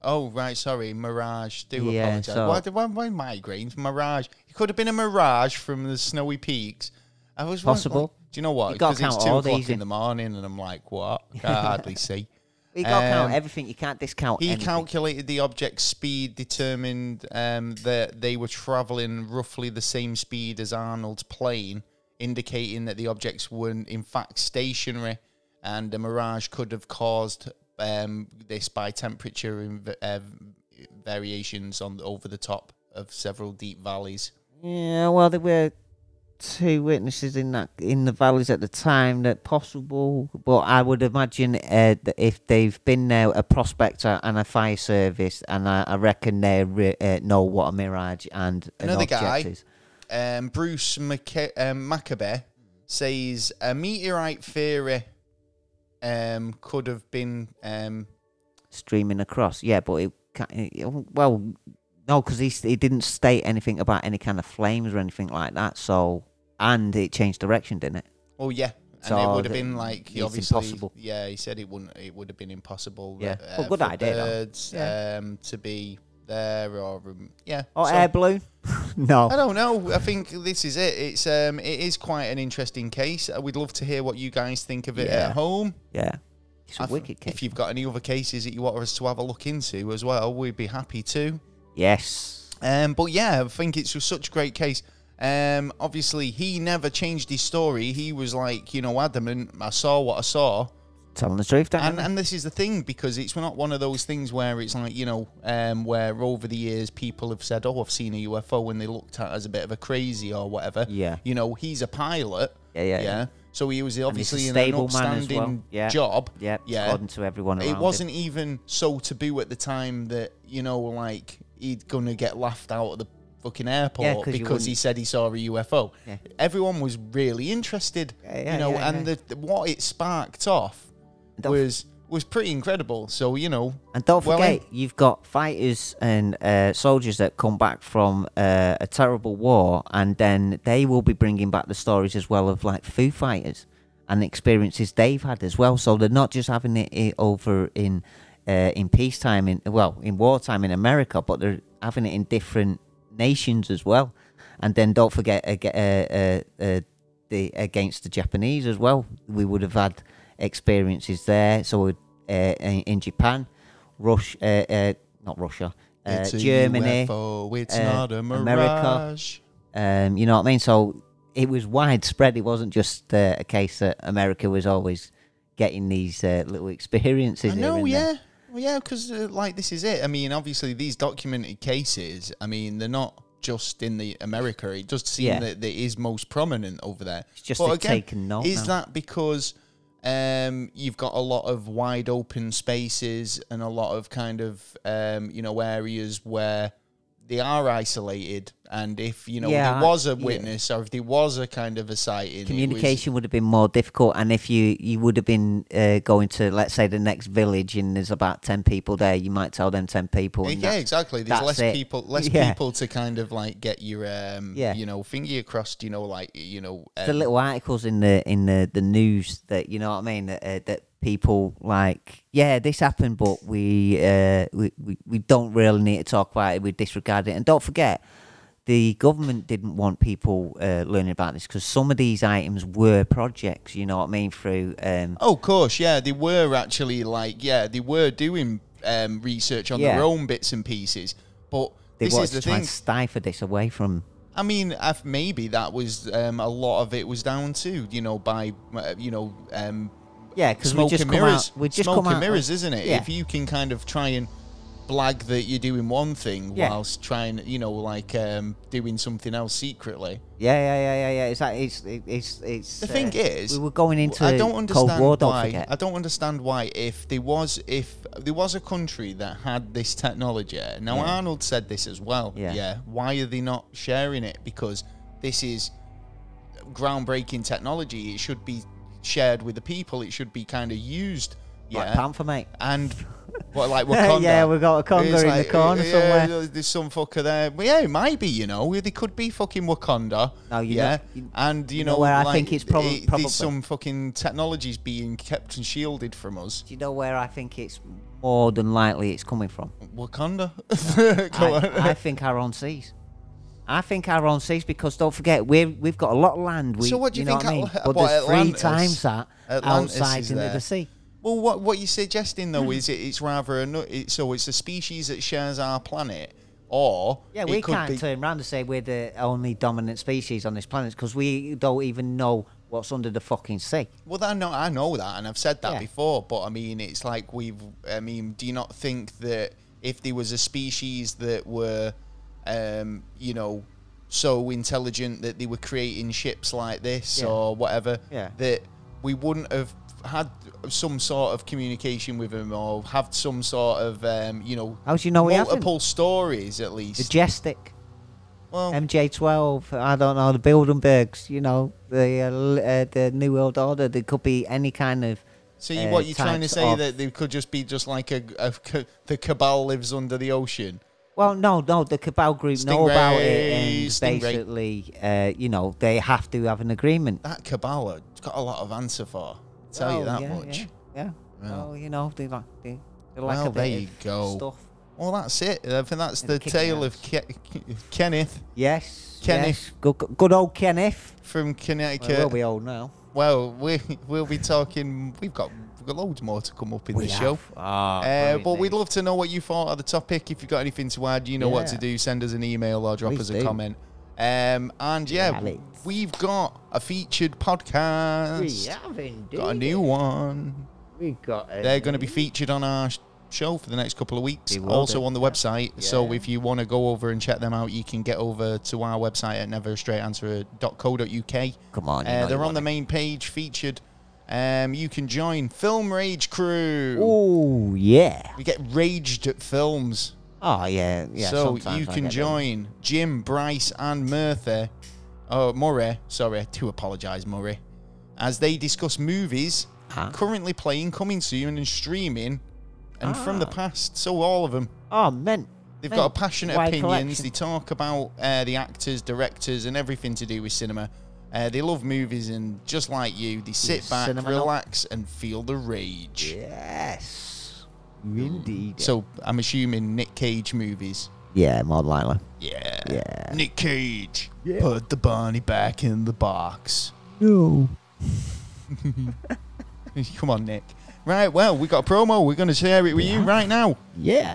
[SPEAKER 1] Oh right, sorry, mirage. Do
[SPEAKER 2] Yeah,
[SPEAKER 1] apologize.
[SPEAKER 2] so-
[SPEAKER 1] Why, why, why migraines? Mirage. It could have been a mirage from the snowy peaks I was wondering,
[SPEAKER 2] Possible.
[SPEAKER 1] do you know what?
[SPEAKER 2] You gotta
[SPEAKER 1] Because it's
[SPEAKER 2] count
[SPEAKER 1] two
[SPEAKER 2] all
[SPEAKER 1] o'clock
[SPEAKER 2] these
[SPEAKER 1] in
[SPEAKER 2] in-
[SPEAKER 1] the morning, and I'm like, what? I can't hardly see.
[SPEAKER 2] You got to count
[SPEAKER 1] Um,
[SPEAKER 2] everything. You can't discount.
[SPEAKER 1] He
[SPEAKER 2] anything.
[SPEAKER 1] calculated the object's speed, determined um, that they were traveling roughly the same speed as Arnold's plane, indicating that the objects were in fact stationary, and the mirage could have caused um, this by temperature and uh, variations on over the top of several deep valleys.
[SPEAKER 2] Yeah, well, there were two witnesses in that in the valleys at the time that possible, but I would imagine uh, that if they've been there, a prospector and a fire service, and I, I reckon they re- uh, know what a mirage and an
[SPEAKER 1] Another
[SPEAKER 2] object
[SPEAKER 1] guy.
[SPEAKER 2] is.
[SPEAKER 1] um, Bruce McC- um, Maccabee says a meteorite theory um, could have been. Um,
[SPEAKER 2] streaming across. Yeah, but it, ca- it well, no, because he s- he didn't state anything about any kind of flames or anything like that. So and it changed direction, didn't it?
[SPEAKER 1] oh yeah, and
[SPEAKER 2] So
[SPEAKER 1] it would have
[SPEAKER 2] the-
[SPEAKER 1] been like he
[SPEAKER 2] it's
[SPEAKER 1] obviously.
[SPEAKER 2] impossible.
[SPEAKER 1] Yeah, he said it wouldn't. It would have been impossible.
[SPEAKER 2] Yeah.
[SPEAKER 1] uh,
[SPEAKER 2] Well, good
[SPEAKER 1] for
[SPEAKER 2] idea, though.
[SPEAKER 1] Birds um, to be there or um, yeah.
[SPEAKER 2] Oh,
[SPEAKER 1] so-
[SPEAKER 2] air balloon? no.
[SPEAKER 1] I don't know. I think this is it. It's um, it is quite an interesting case. Uh, We'd love to hear what you guys think of it
[SPEAKER 2] Yeah.
[SPEAKER 1] at home.
[SPEAKER 2] Yeah. It's a
[SPEAKER 1] I th-
[SPEAKER 2] wicked case.
[SPEAKER 1] If you've got any other cases that you want us to have a look into as well, we'd be happy to.
[SPEAKER 2] Yes.
[SPEAKER 1] Um, but yeah, I think it's just such a great case. Um, obviously, he never changed his story. He was like, you know, adamant. I saw what I saw,
[SPEAKER 2] Telling the truth, don't
[SPEAKER 1] and
[SPEAKER 2] you?
[SPEAKER 1] and this is the thing because it's not one of those things where it's like, you know, um, where over the years people have said, oh, I've seen a UFO, and they looked at it as a bit of a crazy or whatever.
[SPEAKER 2] Yeah.
[SPEAKER 1] You know, he's a pilot.
[SPEAKER 2] Yeah, yeah,
[SPEAKER 1] Yeah.
[SPEAKER 2] yeah.
[SPEAKER 1] So he was obviously in an
[SPEAKER 2] stable man as
[SPEAKER 1] upstanding
[SPEAKER 2] well. Yeah.
[SPEAKER 1] job.
[SPEAKER 2] Yeah,
[SPEAKER 1] Yeah
[SPEAKER 2] according to everyone around
[SPEAKER 1] it
[SPEAKER 2] him.
[SPEAKER 1] wasn't even so taboo at the time that you know like he'd gonna get laughed out of the fucking airport
[SPEAKER 2] 'cause you
[SPEAKER 1] because he
[SPEAKER 2] wouldn't-
[SPEAKER 1] said he saw a UFO.
[SPEAKER 2] Yeah.
[SPEAKER 1] Everyone was really interested,
[SPEAKER 2] Yeah, yeah,
[SPEAKER 1] you know,
[SPEAKER 2] yeah,
[SPEAKER 1] and
[SPEAKER 2] yeah.
[SPEAKER 1] The, the- what it sparked off
[SPEAKER 2] Don't-
[SPEAKER 1] was was pretty incredible. So you know,
[SPEAKER 2] And don't
[SPEAKER 1] well,
[SPEAKER 2] forget, you've got fighters and uh, soldiers that come back from uh, a terrible war, and then they will be bringing back the stories as well of like Foo Fighters and the experiences they've had as well. So they're not just having it, it over in uh, in peacetime, in well, in wartime in America, but they're having it in different nations as well. And then don't forget ag- uh, uh, uh, the against the Japanese as well. We would have had experiences there. So uh, in, in Japan, Russia, uh, uh, not Russia, uh,
[SPEAKER 1] it's a
[SPEAKER 2] Germany,
[SPEAKER 1] UFO, it's
[SPEAKER 2] uh,
[SPEAKER 1] not a
[SPEAKER 2] America.
[SPEAKER 1] mirage.
[SPEAKER 2] um, you know what I mean? So it was widespread. It wasn't just uh, a case that America was always getting these uh, little experiences.
[SPEAKER 1] I
[SPEAKER 2] here
[SPEAKER 1] know,
[SPEAKER 2] and there.
[SPEAKER 1] yeah. Well, yeah, because uh, like this is it. I mean, obviously these documented cases. I mean, they're not just in the America. It does seem
[SPEAKER 2] Yeah.
[SPEAKER 1] that it is most prominent over there. It's
[SPEAKER 2] just they've taken note
[SPEAKER 1] Is
[SPEAKER 2] now.
[SPEAKER 1] that because um, you've got a lot of wide open spaces and a lot of kind of um, you know areas where they are isolated, and if you know
[SPEAKER 2] Yeah,
[SPEAKER 1] there was a
[SPEAKER 2] yeah.
[SPEAKER 1] witness or if there was a kind of a sighting, it was-
[SPEAKER 2] Communication would have been more difficult, and if you you would have been uh, going to let's say the next village and there's about ten people there, you might tell them ten people. And
[SPEAKER 1] yeah,
[SPEAKER 2] that-
[SPEAKER 1] exactly. There's
[SPEAKER 2] that's
[SPEAKER 1] less
[SPEAKER 2] it.
[SPEAKER 1] people, less
[SPEAKER 2] Yeah.
[SPEAKER 1] people to kind of like get your, um,
[SPEAKER 2] Yeah.
[SPEAKER 1] you know, finger across. You know, like you know, um,
[SPEAKER 2] the little articles in the in the, the news that you know what I mean that, uh, that people like yeah this happened but we, uh, we we we don't really need to talk about it we disregard it and don't forget the government didn't want people uh, learning about this because some of these items were projects you know what I mean through um,
[SPEAKER 1] Oh, of course, yeah. They were actually like, yeah, they were doing um, research on
[SPEAKER 2] Yeah.
[SPEAKER 1] their own bits and pieces. But
[SPEAKER 2] they
[SPEAKER 1] this
[SPEAKER 2] wanted
[SPEAKER 1] is the
[SPEAKER 2] to try
[SPEAKER 1] thing.
[SPEAKER 2] and stifle this away from
[SPEAKER 1] I mean, i maybe that was um, a lot of it was down to you know by uh, you know um,
[SPEAKER 2] yeah because we
[SPEAKER 1] smoke
[SPEAKER 2] just
[SPEAKER 1] and
[SPEAKER 2] come
[SPEAKER 1] mirrors.
[SPEAKER 2] out we just
[SPEAKER 1] smoke
[SPEAKER 2] come
[SPEAKER 1] and
[SPEAKER 2] out
[SPEAKER 1] mirrors,
[SPEAKER 2] with-
[SPEAKER 1] isn't it?
[SPEAKER 2] yeah.
[SPEAKER 1] If you can kind of try and blag that you're doing one thing
[SPEAKER 2] Yeah.
[SPEAKER 1] whilst trying, you know, like um, doing something else secretly.
[SPEAKER 2] yeah yeah yeah yeah yeah it's like it's it's it's uh,
[SPEAKER 1] The thing is,
[SPEAKER 2] we were going into
[SPEAKER 1] I don't understand
[SPEAKER 2] Cold War don't
[SPEAKER 1] why.
[SPEAKER 2] forget
[SPEAKER 1] I don't understand why if there was if there was a country that had this technology. Now
[SPEAKER 2] Yeah.
[SPEAKER 1] Arnold said this as well.
[SPEAKER 2] Yeah.
[SPEAKER 1] Why are they not sharing it? Because this is groundbreaking technology. It should be shared with the people. It should be kind of used. Yeah.
[SPEAKER 2] like Panther mate
[SPEAKER 1] and what like Wakanda?
[SPEAKER 2] Yeah, we got Wakanda
[SPEAKER 1] It's
[SPEAKER 2] in the
[SPEAKER 1] like,
[SPEAKER 2] corner
[SPEAKER 1] yeah,
[SPEAKER 2] somewhere.
[SPEAKER 1] There's some fucker there. But yeah, it might be. You know, they could be fucking Wakanda.
[SPEAKER 2] No, you
[SPEAKER 1] yeah,
[SPEAKER 2] know- you-
[SPEAKER 1] and you,
[SPEAKER 2] you
[SPEAKER 1] know,
[SPEAKER 2] know where I
[SPEAKER 1] like,
[SPEAKER 2] think it's prob-
[SPEAKER 1] it-
[SPEAKER 2] probably.
[SPEAKER 1] there's some fucking technologies being kept and shielded from us.
[SPEAKER 2] Do you know where I think it's more than likely it's coming from?
[SPEAKER 1] Wakanda.
[SPEAKER 2] I,
[SPEAKER 1] Go on.
[SPEAKER 2] I think our own seas. I think our own seas because don't forget we we've got a lot of land. We,
[SPEAKER 1] So what do you
[SPEAKER 2] know
[SPEAKER 1] think
[SPEAKER 2] what I
[SPEAKER 1] Atla-
[SPEAKER 2] mean?
[SPEAKER 1] what,
[SPEAKER 2] But there's three
[SPEAKER 1] Atlantis-
[SPEAKER 2] times that
[SPEAKER 1] Atlantis
[SPEAKER 2] outside
[SPEAKER 1] is
[SPEAKER 2] into
[SPEAKER 1] there.
[SPEAKER 2] the sea.
[SPEAKER 1] Well, what what you're suggesting
[SPEAKER 2] Hmm.
[SPEAKER 1] though is it, it's rather a nu- it, so it's a species that shares our planet, or
[SPEAKER 2] Yeah,
[SPEAKER 1] it
[SPEAKER 2] we
[SPEAKER 1] could
[SPEAKER 2] can't
[SPEAKER 1] be,
[SPEAKER 2] turn around and say we're the only dominant species on this planet because we don't even know what's under the fucking sea.
[SPEAKER 1] Well, I know I know that, and I've said that
[SPEAKER 2] Yeah.
[SPEAKER 1] before. But I mean, it's like we've. I mean, do you not think that if there was a species that were, um, you know, so intelligent that they were creating ships like this
[SPEAKER 2] Yeah.
[SPEAKER 1] or whatever,
[SPEAKER 2] Yeah.
[SPEAKER 1] that we wouldn't have had some sort of communication with them or have some sort of, um, you know,
[SPEAKER 2] How do you know we haven't?
[SPEAKER 1] multiple stories at
[SPEAKER 2] The
[SPEAKER 1] least.
[SPEAKER 2] Jestic,
[SPEAKER 1] well,
[SPEAKER 2] MJ12, I don't know, the Bilderbergs, you know, the uh, l- uh, the New World Order. There could be any kind of.
[SPEAKER 1] so you,
[SPEAKER 2] uh,
[SPEAKER 1] what you're trying to
[SPEAKER 2] types
[SPEAKER 1] say
[SPEAKER 2] of-
[SPEAKER 1] that they could just be just like a, a ca- the cabal lives under the ocean.
[SPEAKER 2] Well, no, no, the Cabal Group know about it, and
[SPEAKER 1] Stingray, stingray.
[SPEAKER 2] basically, uh, you know, they have to have an agreement.
[SPEAKER 1] that Kabbalah has got a lot of answer for. Tell you
[SPEAKER 2] Oh,
[SPEAKER 1] that
[SPEAKER 2] yeah,
[SPEAKER 1] much.
[SPEAKER 2] Yeah. yeah.
[SPEAKER 1] Well.
[SPEAKER 2] Well, you know, they like they, they like
[SPEAKER 1] Well,
[SPEAKER 2] a bit
[SPEAKER 1] there you
[SPEAKER 2] of
[SPEAKER 1] go.
[SPEAKER 2] stuff.
[SPEAKER 1] Well, that's it. I think that's
[SPEAKER 2] And
[SPEAKER 1] the
[SPEAKER 2] kicking
[SPEAKER 1] tale of
[SPEAKER 2] ass.
[SPEAKER 1] Ke- Kenneth
[SPEAKER 2] Yes.
[SPEAKER 1] Kenneth.
[SPEAKER 2] Yes. Good, good- good old Kenneth.
[SPEAKER 1] from
[SPEAKER 2] Well,
[SPEAKER 1] Connecticut.
[SPEAKER 2] well, we all know.
[SPEAKER 1] Well, we we'll be talking. We've got we've got loads more to come up in
[SPEAKER 2] We
[SPEAKER 1] the show.
[SPEAKER 2] have. Ah,
[SPEAKER 1] Uh,
[SPEAKER 2] brilliant
[SPEAKER 1] but we'd
[SPEAKER 2] news.
[SPEAKER 1] love to know what you thought of the topic. If you've got anything to add, you know what to
[SPEAKER 2] Yeah.
[SPEAKER 1] do. Send us an email or drop
[SPEAKER 2] Please
[SPEAKER 1] us a
[SPEAKER 2] do.
[SPEAKER 1] comment. Um, and yeah,
[SPEAKER 2] Alex.
[SPEAKER 1] we've got a featured podcast.
[SPEAKER 2] We have indeed.
[SPEAKER 1] Got a new one.
[SPEAKER 2] We got. A
[SPEAKER 1] They're going to be featured on our sh- show for the next couple of weeks.
[SPEAKER 2] They will
[SPEAKER 1] Also
[SPEAKER 2] be,
[SPEAKER 1] on the
[SPEAKER 2] yeah.
[SPEAKER 1] website. So
[SPEAKER 2] Yeah.
[SPEAKER 1] if you want to go over and check them out, you can get over to our website at neverstraightanswer.co.uk.
[SPEAKER 2] Come on, you
[SPEAKER 1] Uh,
[SPEAKER 2] know
[SPEAKER 1] they're
[SPEAKER 2] you
[SPEAKER 1] on the
[SPEAKER 2] want
[SPEAKER 1] main page, featured. Um, you can join Film Rage Crew.
[SPEAKER 2] Oh yeah.
[SPEAKER 1] We get raged at films.
[SPEAKER 2] Oh yeah. Yeah.
[SPEAKER 1] so
[SPEAKER 2] sometimes
[SPEAKER 1] you
[SPEAKER 2] I
[SPEAKER 1] can
[SPEAKER 2] get them.
[SPEAKER 1] join Jim, Bryce, and Murtha. Oh, Murray. Sorry, to apologise, Murray. As they discuss movies
[SPEAKER 2] Ah.
[SPEAKER 1] currently playing, coming soon, and streaming, and from the
[SPEAKER 2] Ah.
[SPEAKER 1] past. So all of them.
[SPEAKER 2] Oh man.
[SPEAKER 1] They've
[SPEAKER 2] man,
[SPEAKER 1] got a passionate
[SPEAKER 2] wide
[SPEAKER 1] opinions.
[SPEAKER 2] collection.
[SPEAKER 1] They talk about uh, the actors, directors, and everything to do with cinema. Uh, they love movies, and just like you, they sit back,
[SPEAKER 2] cinema nut.
[SPEAKER 1] relax, and feel the rage.
[SPEAKER 2] Yes. Indeed.
[SPEAKER 1] So I'm assuming Nick Cage movies.
[SPEAKER 2] yeah, more than likely.
[SPEAKER 1] Yeah.
[SPEAKER 2] Yeah.
[SPEAKER 1] Nick Cage.
[SPEAKER 2] Yeah.
[SPEAKER 1] Put the Barney back in the box.
[SPEAKER 2] No.
[SPEAKER 1] Come on, Nick. Right, well, we got a promo. We're going to share it with you right now.
[SPEAKER 2] Yeah.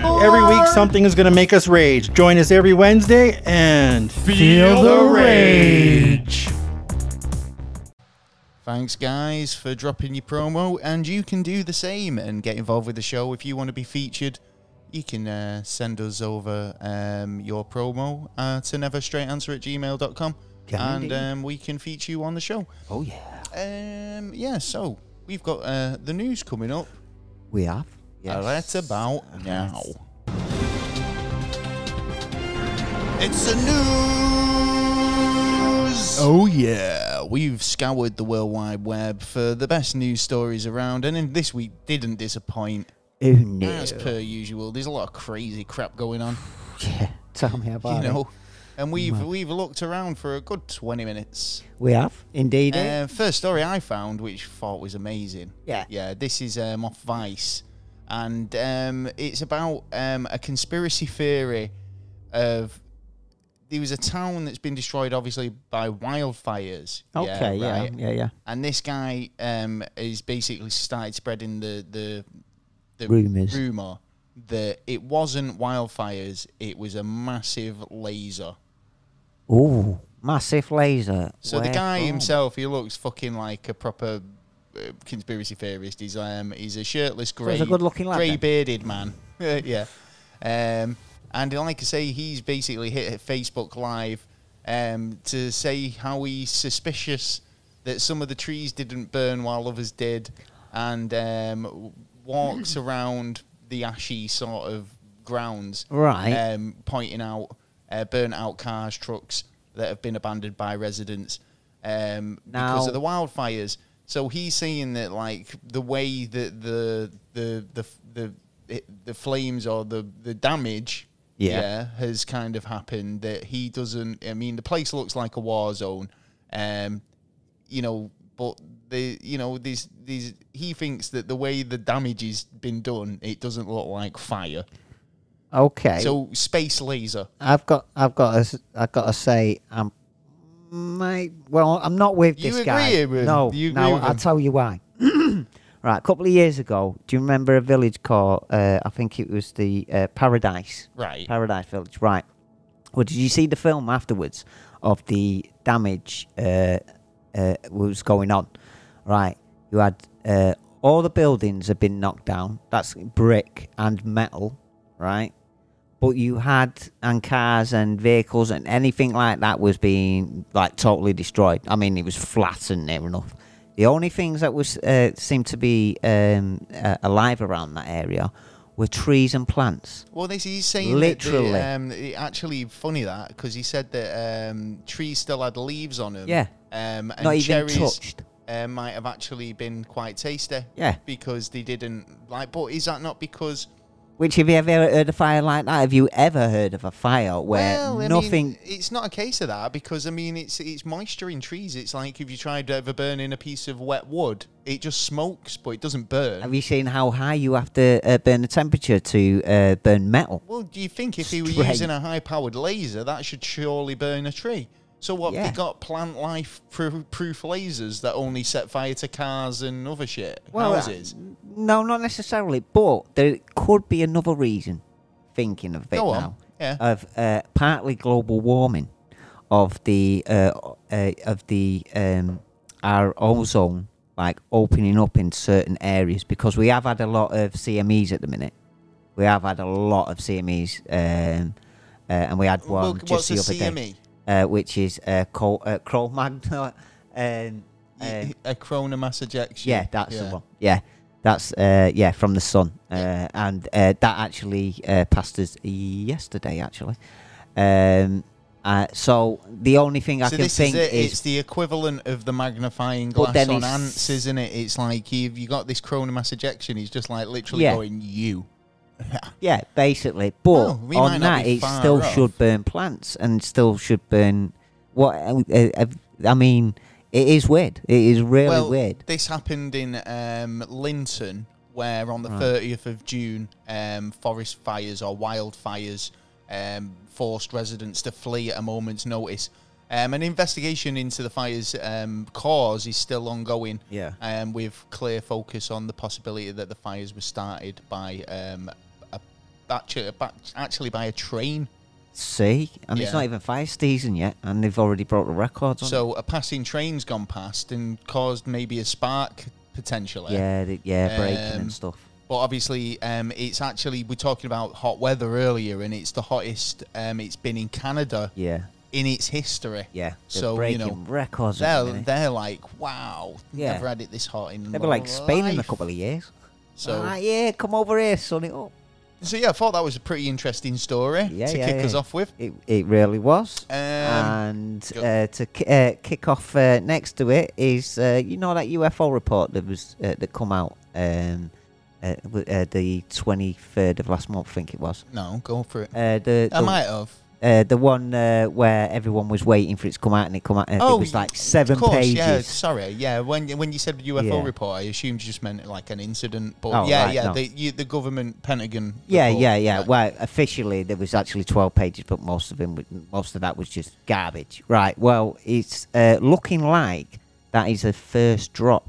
[SPEAKER 3] Every week, something is going to make us rage. Join us every Wednesday and.
[SPEAKER 4] Feel the rage.
[SPEAKER 1] Thanks, guys, for dropping your promo. And you can do the same and get involved with the show. If you want to be featured, you can uh, send us over um, your promo uh, to neverstraightanswer at gmail.com. And
[SPEAKER 2] indeed.
[SPEAKER 1] um, we can feature you on the show.
[SPEAKER 2] Oh yeah.
[SPEAKER 1] Um, yeah, so we've got uh, the news coming up.
[SPEAKER 2] We have.
[SPEAKER 1] Uh,
[SPEAKER 2] Yes.
[SPEAKER 1] That's about now. It's the news! Oh, yeah. We've scoured the World Wide Web for the best news stories around, and in this week didn't disappoint.
[SPEAKER 2] Who knew?
[SPEAKER 1] As per usual, there's a lot of crazy crap going on,
[SPEAKER 2] Yeah. Tell me about
[SPEAKER 1] you
[SPEAKER 2] it.
[SPEAKER 1] know. And we've we've looked around for a good 20 minutes.
[SPEAKER 2] We have indeed.
[SPEAKER 1] Uh, first story I found, which I thought was amazing.
[SPEAKER 2] Yeah.
[SPEAKER 1] Yeah, this is um, off Vice. And um, it's about um, a conspiracy theory of there was a town that's been destroyed, obviously, by wildfires.
[SPEAKER 2] okay. Yeah.
[SPEAKER 1] right.
[SPEAKER 2] Yeah. Yeah.
[SPEAKER 1] And this guy um, is basically started spreading the, the, the
[SPEAKER 2] Rumours.
[SPEAKER 1] rumor that it wasn't wildfires, it was a massive laser.
[SPEAKER 2] Ooh, massive laser.
[SPEAKER 1] So the
[SPEAKER 2] Where
[SPEAKER 1] guy
[SPEAKER 2] from?
[SPEAKER 1] himself, he looks fucking like a proper uh, conspiracy theorist. He's um, he's a shirtless grey,
[SPEAKER 2] he's a good-looking lad
[SPEAKER 1] grey
[SPEAKER 2] then?
[SPEAKER 1] bearded man. yeah, um, and like I say, he's basically hit at Facebook Live um, to say how he's suspicious that some of the trees didn't burn while others did, and um, walks around the ashy sort of grounds
[SPEAKER 2] Right.
[SPEAKER 1] um, pointing out uh, burnt out cars, trucks, that have been abandoned by residents um,
[SPEAKER 2] Now-
[SPEAKER 1] because of the wildfires. So he's saying that like the way that the the the the the, the flames or the the damage
[SPEAKER 2] Yeah.
[SPEAKER 1] has kind of happened that he doesn't I mean the place looks like a war zone um you know but the you know these these he thinks that the way the damage has been done it doesn't look like fire
[SPEAKER 2] Okay.
[SPEAKER 1] so space laser
[SPEAKER 2] I've got, I've got, to, s- I've got to say, I'm, my, well, I'm not with
[SPEAKER 1] You
[SPEAKER 2] this
[SPEAKER 1] agree
[SPEAKER 2] guy.
[SPEAKER 1] with him?
[SPEAKER 2] No,
[SPEAKER 1] You agree
[SPEAKER 2] no,
[SPEAKER 1] with
[SPEAKER 2] I'll
[SPEAKER 1] him?
[SPEAKER 2] tell you why. right, a couple of years ago, do you remember a village called? Uh, I think it was the uh, Paradise.
[SPEAKER 1] Right.
[SPEAKER 2] Paradise Village. Right. Well, did you see the film afterwards of the damage uh, uh, what was going on? Right. You had uh, all the buildings had been knocked down. That's brick and metal. Right but you had and cars and vehicles and anything like that was being like totally destroyed. I mean, it was flattened near enough. The only things that was uh, seemed to be um, uh, alive around that area were trees and plants.
[SPEAKER 1] well this he's saying that
[SPEAKER 2] Literally.
[SPEAKER 1] the, um, it actually funny that because he said that um, trees still had leaves on them
[SPEAKER 2] Yeah.
[SPEAKER 1] um, and
[SPEAKER 2] Not even
[SPEAKER 1] cherries
[SPEAKER 2] touched.
[SPEAKER 1] uh, might have actually been quite tasty
[SPEAKER 2] Yeah.
[SPEAKER 1] because they didn't like but is that not because
[SPEAKER 2] Which, have you ever heard of fire like that? Have you ever heard of a fire where
[SPEAKER 1] Well, I
[SPEAKER 2] nothing?
[SPEAKER 1] mean, it's not a case of that because I mean, it's it's moisture in trees. It's like if you tried ever burning a piece of wet wood, it just smokes, but it doesn't burn.
[SPEAKER 2] have you seen how high you have to uh, burn the temperature to uh, burn metal?
[SPEAKER 1] well, do you think if he were
[SPEAKER 2] Straight.
[SPEAKER 1] using a high-powered laser, that should surely burn a tree? So what?
[SPEAKER 2] Yeah.
[SPEAKER 1] They got plant life pro- proof lasers that only set fire to cars and other shit, houses.
[SPEAKER 2] uh, No, not necessarily. But there could be another reason. Thinking of it
[SPEAKER 1] Go on,
[SPEAKER 2] now,
[SPEAKER 1] yeah.
[SPEAKER 2] of uh, partly global warming, of the uh, uh, of the um, our ozone like opening up in certain areas because we have had a lot of CMEs at the minute. We have had a lot of CMEs, um, uh, and we had one
[SPEAKER 1] Well,
[SPEAKER 2] just
[SPEAKER 1] what's
[SPEAKER 2] the
[SPEAKER 1] a E?
[SPEAKER 2] other
[SPEAKER 1] CME?
[SPEAKER 2] day, uh, which is uh, Cro- uh, Cro-Magnon. Um, uh,
[SPEAKER 1] Y- a corona mass ejection.
[SPEAKER 2] yeah, that's the one. Yeah, that's uh, yeah from the sun, uh, and uh, that actually uh, passed us yesterday. Actually, um, uh, so the only thing I
[SPEAKER 1] so
[SPEAKER 2] can
[SPEAKER 1] this
[SPEAKER 2] think
[SPEAKER 1] is it.
[SPEAKER 2] is
[SPEAKER 1] it's the equivalent of the magnifying
[SPEAKER 2] But
[SPEAKER 1] glass
[SPEAKER 2] then
[SPEAKER 1] on
[SPEAKER 2] it's-
[SPEAKER 1] ants, isn't it? It's like you you got this corona mass ejection. He's just like literally
[SPEAKER 2] Yeah.
[SPEAKER 1] going you.
[SPEAKER 2] yeah, basically. But
[SPEAKER 1] Oh, we might not
[SPEAKER 2] on that,
[SPEAKER 1] be
[SPEAKER 2] it
[SPEAKER 1] far
[SPEAKER 2] still
[SPEAKER 1] off.
[SPEAKER 2] should burn plants and still should burn what uh, uh, I mean. It is weird. It is really
[SPEAKER 1] well,
[SPEAKER 2] weird.
[SPEAKER 1] this happened in um, Linton, where on the thirtieth of June, um, forest fires or wildfires um, forced residents to flee at a moment's notice. Um, an investigation into the fire's um, cause is still ongoing.
[SPEAKER 2] Yeah.
[SPEAKER 1] um, with clear focus on the possibility that the fires were started by um, a, actually, actually by a train.
[SPEAKER 2] See, and it's
[SPEAKER 1] Yeah.
[SPEAKER 2] not even fire season yet, and they've already broke the records. On it.
[SPEAKER 1] So a passing train's gone past and caused maybe a spark potentially.
[SPEAKER 2] yeah, the, yeah, breaking
[SPEAKER 1] um,
[SPEAKER 2] and stuff.
[SPEAKER 1] But obviously, um, it's actually we're talking about hot weather earlier, and it's the hottest um, it's been in Canada
[SPEAKER 2] Yeah,
[SPEAKER 1] in its history.
[SPEAKER 2] yeah. They're
[SPEAKER 1] So you
[SPEAKER 2] breaking
[SPEAKER 1] know
[SPEAKER 2] records. at the
[SPEAKER 1] they're
[SPEAKER 2] minute.
[SPEAKER 1] they're like, wow,
[SPEAKER 2] Yeah.
[SPEAKER 1] never had it this hot in.
[SPEAKER 2] They'll be
[SPEAKER 1] my
[SPEAKER 2] like Spain in a
[SPEAKER 1] life."
[SPEAKER 2] couple of years.
[SPEAKER 1] So
[SPEAKER 2] ah, yeah, come over here, son it up.
[SPEAKER 1] so yeah, I thought that was a pretty interesting story
[SPEAKER 2] Yeah,
[SPEAKER 1] to
[SPEAKER 2] yeah,
[SPEAKER 1] kick
[SPEAKER 2] yeah.
[SPEAKER 1] us off with.
[SPEAKER 2] It, it really was.
[SPEAKER 1] Um,
[SPEAKER 2] and
[SPEAKER 1] go-
[SPEAKER 2] uh, to ki- uh, kick off uh, next to it is uh, you know that UFO report that was uh, that come out um, uh, w- uh, the twenty third of last month, I think it was.
[SPEAKER 1] No, go for it.
[SPEAKER 2] Uh, the
[SPEAKER 1] I
[SPEAKER 2] the,
[SPEAKER 1] might have.
[SPEAKER 2] uh, the one uh, where everyone was waiting for it to come out and it come out. And it was like
[SPEAKER 1] Oh, of
[SPEAKER 2] seven
[SPEAKER 1] course,
[SPEAKER 2] pages.
[SPEAKER 1] Yeah, sorry. Yeah, when when you said UFO
[SPEAKER 2] Yeah.
[SPEAKER 1] report, I assumed you just meant like an incident. But
[SPEAKER 2] Oh,
[SPEAKER 1] yeah,
[SPEAKER 2] right,
[SPEAKER 1] yeah,
[SPEAKER 2] no.
[SPEAKER 1] the, you, the government Pentagon.
[SPEAKER 2] Yeah,
[SPEAKER 1] report.
[SPEAKER 2] yeah, yeah. Well, officially there was actually twelve pages, but most of them, most of that was just garbage. Right. Well, it's uh, looking like that is the first drop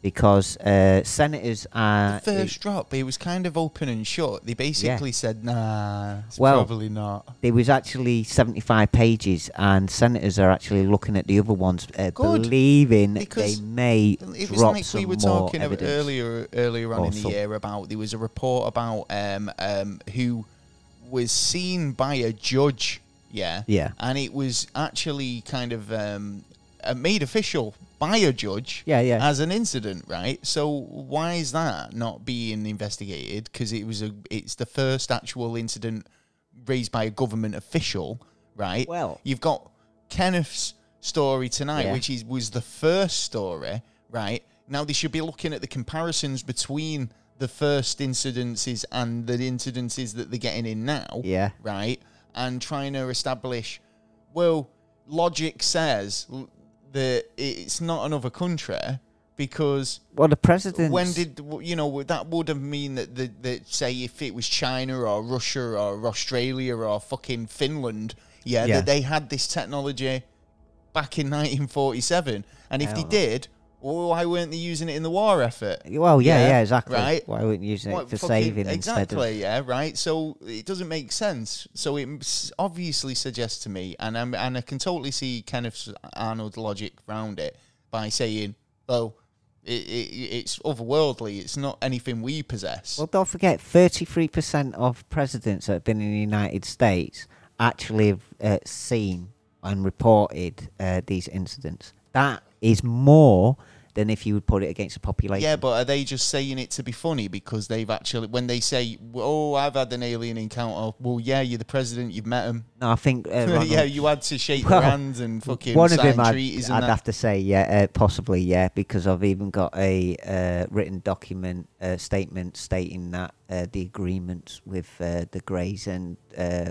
[SPEAKER 2] because uh, senators are
[SPEAKER 1] First drop, it was kind of open and shut. They basically said, "Nah, it's
[SPEAKER 2] Well-
[SPEAKER 1] probably not."
[SPEAKER 2] There was actually seventy-five pages, and senators are actually looking at the other ones, uh,
[SPEAKER 1] Good,
[SPEAKER 2] believing
[SPEAKER 1] because
[SPEAKER 2] they may
[SPEAKER 1] It was
[SPEAKER 2] drop
[SPEAKER 1] like
[SPEAKER 2] some
[SPEAKER 1] we were
[SPEAKER 2] more
[SPEAKER 1] talking about
[SPEAKER 2] evidence.
[SPEAKER 1] earlier earlier on
[SPEAKER 2] Or
[SPEAKER 1] in the
[SPEAKER 2] some-
[SPEAKER 1] year about there was a report about um, um, who was seen by a judge. Yeah,
[SPEAKER 2] Yeah.
[SPEAKER 1] and it was actually kind of um, uh, made official by a judge.
[SPEAKER 2] Yeah, yeah.
[SPEAKER 1] as an incident, right? So why is that not being investigated? Because it was a, it's the first actual incident raised by a government official, right?
[SPEAKER 2] Well-
[SPEAKER 1] you've got Kenneth's story tonight,
[SPEAKER 2] Yeah.
[SPEAKER 1] which is was the first story, right? Now they should be looking at the comparisons between the first incidences and the incidences that they're getting in now.
[SPEAKER 2] Yeah.
[SPEAKER 1] Right? And trying to establish well, logic says l- that it's not another country because
[SPEAKER 2] Well, the president.
[SPEAKER 1] when did w- you know that would have mean that the that say if it was China or Russia or Australia or fucking Finland, yeah,
[SPEAKER 2] Yeah.
[SPEAKER 1] that they had this technology back in 1947, and if they
[SPEAKER 2] Hell.
[SPEAKER 1] did, well, why weren't they using it in the war effort?
[SPEAKER 2] Well, yeah,
[SPEAKER 1] Yeah,
[SPEAKER 2] yeah, exactly.
[SPEAKER 1] right.
[SPEAKER 2] Why wouldn't you use it
[SPEAKER 1] What
[SPEAKER 2] for
[SPEAKER 1] fucking-
[SPEAKER 2] saving
[SPEAKER 1] exactly,
[SPEAKER 2] instead
[SPEAKER 1] yeah, right. So it doesn't make sense. So it s- obviously suggests to me, and I'm, and I can totally see Kenneth Arnold's logic round it by saying, well, it, it, it's otherworldly. It's not anything we possess.
[SPEAKER 2] of? Well, don't forget, thirty-three percent of presidents that have been in the United States actually have uh, seen and reported uh, these incidents. That is more than if you would put it against the population.
[SPEAKER 1] yeah, but are they just saying it to be funny because they've actually when they say, "Oh, I've had an alien encounter." Well, yeah, you're the president. You've met him.
[SPEAKER 2] No, I think uh, Ronald-
[SPEAKER 1] yeah, you had to shake
[SPEAKER 2] Well,
[SPEAKER 1] their hands and fucking
[SPEAKER 2] one of
[SPEAKER 1] sign
[SPEAKER 2] them I'd,
[SPEAKER 1] treaties
[SPEAKER 2] I'd
[SPEAKER 1] and that.
[SPEAKER 2] have to say yeah uh, possibly yeah because i've even got a uh, written document uh, statement stating that uh, the agreements with uh, the greys and uh,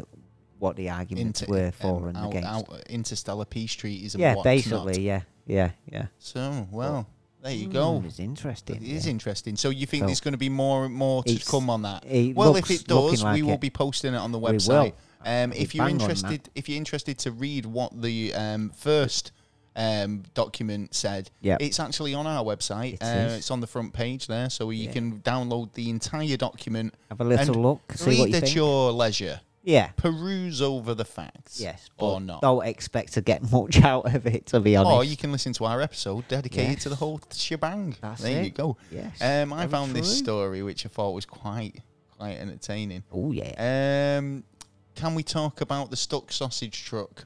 [SPEAKER 2] what the arguments
[SPEAKER 1] Inter-
[SPEAKER 2] were for
[SPEAKER 1] um,
[SPEAKER 2] and
[SPEAKER 1] out-
[SPEAKER 2] against
[SPEAKER 1] out- interstellar peace treaties and
[SPEAKER 2] yeah
[SPEAKER 1] whatnot.
[SPEAKER 2] basically yeah yeah yeah
[SPEAKER 1] So, well, there you go.
[SPEAKER 2] Mm, it's interesting
[SPEAKER 1] It is
[SPEAKER 2] yeah.
[SPEAKER 1] interesting. So you think
[SPEAKER 2] So-
[SPEAKER 1] there's going to be more and more to
[SPEAKER 2] It's-
[SPEAKER 1] come on that?
[SPEAKER 2] it
[SPEAKER 1] well, if
[SPEAKER 2] looks-
[SPEAKER 1] it does,
[SPEAKER 2] looking
[SPEAKER 1] we
[SPEAKER 2] like
[SPEAKER 1] will
[SPEAKER 2] it.
[SPEAKER 1] be posting it on the
[SPEAKER 2] We will.
[SPEAKER 1] website. Um,
[SPEAKER 2] We
[SPEAKER 1] if you're
[SPEAKER 2] bang on that.
[SPEAKER 1] interested, if you're interested to read what the um, first um, document said,
[SPEAKER 2] Yeah.
[SPEAKER 1] it's actually on our website.
[SPEAKER 2] It
[SPEAKER 1] uh,
[SPEAKER 2] is.
[SPEAKER 1] it's on the front page there, so you
[SPEAKER 2] Yeah.
[SPEAKER 1] can download the entire document.
[SPEAKER 2] have a little
[SPEAKER 1] and
[SPEAKER 2] look see
[SPEAKER 1] read
[SPEAKER 2] what you
[SPEAKER 1] at
[SPEAKER 2] think
[SPEAKER 1] your leisure.
[SPEAKER 2] yeah
[SPEAKER 1] Peruse over the facts.
[SPEAKER 2] yes
[SPEAKER 1] or
[SPEAKER 2] but
[SPEAKER 1] not.
[SPEAKER 2] don't expect to get much out of it to be honest
[SPEAKER 1] Or you can listen to our episode dedicated
[SPEAKER 2] Yes.
[SPEAKER 1] to the whole shebang.
[SPEAKER 2] That's
[SPEAKER 1] there you
[SPEAKER 2] it.
[SPEAKER 1] go.
[SPEAKER 2] Yes,
[SPEAKER 1] Um, I
[SPEAKER 2] very
[SPEAKER 1] found this
[SPEAKER 2] true.
[SPEAKER 1] story which I thought was quite quite entertaining.
[SPEAKER 2] oh yeah
[SPEAKER 1] Um, can we talk about the stuck sausage truck?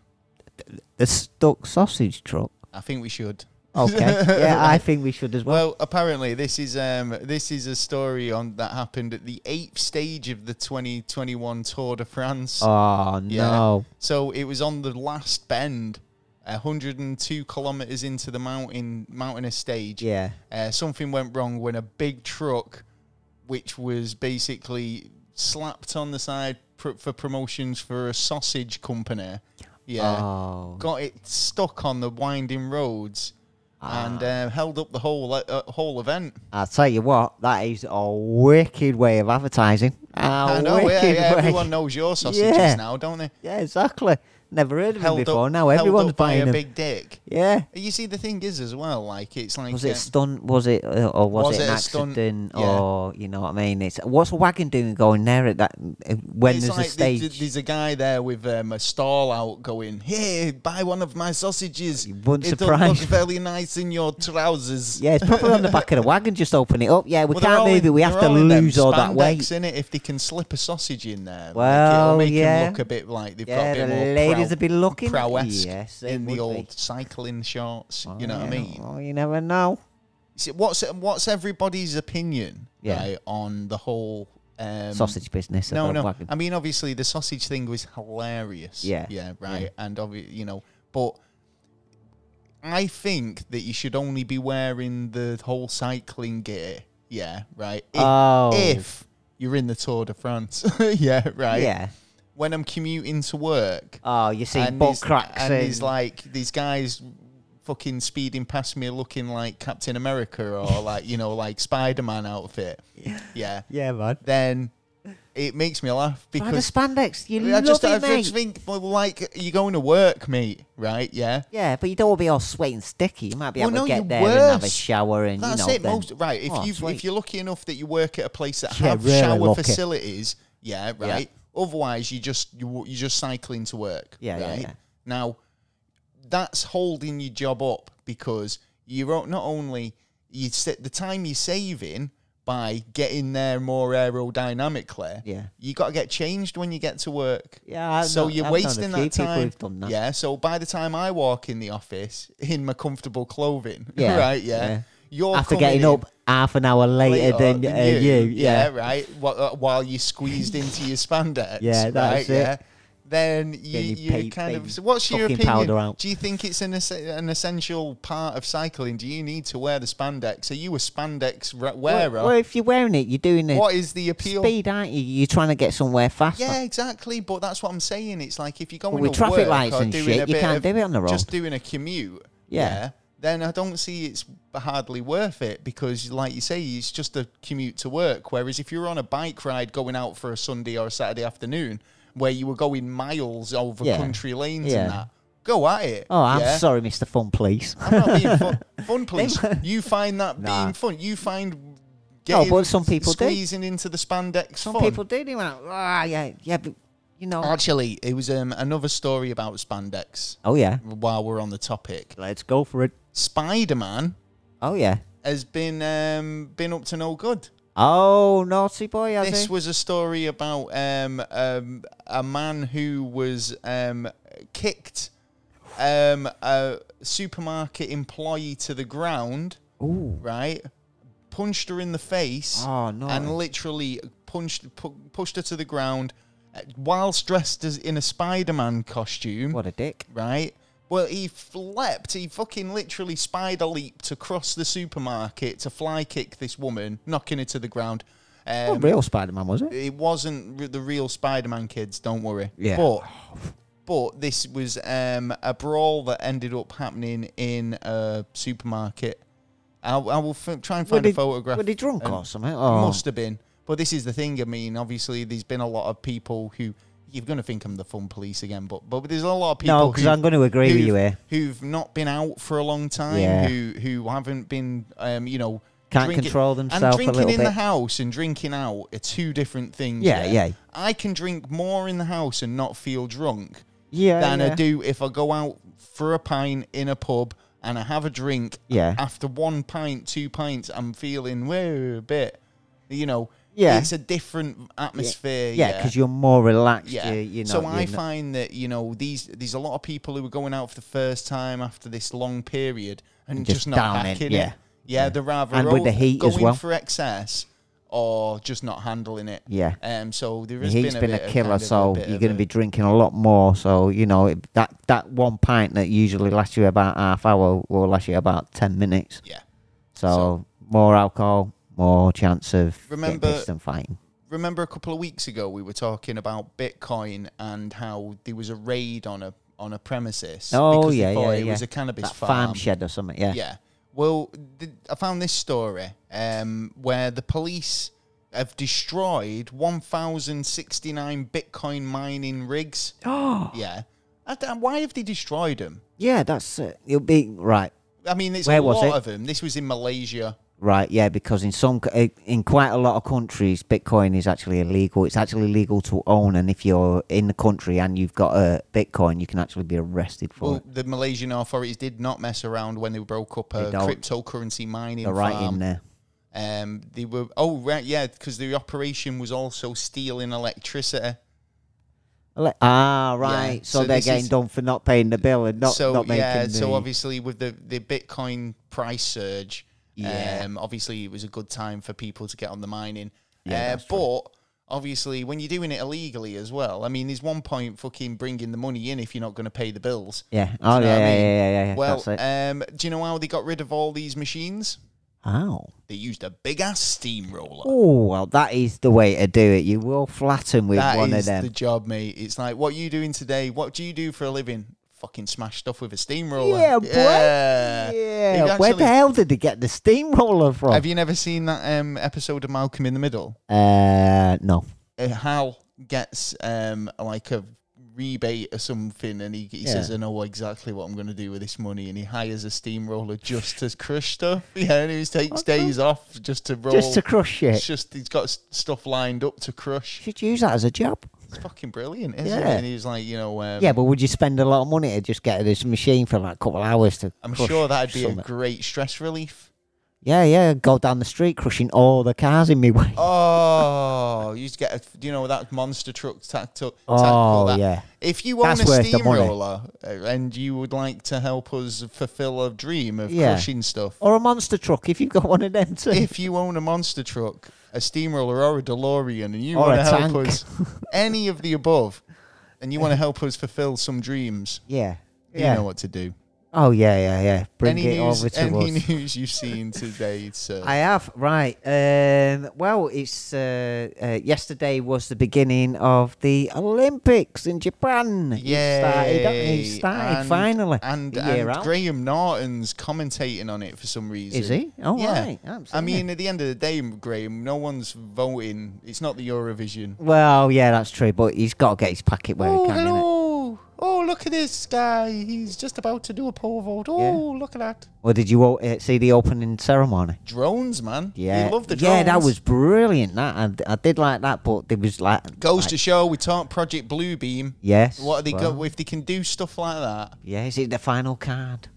[SPEAKER 2] the stuck sausage truck
[SPEAKER 1] I think we should.
[SPEAKER 2] okay yeah i think we should as well
[SPEAKER 1] Well, apparently this is um, this is a story on that happened at the eighth stage of the 2021 Tour de France.
[SPEAKER 2] oh
[SPEAKER 1] Yeah.
[SPEAKER 2] no
[SPEAKER 1] So it was on the last bend, 102 kilometers into the mountain mountainous stage.
[SPEAKER 2] yeah.
[SPEAKER 1] uh, something went wrong when a big truck, which was basically slapped on the side pr- for promotions for a sausage company, yeah,
[SPEAKER 2] Oh.
[SPEAKER 1] got it stuck on the winding roads
[SPEAKER 2] Ah.
[SPEAKER 1] and uh, held up the whole uh, whole event.
[SPEAKER 2] I'll tell you what, that is a wicked way of advertising. A
[SPEAKER 1] I know, yeah,
[SPEAKER 2] wicked
[SPEAKER 1] yeah,
[SPEAKER 2] way.
[SPEAKER 1] everyone knows your sausages
[SPEAKER 2] Yeah.
[SPEAKER 1] now, don't they?
[SPEAKER 2] Yeah, exactly. Never heard of them
[SPEAKER 1] Held
[SPEAKER 2] before.
[SPEAKER 1] up,
[SPEAKER 2] now
[SPEAKER 1] held
[SPEAKER 2] everyone's
[SPEAKER 1] up by
[SPEAKER 2] buying
[SPEAKER 1] a
[SPEAKER 2] them.
[SPEAKER 1] big dick.
[SPEAKER 2] yeah.
[SPEAKER 1] You see, the thing is as well, like it's like
[SPEAKER 2] Was
[SPEAKER 1] uh,
[SPEAKER 2] it stunt? Was it uh, or was,
[SPEAKER 1] Was
[SPEAKER 2] it an
[SPEAKER 1] it a stunt?
[SPEAKER 2] accident?
[SPEAKER 1] Yeah.
[SPEAKER 2] Or you know what I mean? It's what's a wagon doing going there at that uh, when
[SPEAKER 1] It's
[SPEAKER 2] there's
[SPEAKER 1] like
[SPEAKER 2] a stage?
[SPEAKER 1] There's, there's a guy there with um, a stall out going, "Hey, buy one of my sausages.
[SPEAKER 2] You wouldn't
[SPEAKER 1] it
[SPEAKER 2] surprise
[SPEAKER 1] look
[SPEAKER 2] me."
[SPEAKER 1] very nice in your trousers."
[SPEAKER 2] yeah, it's probably on the back of the wagon. Just open it up. Yeah, we
[SPEAKER 1] Well, they're
[SPEAKER 2] can't
[SPEAKER 1] all
[SPEAKER 2] move
[SPEAKER 1] in-
[SPEAKER 2] it. We have
[SPEAKER 1] they're
[SPEAKER 2] to
[SPEAKER 1] all in them
[SPEAKER 2] lose all that weight.
[SPEAKER 1] spandex, innit? If they can slip a sausage in there,
[SPEAKER 2] Well,
[SPEAKER 1] like, it'll make 'em
[SPEAKER 2] yeah.
[SPEAKER 1] look a bit like they've
[SPEAKER 2] Yeah,
[SPEAKER 1] got a bit
[SPEAKER 2] the
[SPEAKER 1] more
[SPEAKER 2] ladies
[SPEAKER 1] prow-
[SPEAKER 2] will be looking-
[SPEAKER 1] prowess
[SPEAKER 2] Yes, they
[SPEAKER 1] in the
[SPEAKER 2] would be.
[SPEAKER 1] old cycling shorts. you know what I
[SPEAKER 2] Yeah,
[SPEAKER 1] mean?
[SPEAKER 2] Well, you never know.
[SPEAKER 1] See, What's what's everybody's opinion
[SPEAKER 2] Yeah.
[SPEAKER 1] right, on the whole um,
[SPEAKER 2] Sausage business.
[SPEAKER 1] No,
[SPEAKER 2] about
[SPEAKER 1] no.
[SPEAKER 2] Wagon.
[SPEAKER 1] I mean, obviously, the sausage thing was hilarious.
[SPEAKER 2] Yeah.
[SPEAKER 1] Yeah, right. And, obvi- you know, but I think that you should only be wearing the whole cycling gear. Yeah, right. If,
[SPEAKER 2] Oh.
[SPEAKER 1] if you're in the Tour de France. yeah, right.
[SPEAKER 2] yeah.
[SPEAKER 1] When I'm commuting to work.
[SPEAKER 2] Oh, you see
[SPEAKER 1] and
[SPEAKER 2] butt
[SPEAKER 1] there's-
[SPEAKER 2] cracks
[SPEAKER 1] And there's
[SPEAKER 2] in-
[SPEAKER 1] like, these guys fucking speeding past me looking like Captain America or like, you know, like Spider Man outfit. Yeah.
[SPEAKER 2] Yeah, man.
[SPEAKER 1] Then it makes me laugh
[SPEAKER 2] By the
[SPEAKER 1] because
[SPEAKER 2] spandex, you
[SPEAKER 1] I
[SPEAKER 2] love
[SPEAKER 1] just,
[SPEAKER 2] it,
[SPEAKER 1] I
[SPEAKER 2] mate.
[SPEAKER 1] just think, well, like, you're going to work, mate, right? Yeah.
[SPEAKER 2] yeah, but you don't want to be all sweaty and sticky. You might be
[SPEAKER 1] Well,
[SPEAKER 2] able
[SPEAKER 1] no,
[SPEAKER 2] to get
[SPEAKER 1] you're
[SPEAKER 2] there and have a
[SPEAKER 1] worse.
[SPEAKER 2] shower and
[SPEAKER 1] That's
[SPEAKER 2] you know.
[SPEAKER 1] it.
[SPEAKER 2] then-
[SPEAKER 1] Most right. If
[SPEAKER 2] Oh,
[SPEAKER 1] you
[SPEAKER 2] sweet.
[SPEAKER 1] if you're lucky enough that you work at a place that
[SPEAKER 2] Yeah,
[SPEAKER 1] have
[SPEAKER 2] really
[SPEAKER 1] shower
[SPEAKER 2] lucky.
[SPEAKER 1] facilities, yeah, right. Otherwise, you just you w- you're just cycling to work.
[SPEAKER 2] Yeah, yeah,
[SPEAKER 1] right?
[SPEAKER 2] yeah.
[SPEAKER 1] Now, that's holding your job up because you're o- not only you set the time you're saving by getting there more aerodynamically.
[SPEAKER 2] Yeah.
[SPEAKER 1] you got to get changed when you get to work.
[SPEAKER 2] Yeah, I've
[SPEAKER 1] so
[SPEAKER 2] kno-
[SPEAKER 1] you're
[SPEAKER 2] I've known a
[SPEAKER 1] wasting
[SPEAKER 2] few
[SPEAKER 1] that
[SPEAKER 2] people
[SPEAKER 1] time.
[SPEAKER 2] who've done that.
[SPEAKER 1] Yeah. So by the time I walk in the office in my comfortable clothing,
[SPEAKER 2] Yeah,
[SPEAKER 1] right? Yeah.
[SPEAKER 2] yeah.
[SPEAKER 1] You're
[SPEAKER 2] After
[SPEAKER 1] coming
[SPEAKER 2] getting
[SPEAKER 1] in
[SPEAKER 2] up half an hour later, than, uh, you, yeah.
[SPEAKER 1] right. Wh- uh, While you squeezed into your spandex,
[SPEAKER 2] Yeah,
[SPEAKER 1] right,
[SPEAKER 2] that's it.
[SPEAKER 1] Yeah. then you,
[SPEAKER 2] you
[SPEAKER 1] you
[SPEAKER 2] pay-
[SPEAKER 1] kind
[SPEAKER 2] pay
[SPEAKER 1] of. So what's your
[SPEAKER 2] fucking
[SPEAKER 1] opinion?
[SPEAKER 2] powder out.
[SPEAKER 1] Do you think it's an es- an essential part of cycling? Do you need to wear the spandex? Are you a spandex ra- wearer?
[SPEAKER 2] Well, if you're wearing it, you're doing it.
[SPEAKER 1] uh? what is the appeal?
[SPEAKER 2] speed, aren't you? You're trying to get somewhere faster.
[SPEAKER 1] Yeah, exactly. But that's what I'm saying. It's like if you're going
[SPEAKER 2] with
[SPEAKER 1] to
[SPEAKER 2] traffic
[SPEAKER 1] work
[SPEAKER 2] lights
[SPEAKER 1] or
[SPEAKER 2] and
[SPEAKER 1] doing
[SPEAKER 2] shit,
[SPEAKER 1] a
[SPEAKER 2] you
[SPEAKER 1] bit
[SPEAKER 2] can't
[SPEAKER 1] of
[SPEAKER 2] do it on the
[SPEAKER 1] Just
[SPEAKER 2] road.
[SPEAKER 1] doing a commute.
[SPEAKER 2] Yeah.
[SPEAKER 1] Then I don't see it's hardly worth it because, like you say, it's just a commute to work. Whereas if you're on a bike ride going out for a Sunday or a Saturday afternoon, where you were going miles over
[SPEAKER 2] Yeah.
[SPEAKER 1] country lanes
[SPEAKER 2] Yeah.
[SPEAKER 1] and that, go at it.
[SPEAKER 2] Oh, I'm
[SPEAKER 1] yeah?
[SPEAKER 2] sorry, Mr. Fun Police.
[SPEAKER 1] I'm not being fun, fun please. You find that being fun. You find getting
[SPEAKER 2] Oh, but some people do.
[SPEAKER 1] squeezing into the spandex
[SPEAKER 2] Some
[SPEAKER 1] fun.
[SPEAKER 2] people do. They went, ah, yeah, yeah, but, you know.
[SPEAKER 1] Actually, it was um, another story about spandex
[SPEAKER 2] oh, yeah.
[SPEAKER 1] while we're on the topic.
[SPEAKER 2] Let's go for it.
[SPEAKER 1] Spider Man
[SPEAKER 2] Oh, yeah.
[SPEAKER 1] has been um, been up to no good.
[SPEAKER 2] Oh, naughty boy, has
[SPEAKER 1] This
[SPEAKER 2] he?
[SPEAKER 1] was a story about um, um, a man who was um, kicked um, a supermarket employee to the ground,
[SPEAKER 2] Ooh.
[SPEAKER 1] right? Punched her in the face
[SPEAKER 2] Oh, no.
[SPEAKER 1] and literally punched pu- pushed her to the ground uh, whilst dressed as in a Spider Man costume.
[SPEAKER 2] What a dick.
[SPEAKER 1] right? Well, he f- leapt, he fucking literally spider leaped across the supermarket to fly kick this woman, knocking her to the ground.
[SPEAKER 2] Not
[SPEAKER 1] Um,
[SPEAKER 2] real Spider Man, was it?
[SPEAKER 1] it wasn't r- the real Spider Man kids, don't worry.
[SPEAKER 2] Yeah.
[SPEAKER 1] But, but this was um, a brawl that ended up happening in a supermarket. I'll, I will f- try and
[SPEAKER 2] Were
[SPEAKER 1] find
[SPEAKER 2] they,
[SPEAKER 1] a photograph.
[SPEAKER 2] Were they drunk
[SPEAKER 1] and-
[SPEAKER 2] or something? Oh,
[SPEAKER 1] must have been. But this is the thing. I mean, obviously, there's been a lot of people who you're going to think I'm the fun police again, but but there's a lot of people.
[SPEAKER 2] No, 'cause
[SPEAKER 1] who-
[SPEAKER 2] I'm gonna agree with
[SPEAKER 1] who've-
[SPEAKER 2] you here.
[SPEAKER 1] Who've not been out for a long time.
[SPEAKER 2] Yeah.
[SPEAKER 1] Who who haven't been, um, you know.
[SPEAKER 2] Can't control
[SPEAKER 1] And
[SPEAKER 2] themselves a
[SPEAKER 1] drinking
[SPEAKER 2] little
[SPEAKER 1] in the
[SPEAKER 2] bit.
[SPEAKER 1] house and drinking out are two different things.
[SPEAKER 2] Yeah, yeah.
[SPEAKER 1] I can drink more in the house and not feel drunk
[SPEAKER 2] yeah.
[SPEAKER 1] than
[SPEAKER 2] yeah.
[SPEAKER 1] I do if I go out for a pint in a pub and I have a drink.
[SPEAKER 2] Yeah.
[SPEAKER 1] After one pint, two pints, I'm feeling whoa, a bit. You know.
[SPEAKER 2] Yeah.
[SPEAKER 1] It's a different atmosphere.
[SPEAKER 2] Yeah, because you're more relaxed.
[SPEAKER 1] Yeah.
[SPEAKER 2] You, you know,
[SPEAKER 1] so I
[SPEAKER 2] you're not-
[SPEAKER 1] find that you know these there's a lot of people who are going out for the first time after this long period and,
[SPEAKER 2] And
[SPEAKER 1] just,
[SPEAKER 2] just
[SPEAKER 1] not
[SPEAKER 2] down it,
[SPEAKER 1] hacking it.
[SPEAKER 2] yeah.
[SPEAKER 1] Yeah, they're rather
[SPEAKER 2] And with
[SPEAKER 1] o-
[SPEAKER 2] the heat as
[SPEAKER 1] going
[SPEAKER 2] well.
[SPEAKER 1] for excess or just not handling it.
[SPEAKER 2] Yeah.
[SPEAKER 1] Um. So there
[SPEAKER 2] The
[SPEAKER 1] has
[SPEAKER 2] heat's
[SPEAKER 1] been a,
[SPEAKER 2] been
[SPEAKER 1] bit
[SPEAKER 2] a
[SPEAKER 1] of
[SPEAKER 2] killer,
[SPEAKER 1] kind of a
[SPEAKER 2] so
[SPEAKER 1] bit
[SPEAKER 2] you're
[SPEAKER 1] of
[SPEAKER 2] going
[SPEAKER 1] a-
[SPEAKER 2] to be drinking a lot more. So you know it, that that one pint that usually lasts you about half hour will last you about ten minutes.
[SPEAKER 1] Yeah.
[SPEAKER 2] So, more alcohol, more chance of
[SPEAKER 1] Remember-
[SPEAKER 2] getting pissed and fighting.
[SPEAKER 1] remember a couple of weeks ago we were talking about Bitcoin and how there was a raid on a on a premises.
[SPEAKER 2] Oh
[SPEAKER 1] because they
[SPEAKER 2] yeah,
[SPEAKER 1] thought
[SPEAKER 2] yeah,
[SPEAKER 1] It
[SPEAKER 2] yeah.
[SPEAKER 1] was a cannabis
[SPEAKER 2] that
[SPEAKER 1] farm.
[SPEAKER 2] shed or something. Yeah.
[SPEAKER 1] Yeah. Well, th- I found this story um, where the police have destroyed 1,069 Bitcoin mining rigs. Oh. Yeah. I don't- why have they destroyed them?
[SPEAKER 2] Yeah, that's uh, it'll be right.
[SPEAKER 1] I mean, there's a
[SPEAKER 2] Where was
[SPEAKER 1] lot
[SPEAKER 2] it?
[SPEAKER 1] of them. This was in Malaysia.
[SPEAKER 2] Right, yeah, because in some, c- i- in quite a lot of countries, Bitcoin is actually illegal. It's actually legal to own, and if you're in the country and you've got a Bitcoin, you can actually be arrested for
[SPEAKER 1] Well,
[SPEAKER 2] it.
[SPEAKER 1] the Malaysian authorities did not mess around when they broke up a
[SPEAKER 2] They don't.
[SPEAKER 1] cryptocurrency mining
[SPEAKER 2] They're right
[SPEAKER 1] farm.
[SPEAKER 2] in there.
[SPEAKER 1] Um, they were oh right yeah because the operation was also stealing electricity.
[SPEAKER 2] Ele- ah, right. so,
[SPEAKER 1] so
[SPEAKER 2] they're
[SPEAKER 1] this
[SPEAKER 2] getting
[SPEAKER 1] is-
[SPEAKER 2] done for not paying the bill and not
[SPEAKER 1] so
[SPEAKER 2] not making
[SPEAKER 1] yeah,
[SPEAKER 2] the.
[SPEAKER 1] so obviously with the the Bitcoin price surge,
[SPEAKER 2] Yeah.
[SPEAKER 1] um, obviously it was a good time for people to get on the mining.
[SPEAKER 2] Yeah,
[SPEAKER 1] Uh,
[SPEAKER 2] that's true.
[SPEAKER 1] but obviously when you're doing it illegally as well, I mean, there's one point fucking bringing the money in if you're not going to pay the bills.
[SPEAKER 2] yeah.
[SPEAKER 1] Do
[SPEAKER 2] Oh
[SPEAKER 1] you know
[SPEAKER 2] yeah,
[SPEAKER 1] what
[SPEAKER 2] yeah,
[SPEAKER 1] I mean?
[SPEAKER 2] yeah, yeah, yeah, yeah.
[SPEAKER 1] Well,
[SPEAKER 2] that's it.
[SPEAKER 1] um, do you know how they got rid of all these machines?
[SPEAKER 2] Ow.
[SPEAKER 1] They used a big ass steamroller.
[SPEAKER 2] Oh well, that is the way to do it. You will flatten with
[SPEAKER 1] That is
[SPEAKER 2] one of them.
[SPEAKER 1] the job, mate. It's like what you doing today. What do you do for a living? Fucking smash stuff with a steamroller.
[SPEAKER 2] yeah, boy. Yeah.
[SPEAKER 1] They've
[SPEAKER 2] Where the
[SPEAKER 1] actually-
[SPEAKER 2] hell did they get the steamroller from?
[SPEAKER 1] Have you never seen that um, episode of Malcolm in the Middle?
[SPEAKER 2] uh, no.
[SPEAKER 1] Uh, Hal gets um, like a rebate or something, and he, he says, "I know exactly what I'm going to do with this money," and he hires a steamroller just to crush stuff. Yeah, and he takes days off just to roll.
[SPEAKER 2] Just to crush
[SPEAKER 1] It's
[SPEAKER 2] it.
[SPEAKER 1] just he's got s- stuff lined up to crush.
[SPEAKER 2] Should use that as a job.
[SPEAKER 1] It's fucking brilliant, isn't it?
[SPEAKER 2] Yeah.
[SPEAKER 1] And he's like, you know, um,
[SPEAKER 2] Yeah, but would you spend a lot of money to just get this machine for like a couple of hours to?
[SPEAKER 1] I'm
[SPEAKER 2] crush
[SPEAKER 1] sure that'd be a
[SPEAKER 2] something?
[SPEAKER 1] great stress relief.
[SPEAKER 2] Yeah, yeah. Go down the street crushing all the cars in me way.
[SPEAKER 1] Oh, you used to get a, you know that monster truck tactical.
[SPEAKER 2] Oh,
[SPEAKER 1] that.
[SPEAKER 2] yeah.
[SPEAKER 1] If you own
[SPEAKER 2] That's
[SPEAKER 1] a
[SPEAKER 2] worth the money.
[SPEAKER 1] steamroller uh, and you would like to help us fulfill a dream of
[SPEAKER 2] Yeah.
[SPEAKER 1] crushing stuff,
[SPEAKER 2] Or a monster truck if you've got one of them too.
[SPEAKER 1] if you own a monster truck, a steamroller, or a DeLorean, and you
[SPEAKER 2] Or
[SPEAKER 1] want to
[SPEAKER 2] a
[SPEAKER 1] help
[SPEAKER 2] tank.
[SPEAKER 1] us, any of the above, and you want to help us fulfill some dreams,
[SPEAKER 2] Yeah.
[SPEAKER 1] you
[SPEAKER 2] Yeah.
[SPEAKER 1] know what to do.
[SPEAKER 2] Oh yeah, yeah, yeah. Bring
[SPEAKER 1] any
[SPEAKER 2] it
[SPEAKER 1] news,
[SPEAKER 2] over to
[SPEAKER 1] any
[SPEAKER 2] us.
[SPEAKER 1] news you've seen today, sir?
[SPEAKER 2] I have right. Um, well, it's uh, uh, yesterday was the beginning of the Olympics in Japan. It started, up-
[SPEAKER 1] Yay.
[SPEAKER 2] it started
[SPEAKER 1] And-
[SPEAKER 2] finally.
[SPEAKER 1] And,
[SPEAKER 2] a year
[SPEAKER 1] and
[SPEAKER 2] out.
[SPEAKER 1] Graham Norton's commentating on it for some reason.
[SPEAKER 2] Is he? Oh,
[SPEAKER 1] yeah.
[SPEAKER 2] right.
[SPEAKER 1] I
[SPEAKER 2] Absolutely.
[SPEAKER 1] mean, at the end of the day, Graham, no one's voting. It's not the Eurovision.
[SPEAKER 2] Well, yeah, that's true. But he's got to get his packet where he can. innit?
[SPEAKER 1] hello. Oh, look at this guy. He's just about to do a poll vote.
[SPEAKER 2] Oh,
[SPEAKER 1] look at that.
[SPEAKER 2] Or did you all, uh, see the opening ceremony?
[SPEAKER 1] Drones, man.
[SPEAKER 2] Yeah,
[SPEAKER 1] You love the drones.
[SPEAKER 2] yeah, that was brilliant. That I, I did like that, but there was like
[SPEAKER 1] Goes
[SPEAKER 2] like-
[SPEAKER 1] to show we talk Project Bluebeam.
[SPEAKER 2] yes.
[SPEAKER 1] What are they
[SPEAKER 2] well,
[SPEAKER 1] go if they can do stuff like that?
[SPEAKER 2] Yeah, is it the final card?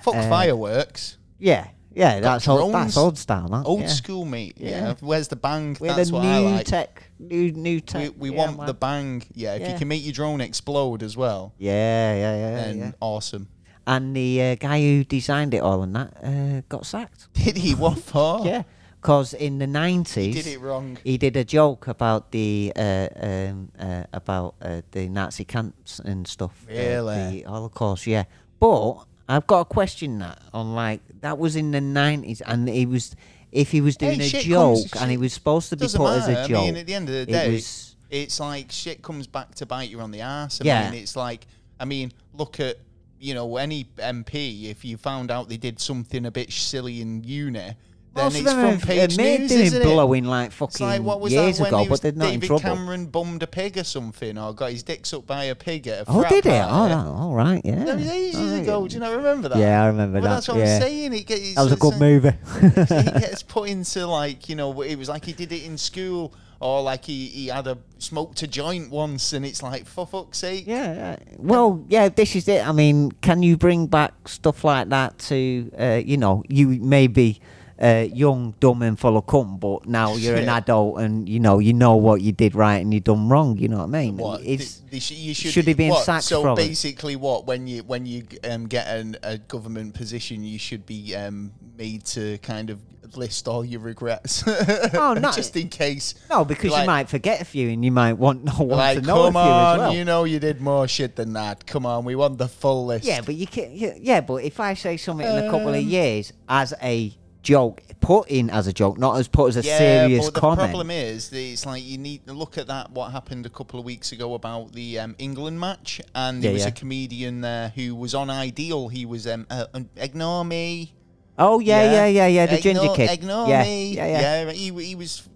[SPEAKER 1] Fuck
[SPEAKER 2] Uh,
[SPEAKER 1] fireworks.
[SPEAKER 2] Yeah, yeah, that's
[SPEAKER 1] drones?
[SPEAKER 2] old. That's old style. That,
[SPEAKER 1] Old
[SPEAKER 2] oh, yeah.
[SPEAKER 1] school, mate. Yeah.
[SPEAKER 2] Yeah.
[SPEAKER 1] Where's the bang?
[SPEAKER 2] We're
[SPEAKER 1] That's
[SPEAKER 2] the
[SPEAKER 1] what
[SPEAKER 2] new
[SPEAKER 1] I like.
[SPEAKER 2] tech, new new tech.
[SPEAKER 1] we we
[SPEAKER 2] yeah,
[SPEAKER 1] want
[SPEAKER 2] man.
[SPEAKER 1] the bang. Yeah, if you
[SPEAKER 2] Yeah.
[SPEAKER 1] can make your drone explode as well,
[SPEAKER 2] Yeah, yeah, yeah,
[SPEAKER 1] then
[SPEAKER 2] yeah.
[SPEAKER 1] awesome.
[SPEAKER 2] And the uh, guy who designed it all and that uh, got sacked.
[SPEAKER 1] Did he? What for?
[SPEAKER 2] Yeah, because in the
[SPEAKER 1] Oh. He
[SPEAKER 2] nineties
[SPEAKER 1] did it wrong.
[SPEAKER 2] he did a joke about the uh, um, uh, about uh, the Nazi camps and stuff. uh,
[SPEAKER 1] Really?
[SPEAKER 2] the Holocaust, yeah. But I've got a question that on like that was in the nineties, and he was if he was doing
[SPEAKER 1] Hey,
[SPEAKER 2] a
[SPEAKER 1] shit comes
[SPEAKER 2] joke,
[SPEAKER 1] to shit.
[SPEAKER 2] and he was supposed to be
[SPEAKER 1] Doesn't
[SPEAKER 2] put
[SPEAKER 1] matter.
[SPEAKER 2] as a joke.
[SPEAKER 1] I mean, at the end of the
[SPEAKER 2] it
[SPEAKER 1] day,
[SPEAKER 2] was-
[SPEAKER 1] it's like shit comes back to bite you on the ass. I
[SPEAKER 2] Yeah.
[SPEAKER 1] mean, it's like, I mean, look at you know any MP. If you found out they did something a bit silly in uni, then
[SPEAKER 2] Most of
[SPEAKER 1] it's
[SPEAKER 2] them
[SPEAKER 1] front
[SPEAKER 2] have
[SPEAKER 1] page
[SPEAKER 2] admitted
[SPEAKER 1] news,
[SPEAKER 2] doing
[SPEAKER 1] isn't it?
[SPEAKER 2] blowing like fucking
[SPEAKER 1] It's like what was
[SPEAKER 2] years
[SPEAKER 1] that when
[SPEAKER 2] ago,
[SPEAKER 1] he was
[SPEAKER 2] but they're not in
[SPEAKER 1] David
[SPEAKER 2] trouble.
[SPEAKER 1] Cameron bummed a pig or something, or got his dick sucked by a pig at a
[SPEAKER 2] oh,
[SPEAKER 1] frat
[SPEAKER 2] did it? Oh,
[SPEAKER 1] party.
[SPEAKER 2] that, all right, yeah.
[SPEAKER 1] That was ages
[SPEAKER 2] all right.
[SPEAKER 1] ago. Do you not remember that?
[SPEAKER 2] Yeah, I remember
[SPEAKER 1] Well,
[SPEAKER 2] that.
[SPEAKER 1] that's what
[SPEAKER 2] yeah.
[SPEAKER 1] I'm saying. It gets,
[SPEAKER 2] That was a
[SPEAKER 1] it's
[SPEAKER 2] good movie.
[SPEAKER 1] It gets put into like you know, it was like he did it in school, or like he, he had a smoked a joint once, and it's like for fuck's sake.
[SPEAKER 2] Yeah. yeah. Well, yeah, this is it. I mean, can you bring back stuff like that to, uh, you know, you may be uh, young, dumb, and full of cum, but now you're an
[SPEAKER 1] Yeah.
[SPEAKER 2] adult and, you know, you know what you did right and you done wrong. You know what I mean?
[SPEAKER 1] What
[SPEAKER 2] It's,
[SPEAKER 1] th- they sh- you should,
[SPEAKER 2] should he be in
[SPEAKER 1] what?
[SPEAKER 2] sacked
[SPEAKER 1] So
[SPEAKER 2] from it?
[SPEAKER 1] basically, what when you when you um, get an, a government position, you should be um, made to kind of list all your regrets.
[SPEAKER 2] Oh, no.
[SPEAKER 1] just in case.
[SPEAKER 2] no, because
[SPEAKER 1] like-
[SPEAKER 2] you might forget a few and you might want no one
[SPEAKER 1] Like,
[SPEAKER 2] to know
[SPEAKER 1] come
[SPEAKER 2] a few
[SPEAKER 1] on,
[SPEAKER 2] as well.
[SPEAKER 1] you know you did more shit than that. Come on, we want the full list.
[SPEAKER 2] Yeah, but you can. yeah, Yeah, but if I say something in a
[SPEAKER 1] Um.
[SPEAKER 2] couple of years as a joke, put in as a joke, not as put as a serious
[SPEAKER 1] but the
[SPEAKER 2] comment.
[SPEAKER 1] problem is that it's like you need to look at that what happened a couple of weeks ago about the um, England match, and there
[SPEAKER 2] Yeah,
[SPEAKER 1] was a
[SPEAKER 2] yeah.
[SPEAKER 1] comedian there who was on Ideal. He was um, uh, um, ignore me.
[SPEAKER 2] oh yeah, yeah, yeah, yeah. the
[SPEAKER 1] ignore,
[SPEAKER 2] ginger kid.
[SPEAKER 1] Ignore
[SPEAKER 2] yeah,
[SPEAKER 1] me.
[SPEAKER 2] yeah, yeah.
[SPEAKER 1] he, he was.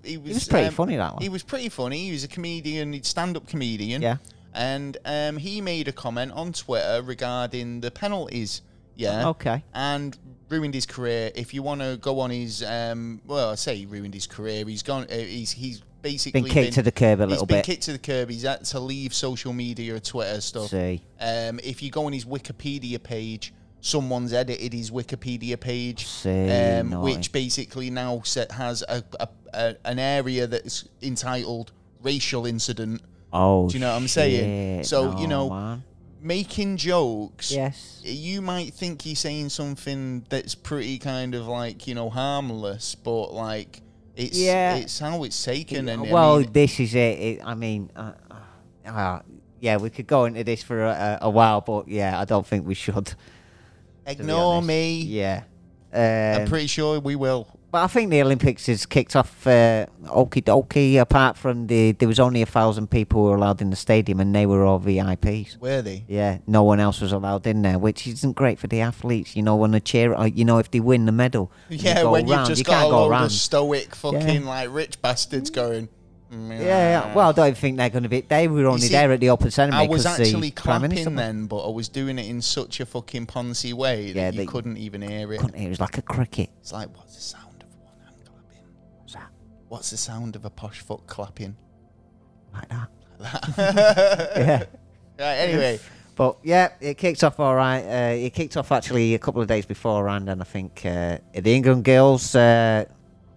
[SPEAKER 1] He was, um,
[SPEAKER 2] was pretty funny, that one.
[SPEAKER 1] He was pretty funny. He was a comedian. He's stand-up comedian.
[SPEAKER 2] Yeah.
[SPEAKER 1] And um, he made a comment on Twitter regarding the penalties. Yeah.
[SPEAKER 2] Okay.
[SPEAKER 1] And ruined his career. If you want to go on his, um, well, I say he ruined his career. He's gone. Uh, he's he's basically
[SPEAKER 2] Been kicked to the curb a little
[SPEAKER 1] He's been
[SPEAKER 2] bit.
[SPEAKER 1] kicked to the curb. He's had to leave social media, Twitter stuff.
[SPEAKER 2] See.
[SPEAKER 1] Um, if you go on his Wikipedia page, someone's edited his Wikipedia page,
[SPEAKER 2] See, naughty.
[SPEAKER 1] Um, which basically now set, has a, a, a an area that's entitled racial incident.
[SPEAKER 2] Oh,
[SPEAKER 1] Do you know what I'm saying?
[SPEAKER 2] shit,
[SPEAKER 1] So, you
[SPEAKER 2] no,
[SPEAKER 1] know,
[SPEAKER 2] man.
[SPEAKER 1] Making jokes,
[SPEAKER 2] Yes.
[SPEAKER 1] you might think he's saying something that's pretty kind of like you know harmless, but like it's
[SPEAKER 2] Yeah.
[SPEAKER 1] it's how it's taken. And I
[SPEAKER 2] well,
[SPEAKER 1] mean,
[SPEAKER 2] this is it. it I mean, uh, uh, uh, yeah, we could go into this for a, a a while, but yeah, I don't think we should. to be
[SPEAKER 1] ignore
[SPEAKER 2] honest.
[SPEAKER 1] me.
[SPEAKER 2] Yeah.
[SPEAKER 1] I'm
[SPEAKER 2] Um,
[SPEAKER 1] pretty sure we will.
[SPEAKER 2] But I think the Olympics has kicked off uh, okie dokie. Apart from the, there was only a thousand people who were allowed in the stadium, and they were all VIPs.
[SPEAKER 1] Were they?
[SPEAKER 2] Yeah, no one else was allowed in there, which isn't great for the athletes. You know, when they cheer, or, you know, if they win the medal, and you
[SPEAKER 1] Yeah,
[SPEAKER 2] go
[SPEAKER 1] when you've
[SPEAKER 2] round,
[SPEAKER 1] just
[SPEAKER 2] you
[SPEAKER 1] got
[SPEAKER 2] can't
[SPEAKER 1] a
[SPEAKER 2] go
[SPEAKER 1] load
[SPEAKER 2] around.
[SPEAKER 1] of stoic fucking like rich bastards going. "Mm,
[SPEAKER 2] yeah, yeah, well, I don't think they're going to be. They were only
[SPEAKER 1] see,
[SPEAKER 2] there at the open ceremony.
[SPEAKER 1] I was
[SPEAKER 2] 'cause
[SPEAKER 1] actually
[SPEAKER 2] the Prime Minister
[SPEAKER 1] clapping then, but I was doing it in such a fucking poncy way that
[SPEAKER 2] Yeah,
[SPEAKER 1] you
[SPEAKER 2] that-
[SPEAKER 1] couldn't even hear it.
[SPEAKER 2] Couldn't, hear, it was like a cricket.
[SPEAKER 1] It's like, what's the sound of one hand clapping? What's the sound of a posh fuck clapping?
[SPEAKER 2] Like that.
[SPEAKER 1] yeah. anyway,
[SPEAKER 2] But yeah, it kicked off all right. Uh, it kicked off actually a couple of days beforehand, and I think uh, the England girls uh,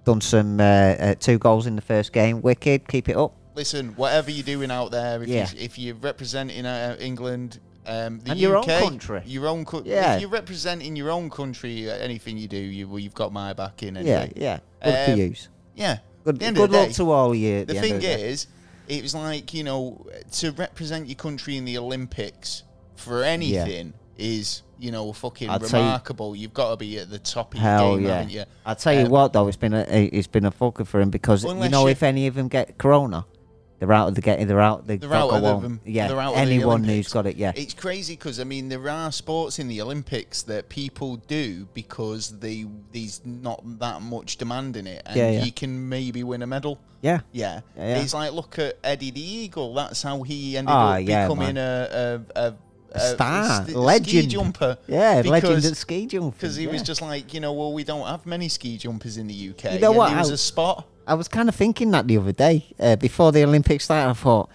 [SPEAKER 2] done some uh, uh, two goals in the first game. Wicked, keep it up.
[SPEAKER 1] listen, whatever you're doing out there, if,
[SPEAKER 2] Yeah.
[SPEAKER 1] you, if you're representing uh, England, um, the
[SPEAKER 2] And your own
[SPEAKER 1] UK,
[SPEAKER 2] country.
[SPEAKER 1] your own country,
[SPEAKER 2] Yeah.
[SPEAKER 1] if you're representing your own country, uh, anything you do, you, well, you've got my back in. Anyway.
[SPEAKER 2] Yeah, yeah. Good
[SPEAKER 1] Um,
[SPEAKER 2] for yous.
[SPEAKER 1] Yeah. At
[SPEAKER 2] Good,
[SPEAKER 1] the end
[SPEAKER 2] good
[SPEAKER 1] of the
[SPEAKER 2] luck
[SPEAKER 1] day,
[SPEAKER 2] to all you. at
[SPEAKER 1] the
[SPEAKER 2] end
[SPEAKER 1] thing
[SPEAKER 2] of the day.
[SPEAKER 1] is, It was like you know to represent your country in the Olympics for anything is you know fucking
[SPEAKER 2] I'd say-
[SPEAKER 1] remarkable. You've got to be at the top of your
[SPEAKER 2] Hell
[SPEAKER 1] game,
[SPEAKER 2] yeah!
[SPEAKER 1] haven't you?
[SPEAKER 2] I tell you
[SPEAKER 1] Um,
[SPEAKER 2] what, though, it's been a it's been a fucker for him because you
[SPEAKER 1] Unless
[SPEAKER 2] know
[SPEAKER 1] you-
[SPEAKER 2] if any of them get corona, they're out of the getting they're out the
[SPEAKER 1] They're out of
[SPEAKER 2] one.
[SPEAKER 1] them.
[SPEAKER 2] Yeah,
[SPEAKER 1] They're out of the
[SPEAKER 2] anyone
[SPEAKER 1] Olympics.
[SPEAKER 2] who's got it, yeah,
[SPEAKER 1] It's crazy because I mean there are sports in the Olympics that people do because they there's not that much demand in it, and
[SPEAKER 2] Yeah, yeah.
[SPEAKER 1] you can maybe win a medal.
[SPEAKER 2] yeah,
[SPEAKER 1] Yeah. uh,
[SPEAKER 2] Yeah.
[SPEAKER 1] it's like look at Eddie the Eagle. That's how he ended
[SPEAKER 2] Ah,
[SPEAKER 1] up
[SPEAKER 2] yeah,
[SPEAKER 1] becoming a, a, a, a
[SPEAKER 2] star,
[SPEAKER 1] st- ski
[SPEAKER 2] legend.
[SPEAKER 1] jumper.
[SPEAKER 2] yeah, legend
[SPEAKER 1] because-
[SPEAKER 2] at ski jumping.
[SPEAKER 1] because he was
[SPEAKER 2] yeah.
[SPEAKER 1] just like, you know, well, we don't have many ski jumpers in the UK.
[SPEAKER 2] You know
[SPEAKER 1] and
[SPEAKER 2] what,
[SPEAKER 1] It was
[SPEAKER 2] I-
[SPEAKER 1] a spot.
[SPEAKER 2] I was kind of thinking that the other day uh, before the Olympics started. I thought,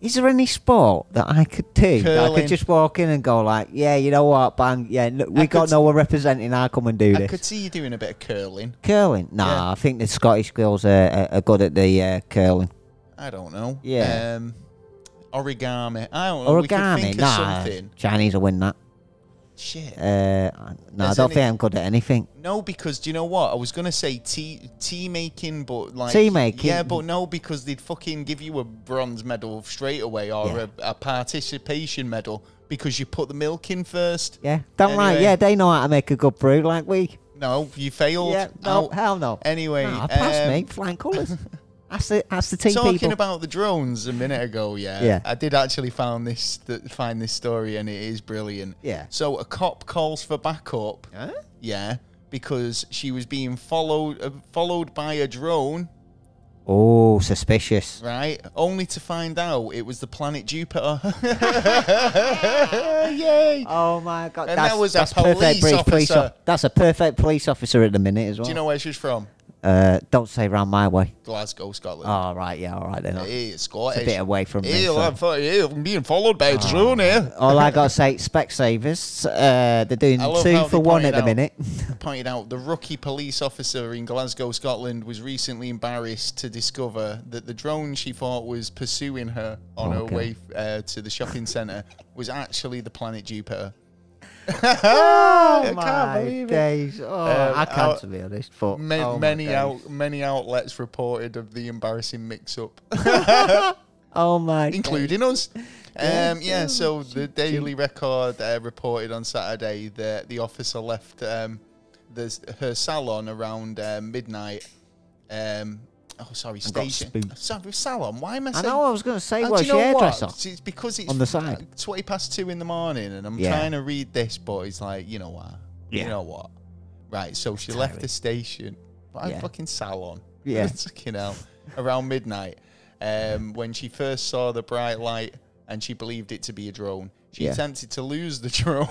[SPEAKER 2] is there any sport that I could do? That I
[SPEAKER 1] Curling.
[SPEAKER 2] could just walk in and go like, yeah, you know what, bang, yeah, no, we
[SPEAKER 1] I
[SPEAKER 2] got
[SPEAKER 1] could-
[SPEAKER 2] no one representing. I come and do
[SPEAKER 1] I
[SPEAKER 2] this.
[SPEAKER 1] could see you doing a bit of curling.
[SPEAKER 2] Curling? Nah,
[SPEAKER 1] Yeah.
[SPEAKER 2] I think the Scottish girls are, are, are good at the uh, curling.
[SPEAKER 1] I don't know.
[SPEAKER 2] Yeah.
[SPEAKER 1] Um, origami. I don't know. We could
[SPEAKER 2] Origami?
[SPEAKER 1] think of
[SPEAKER 2] Nah,
[SPEAKER 1] something.
[SPEAKER 2] Chinese will win that.
[SPEAKER 1] Shit.
[SPEAKER 2] Uh, no, I
[SPEAKER 1] There's
[SPEAKER 2] don't
[SPEAKER 1] any-
[SPEAKER 2] think I'm good at anything.
[SPEAKER 1] no, because do you know what? I was gonna say tea tea making, but like
[SPEAKER 2] Tea making?
[SPEAKER 1] Yeah, but no, because they'd fucking give you a bronze medal straight away or
[SPEAKER 2] Yeah.
[SPEAKER 1] a, a participation medal because you put the milk in first.
[SPEAKER 2] Yeah, don't like.
[SPEAKER 1] Anyway.
[SPEAKER 2] Yeah, they know how to make a good brew like we.
[SPEAKER 1] No, you failed.
[SPEAKER 2] Yeah, no,
[SPEAKER 1] Out.
[SPEAKER 2] hell no.
[SPEAKER 1] Anyway,
[SPEAKER 2] nah, pass
[SPEAKER 1] um,
[SPEAKER 2] me flying colours. that's the that's the team
[SPEAKER 1] Talking
[SPEAKER 2] people.
[SPEAKER 1] about the drones a minute ago, yeah,
[SPEAKER 2] Yeah.
[SPEAKER 1] I did actually find this th- find this story, and it is brilliant.
[SPEAKER 2] Yeah.
[SPEAKER 1] So a cop calls for backup.
[SPEAKER 2] Huh?
[SPEAKER 1] Yeah, because she was being followed uh, followed by a drone,
[SPEAKER 2] oh, suspicious.
[SPEAKER 1] right? Only to find out it was the planet Jupiter.
[SPEAKER 2] Oh my god,
[SPEAKER 1] And
[SPEAKER 2] that's,
[SPEAKER 1] that was a
[SPEAKER 2] that's perfect
[SPEAKER 1] police
[SPEAKER 2] British police.
[SPEAKER 1] officer.
[SPEAKER 2] op- that's a perfect police officer at the minute as well.
[SPEAKER 1] Do you know where she's from?
[SPEAKER 2] uh, don't say round my way.
[SPEAKER 1] Glasgow, Scotland.
[SPEAKER 2] All right, yeah, all right then.
[SPEAKER 1] Hey, it's Scottish.
[SPEAKER 2] Ah, bit away from me,
[SPEAKER 1] hey,
[SPEAKER 2] so- Ah,
[SPEAKER 1] I'm, fo- hey, I'm being followed by a drone here.
[SPEAKER 2] All I gotta say, Specsavers, uh, they're doing
[SPEAKER 1] I love
[SPEAKER 2] two
[SPEAKER 1] how they
[SPEAKER 2] for one
[SPEAKER 1] pointed
[SPEAKER 2] at the
[SPEAKER 1] out-
[SPEAKER 2] minute.
[SPEAKER 1] pointed out the rookie police officer in Glasgow, Scotland, was recently embarrassed to discover that the drone she thought was pursuing her on her
[SPEAKER 2] Okay.
[SPEAKER 1] way uh, to the shopping centre was actually the planet Jupiter.
[SPEAKER 2] Oh
[SPEAKER 1] I can't
[SPEAKER 2] my
[SPEAKER 1] believe it. Uh,
[SPEAKER 2] days! Oh, I can't
[SPEAKER 1] out-
[SPEAKER 2] to be honest. But
[SPEAKER 1] Ma-
[SPEAKER 2] oh my
[SPEAKER 1] many
[SPEAKER 2] days.
[SPEAKER 1] out, many outlets reported of the embarrassing mix-up,
[SPEAKER 2] Oh my!
[SPEAKER 1] including us. Um, yeah, so the Daily Record uh, reported on Saturday that the officer left um, the, her salon around uh, midnight. Um, oh, sorry, station.
[SPEAKER 2] spooked.
[SPEAKER 1] Sorry, salon. Why am I
[SPEAKER 2] days. I
[SPEAKER 1] saying?
[SPEAKER 2] know I was going to say,
[SPEAKER 1] And
[SPEAKER 2] was
[SPEAKER 1] do you know what?
[SPEAKER 2] hairdresser?
[SPEAKER 1] It's because it's
[SPEAKER 2] On the side.
[SPEAKER 1] twenty past two in the morning, and I'm
[SPEAKER 2] Yeah.
[SPEAKER 1] trying to read this, but it's like you know what, you
[SPEAKER 2] Yeah.
[SPEAKER 1] know what, right? So she left the station, but I
[SPEAKER 2] Yeah.
[SPEAKER 1] fucking salon,
[SPEAKER 2] Yeah.
[SPEAKER 1] fucking hell, around midnight, um, when she first saw the bright light, and she believed it to be a drone. She
[SPEAKER 2] Yeah.
[SPEAKER 1] attempted to lose the drone.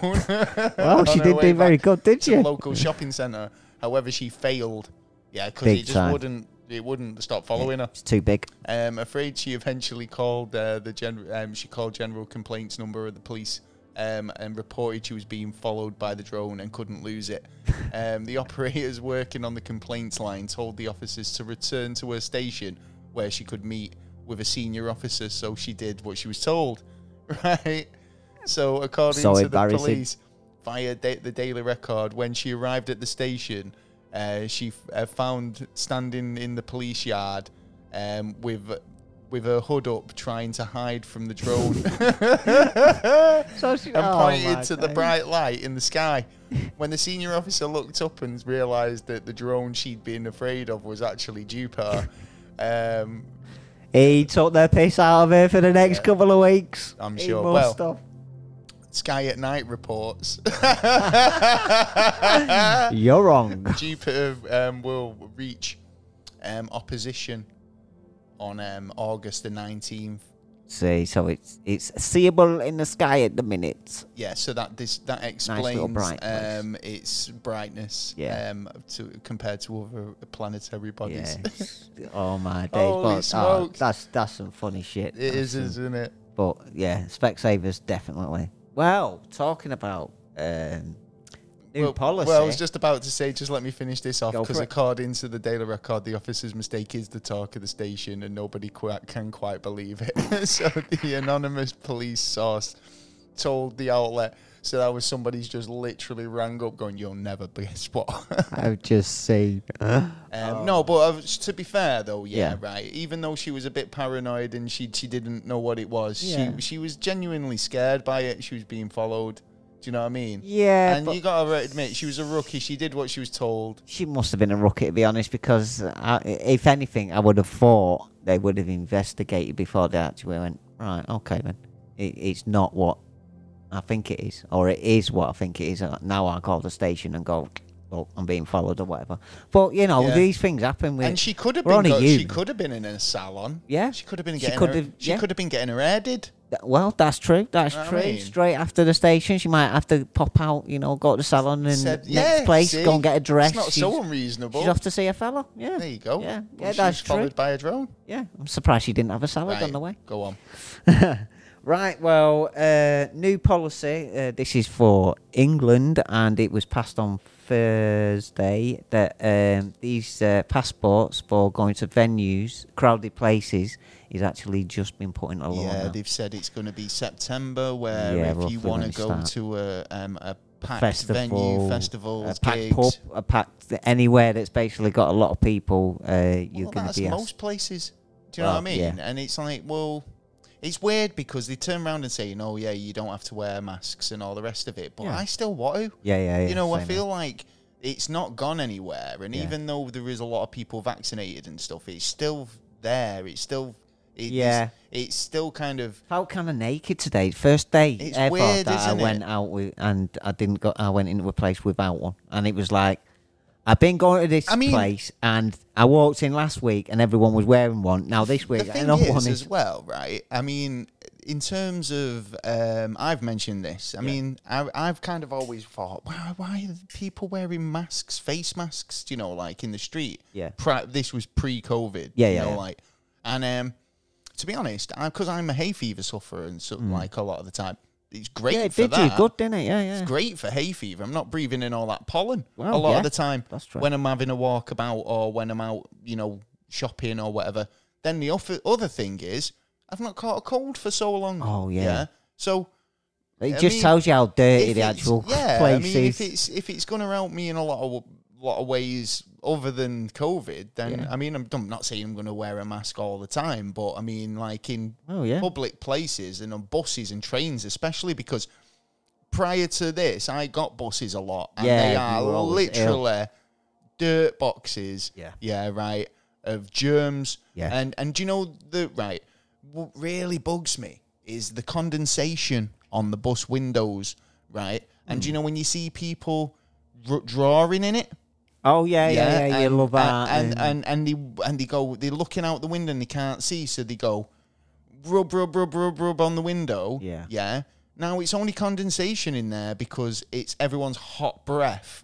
[SPEAKER 2] Oh,
[SPEAKER 1] on
[SPEAKER 2] she
[SPEAKER 1] her
[SPEAKER 2] didn't
[SPEAKER 1] way
[SPEAKER 2] do very
[SPEAKER 1] back
[SPEAKER 2] good, did
[SPEAKER 1] to the
[SPEAKER 2] she?
[SPEAKER 1] local shopping centre. However, she failed. Yeah, because
[SPEAKER 2] Big
[SPEAKER 1] it just
[SPEAKER 2] time.
[SPEAKER 1] wouldn't. It wouldn't stop following her.
[SPEAKER 2] It's too big.
[SPEAKER 1] Um, afraid she eventually called uh, the gen- um, she called general complaints number of the police um, and reported she was being followed by the drone and couldn't lose it. Um, the operators working on the complaints line told the officers to return to her station where she could meet with a senior officer, so she did what she was told. Right. So according
[SPEAKER 2] So
[SPEAKER 1] to the
[SPEAKER 2] embarrassing.
[SPEAKER 1] police, via da- the Daily Record, when she arrived at the station, uh, she f- uh, found standing in the police yard um, with with her hood up, trying to hide from the drone,
[SPEAKER 2] So she,
[SPEAKER 1] and pointed to the bright light in the sky. When the senior officer looked up and realised that the drone she'd been afraid of was actually Jupiter, um,
[SPEAKER 2] He took the piss out of her for the next couple of weeks.
[SPEAKER 1] I'm
[SPEAKER 2] He
[SPEAKER 1] sure.
[SPEAKER 2] must
[SPEAKER 1] Well,
[SPEAKER 2] have.
[SPEAKER 1] Sky at Night reports uh,
[SPEAKER 2] you're wrong.
[SPEAKER 1] Jupiter um, will reach um, opposition on um, August the 19th.
[SPEAKER 2] See, so it's it's seeable in the sky at the minute.
[SPEAKER 1] Yeah, so that this that explains
[SPEAKER 2] little brightness.
[SPEAKER 1] um, its brightness
[SPEAKER 2] Yeah.
[SPEAKER 1] um, to, compared to other planetary
[SPEAKER 2] Yeah.
[SPEAKER 1] bodies.
[SPEAKER 2] oh my days!
[SPEAKER 1] Holy
[SPEAKER 2] but, oh,
[SPEAKER 1] smokes.
[SPEAKER 2] that's that's some funny shit.
[SPEAKER 1] It
[SPEAKER 2] That's
[SPEAKER 1] is,
[SPEAKER 2] some-
[SPEAKER 1] isn't it?
[SPEAKER 2] But yeah, Specsavers definitely. Well, talking about um, new
[SPEAKER 1] well,
[SPEAKER 2] policy.
[SPEAKER 1] Well, I was just about to say, just let me finish this off
[SPEAKER 2] Go
[SPEAKER 1] because
[SPEAKER 2] for it.
[SPEAKER 1] according to the Daily Record, the officer's mistake is the talk of the station, and nobody quite, can quite believe it. so the anonymous police source told the outlet So that was somebody's just literally rang up going, "You'll never guess what."
[SPEAKER 2] I would just say, "Huh?"
[SPEAKER 1] Um, no, but uh, s- to be fair though, yeah,
[SPEAKER 2] Yeah.
[SPEAKER 1] right. Even though she was a bit paranoid and she she didn't know what it was,
[SPEAKER 2] Yeah.
[SPEAKER 1] she she was genuinely scared by it. She was being followed. Do you know what I mean?
[SPEAKER 2] Yeah,
[SPEAKER 1] And
[SPEAKER 2] but-
[SPEAKER 1] you gotta admit, she was a rookie. She did what she was told.
[SPEAKER 2] She must have been a rookie, to be honest, because I, if anything, I would have thought they would have investigated before they actually went, right, okay, then. It, it's not what I think it is, or it is what I think it is. Uh, Now I call the station and go, well, I'm being followed or whatever. But, you know,
[SPEAKER 1] Yeah.
[SPEAKER 2] these things happen. With,
[SPEAKER 1] and she could have
[SPEAKER 2] we're
[SPEAKER 1] been.
[SPEAKER 2] only
[SPEAKER 1] Go, she
[SPEAKER 2] human.
[SPEAKER 1] could have been in a salon.
[SPEAKER 2] Yeah.
[SPEAKER 1] She could have been
[SPEAKER 2] She
[SPEAKER 1] getting.
[SPEAKER 2] could
[SPEAKER 1] her,
[SPEAKER 2] have-
[SPEAKER 1] she
[SPEAKER 2] yeah.
[SPEAKER 1] could have been getting her hair did.
[SPEAKER 2] Th- Well, that's true. That's
[SPEAKER 1] Know what
[SPEAKER 2] true.
[SPEAKER 1] I mean?
[SPEAKER 2] Straight after the station, she might have to pop out, you know, go to the salon and
[SPEAKER 1] Said,
[SPEAKER 2] next
[SPEAKER 1] yeah,
[SPEAKER 2] place,
[SPEAKER 1] see,
[SPEAKER 2] go and get a dress.
[SPEAKER 1] It's not
[SPEAKER 2] she's,
[SPEAKER 1] so unreasonable.
[SPEAKER 2] she's off to see a fella. Yeah.
[SPEAKER 1] there you go.
[SPEAKER 2] Yeah,
[SPEAKER 1] But
[SPEAKER 2] yeah
[SPEAKER 1] she
[SPEAKER 2] that's
[SPEAKER 1] was
[SPEAKER 2] true.
[SPEAKER 1] Followed by a drone.
[SPEAKER 2] Yeah, I'm surprised she didn't have a salad on the way.
[SPEAKER 1] Go on.
[SPEAKER 2] Right, well, uh, new policy. Uh, this is for England, and it was passed on Thursday that um, these uh, passports for going to venues, crowded places, is actually just been put into law.
[SPEAKER 1] Yeah,
[SPEAKER 2] now.
[SPEAKER 1] they've said it's going to be September. Where
[SPEAKER 2] Yeah,
[SPEAKER 1] if
[SPEAKER 2] roughly
[SPEAKER 1] you want
[SPEAKER 2] when
[SPEAKER 1] to go
[SPEAKER 2] it starts.
[SPEAKER 1] to a um, a packed venue,
[SPEAKER 2] festival,
[SPEAKER 1] festivals,
[SPEAKER 2] a packed
[SPEAKER 1] gigs.
[SPEAKER 2] pub, a packed anywhere that's basically got a lot of people. Uh, you're
[SPEAKER 1] well,
[SPEAKER 2] going
[SPEAKER 1] that's
[SPEAKER 2] to be asked.
[SPEAKER 1] most places. Do you know
[SPEAKER 2] Well,
[SPEAKER 1] what I mean?
[SPEAKER 2] yeah.
[SPEAKER 1] And it's like, well, it's weird because they turn around and say, "No, yeah, you don't have to wear masks and all the rest of it," but
[SPEAKER 2] Yeah.
[SPEAKER 1] I still want to.
[SPEAKER 2] Yeah, yeah, yeah.
[SPEAKER 1] you know, I
[SPEAKER 2] same
[SPEAKER 1] feel like it's not gone anywhere. And
[SPEAKER 2] Yeah.
[SPEAKER 1] even though there is a lot of people vaccinated and stuff, it's still there. It's still, it,
[SPEAKER 2] Yeah.
[SPEAKER 1] it's, it's still kind of.
[SPEAKER 2] felt kind of naked today. First day
[SPEAKER 1] It's
[SPEAKER 2] ever
[SPEAKER 1] weird,
[SPEAKER 2] that I
[SPEAKER 1] isn't it?
[SPEAKER 2] went out with, and I didn't go. I went into a place without one, and it was like I've been going to this
[SPEAKER 1] I mean-
[SPEAKER 2] place, and I walked in last week, and everyone was wearing one. Now this
[SPEAKER 1] The
[SPEAKER 2] week,
[SPEAKER 1] thing
[SPEAKER 2] another
[SPEAKER 1] is,
[SPEAKER 2] one
[SPEAKER 1] as
[SPEAKER 2] is.
[SPEAKER 1] well, right? I mean, in terms of, um, I've mentioned this. I mean, I, I've kind of always thought, why, why are people wearing masks, face masks? You know, like in the street.
[SPEAKER 2] Yeah.
[SPEAKER 1] Pri- this was pre-COVID.
[SPEAKER 2] Yeah,
[SPEAKER 1] you
[SPEAKER 2] yeah,
[SPEAKER 1] know,
[SPEAKER 2] yeah.
[SPEAKER 1] like, and um, to be honest, because I'm a hay fever sufferer and so, like a lot of the time, it's great
[SPEAKER 2] Mm. Yeah, it
[SPEAKER 1] for
[SPEAKER 2] did
[SPEAKER 1] that.
[SPEAKER 2] you good, didn't it? Yeah, yeah.
[SPEAKER 1] It's great for hay fever. I'm not breathing in all that pollen
[SPEAKER 2] Well,
[SPEAKER 1] a lot
[SPEAKER 2] yeah,
[SPEAKER 1] of the time
[SPEAKER 2] that's true.
[SPEAKER 1] when I'm having a walk about or when I'm out, you know, shopping or whatever. Then the other other thing is I've not caught a cold for so long.
[SPEAKER 2] Oh, yeah.
[SPEAKER 1] So
[SPEAKER 2] It
[SPEAKER 1] I
[SPEAKER 2] just
[SPEAKER 1] mean,
[SPEAKER 2] tells you how dirty
[SPEAKER 1] if
[SPEAKER 2] the
[SPEAKER 1] it's-
[SPEAKER 2] actual
[SPEAKER 1] yeah,
[SPEAKER 2] place
[SPEAKER 1] I mean,
[SPEAKER 2] is.
[SPEAKER 1] if it's if it's going to help me in a lot of lot of ways other than COVID, then I mean, I'm, I'm not saying I'm going to wear a mask all the time, but I mean, like in
[SPEAKER 2] Oh, yeah.
[SPEAKER 1] public places and on buses and trains, especially because prior to this, I got buses a lot, and
[SPEAKER 2] Yeah,
[SPEAKER 1] they
[SPEAKER 2] you
[SPEAKER 1] are
[SPEAKER 2] were always ill.
[SPEAKER 1] literally dirt boxes.
[SPEAKER 2] Yeah.
[SPEAKER 1] yeah, right. Of germs.
[SPEAKER 2] Yeah.
[SPEAKER 1] and and do you know the right? What really bugs me is the condensation on the bus windows, right? And
[SPEAKER 2] Mm.
[SPEAKER 1] do you know when you see people r- drawing in it?
[SPEAKER 2] oh yeah, yeah, yeah. you
[SPEAKER 1] and-
[SPEAKER 2] love that.
[SPEAKER 1] And and, and they and they go they're looking out the window and they can't see, so they go rub rub rub rub rub on the window.
[SPEAKER 2] Yeah.
[SPEAKER 1] Yeah. Now it's only condensation in there because it's everyone's hot breath.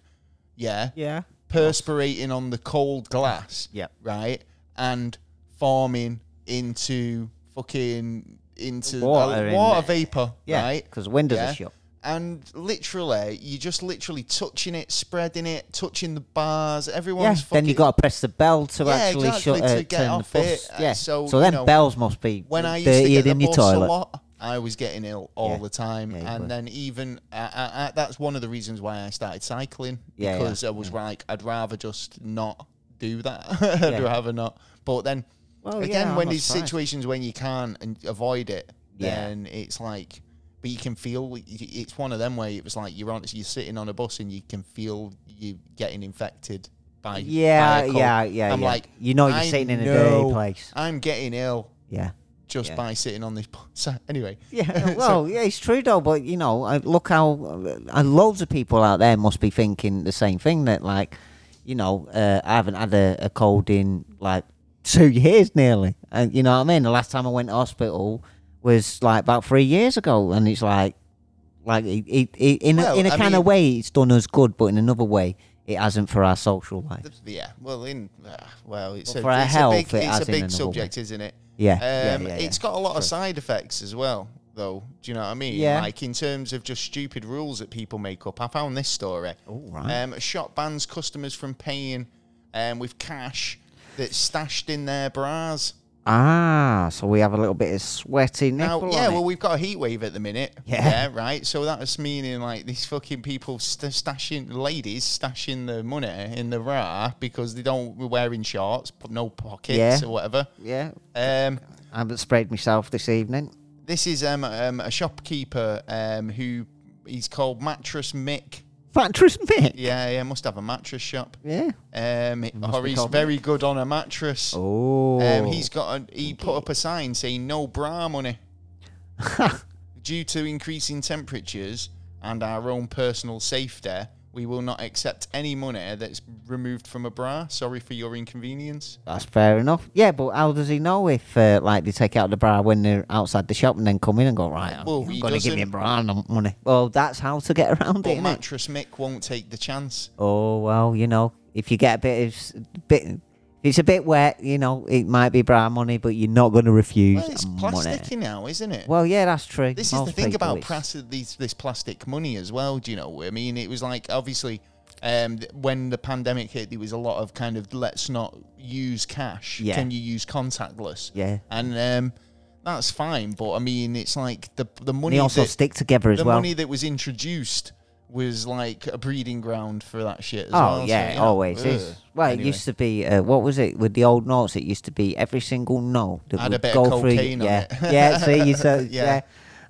[SPEAKER 1] Yeah.
[SPEAKER 2] yeah.
[SPEAKER 1] Perspirating on the cold glass.
[SPEAKER 2] Yep.
[SPEAKER 1] Right? And forming into fucking into the
[SPEAKER 2] Water
[SPEAKER 1] water,
[SPEAKER 2] in there.
[SPEAKER 1] vapor.
[SPEAKER 2] Yeah,
[SPEAKER 1] Right.
[SPEAKER 2] 'cause windows are shut.
[SPEAKER 1] And literally, you're just literally touching it, spreading it, touching the bars. Everyone's
[SPEAKER 2] yeah. Then you
[SPEAKER 1] fucking-
[SPEAKER 2] got to press the bell to
[SPEAKER 1] Yeah,
[SPEAKER 2] actually
[SPEAKER 1] exactly,
[SPEAKER 2] shut, uh,
[SPEAKER 1] to get
[SPEAKER 2] turn
[SPEAKER 1] off
[SPEAKER 2] the
[SPEAKER 1] it.
[SPEAKER 2] bus.
[SPEAKER 1] Uh,
[SPEAKER 2] Yeah.
[SPEAKER 1] so,
[SPEAKER 2] So,
[SPEAKER 1] you
[SPEAKER 2] then
[SPEAKER 1] know,
[SPEAKER 2] bells must be
[SPEAKER 1] when I used to
[SPEAKER 2] dirtier
[SPEAKER 1] get the
[SPEAKER 2] than your
[SPEAKER 1] bus a
[SPEAKER 2] toilet.
[SPEAKER 1] lot, I was getting ill all
[SPEAKER 2] Yeah.
[SPEAKER 1] the time,
[SPEAKER 2] Yeah, you
[SPEAKER 1] and
[SPEAKER 2] were.
[SPEAKER 1] then even I, I, I, that's one of the reasons why I started cycling
[SPEAKER 2] Yeah, yeah,
[SPEAKER 1] because I was like, I'd rather just not do that. I'd
[SPEAKER 2] Yeah.
[SPEAKER 1] rather not. But then
[SPEAKER 2] Well,
[SPEAKER 1] again,
[SPEAKER 2] yeah, I'm
[SPEAKER 1] when
[SPEAKER 2] not
[SPEAKER 1] there's
[SPEAKER 2] surprised.
[SPEAKER 1] situations when you can't and avoid it,
[SPEAKER 2] Yeah.
[SPEAKER 1] then it's like. But you can feel it's one of them where it was like you're on, you're sitting on a bus and you can feel you getting infected by by a
[SPEAKER 2] Yeah,
[SPEAKER 1] cold.
[SPEAKER 2] yeah, yeah,
[SPEAKER 1] I'm
[SPEAKER 2] yeah.
[SPEAKER 1] like
[SPEAKER 2] You know you're
[SPEAKER 1] I
[SPEAKER 2] sitting in a dirty
[SPEAKER 1] know
[SPEAKER 2] place.
[SPEAKER 1] I'm getting ill
[SPEAKER 2] Yeah.
[SPEAKER 1] just
[SPEAKER 2] Yeah.
[SPEAKER 1] by sitting on this. So anyway,
[SPEAKER 2] Yeah,
[SPEAKER 1] So-
[SPEAKER 2] well, yeah, it's true though. But you know, I, look how uh, loads of people out there must be thinking the same thing that, like, you know, uh, I haven't had a, a cold in like two years nearly, and you know what I mean. The last time I went to hospital was like about three years ago, and it's like, like it, it, it, in
[SPEAKER 1] Well,
[SPEAKER 2] a, in a
[SPEAKER 1] I
[SPEAKER 2] kind
[SPEAKER 1] mean-
[SPEAKER 2] of way, it's done us good, but in another way, it hasn't for our social life.
[SPEAKER 1] yeah. Well, in uh, well, it's,
[SPEAKER 2] Well,
[SPEAKER 1] a,
[SPEAKER 2] for our
[SPEAKER 1] it's
[SPEAKER 2] health,
[SPEAKER 1] a big,
[SPEAKER 2] it
[SPEAKER 1] it's
[SPEAKER 2] has
[SPEAKER 1] a
[SPEAKER 2] in
[SPEAKER 1] big
[SPEAKER 2] another
[SPEAKER 1] subject, isn't it?
[SPEAKER 2] Yeah,
[SPEAKER 1] Um,
[SPEAKER 2] yeah, yeah, yeah.
[SPEAKER 1] It's got a lot of side effects as well, though. Do you know what I mean?
[SPEAKER 2] Yeah.
[SPEAKER 1] Like in terms of just stupid rules that people make up. I found this story.
[SPEAKER 2] Oh, right.
[SPEAKER 1] Um, a shop bans customers from paying um, with cash that's stashed in their bras.
[SPEAKER 2] Ah, so we have a little bit of sweaty
[SPEAKER 1] Now,
[SPEAKER 2] nipple.
[SPEAKER 1] yeah,
[SPEAKER 2] on it.
[SPEAKER 1] well, we've got a heat wave at the minute.
[SPEAKER 2] Yeah.
[SPEAKER 1] right. So that's meaning like these fucking people st- stashing, ladies stashing the money in the bra because they don't we're wearing shorts, but no pockets
[SPEAKER 2] Yeah.
[SPEAKER 1] or whatever.
[SPEAKER 2] yeah.
[SPEAKER 1] Um,
[SPEAKER 2] I haven't sprayed myself this evening.
[SPEAKER 1] this is um, um a shopkeeper um who he's called Mattress Mick.
[SPEAKER 2] Mattress mitt.
[SPEAKER 1] Yeah, yeah, must have a mattress shop.
[SPEAKER 2] Yeah.
[SPEAKER 1] Um, or
[SPEAKER 2] be
[SPEAKER 1] he's
[SPEAKER 2] called
[SPEAKER 1] very good on a mattress.
[SPEAKER 2] Oh.
[SPEAKER 1] Um, he's got a, he put up a sign saying no bra money due to increasing temperatures and our own personal safety. We will not accept any money that's removed from a bra. Sorry for your inconvenience.
[SPEAKER 2] That's fair enough. Yeah, but how does he know if uh, like they take out the bra when they're outside the shop and then come in and go right? I'm,
[SPEAKER 1] Well,
[SPEAKER 2] I'm
[SPEAKER 1] he
[SPEAKER 2] going to give
[SPEAKER 1] doesn't.
[SPEAKER 2] me a bra and money. Well, that's how to get around it,
[SPEAKER 1] But
[SPEAKER 2] innit?
[SPEAKER 1] mattress Mick won't take the chance.
[SPEAKER 2] Oh well, you know, if you get a bit of s- bit, if it's a bit wet. You know, it might be bra money, but you're not going to refuse
[SPEAKER 1] Well, it's
[SPEAKER 2] money.
[SPEAKER 1] plasticky now, isn't it?
[SPEAKER 2] Well, yeah, that's true.
[SPEAKER 1] This is
[SPEAKER 2] Most
[SPEAKER 1] the thing
[SPEAKER 2] people,
[SPEAKER 1] about
[SPEAKER 2] it's-
[SPEAKER 1] plas- these, this plastic money as well. Do you know? I mean, it was like obviously um, th- when the pandemic hit, there was a lot of kind of let's not use cash.
[SPEAKER 2] Yeah.
[SPEAKER 1] Can you use contactless?
[SPEAKER 2] Yeah.
[SPEAKER 1] And um, that's fine, but I mean, it's like the the money
[SPEAKER 2] They also
[SPEAKER 1] that,
[SPEAKER 2] stick together as
[SPEAKER 1] the
[SPEAKER 2] well.
[SPEAKER 1] money that was introduced was like a breeding ground for that shit. As
[SPEAKER 2] Oh
[SPEAKER 1] well, so,
[SPEAKER 2] yeah,
[SPEAKER 1] you
[SPEAKER 2] it
[SPEAKER 1] know,
[SPEAKER 2] always
[SPEAKER 1] ugh.
[SPEAKER 2] is. Well,
[SPEAKER 1] Anyway.
[SPEAKER 2] it used to be. Uh, what was it with the old notes? It used to be every single note that
[SPEAKER 1] Had a
[SPEAKER 2] would
[SPEAKER 1] bit
[SPEAKER 2] go
[SPEAKER 1] of
[SPEAKER 2] through.
[SPEAKER 1] cocaine on
[SPEAKER 2] yeah,
[SPEAKER 1] it.
[SPEAKER 2] yeah. See, you said
[SPEAKER 1] Yeah.
[SPEAKER 2] yeah.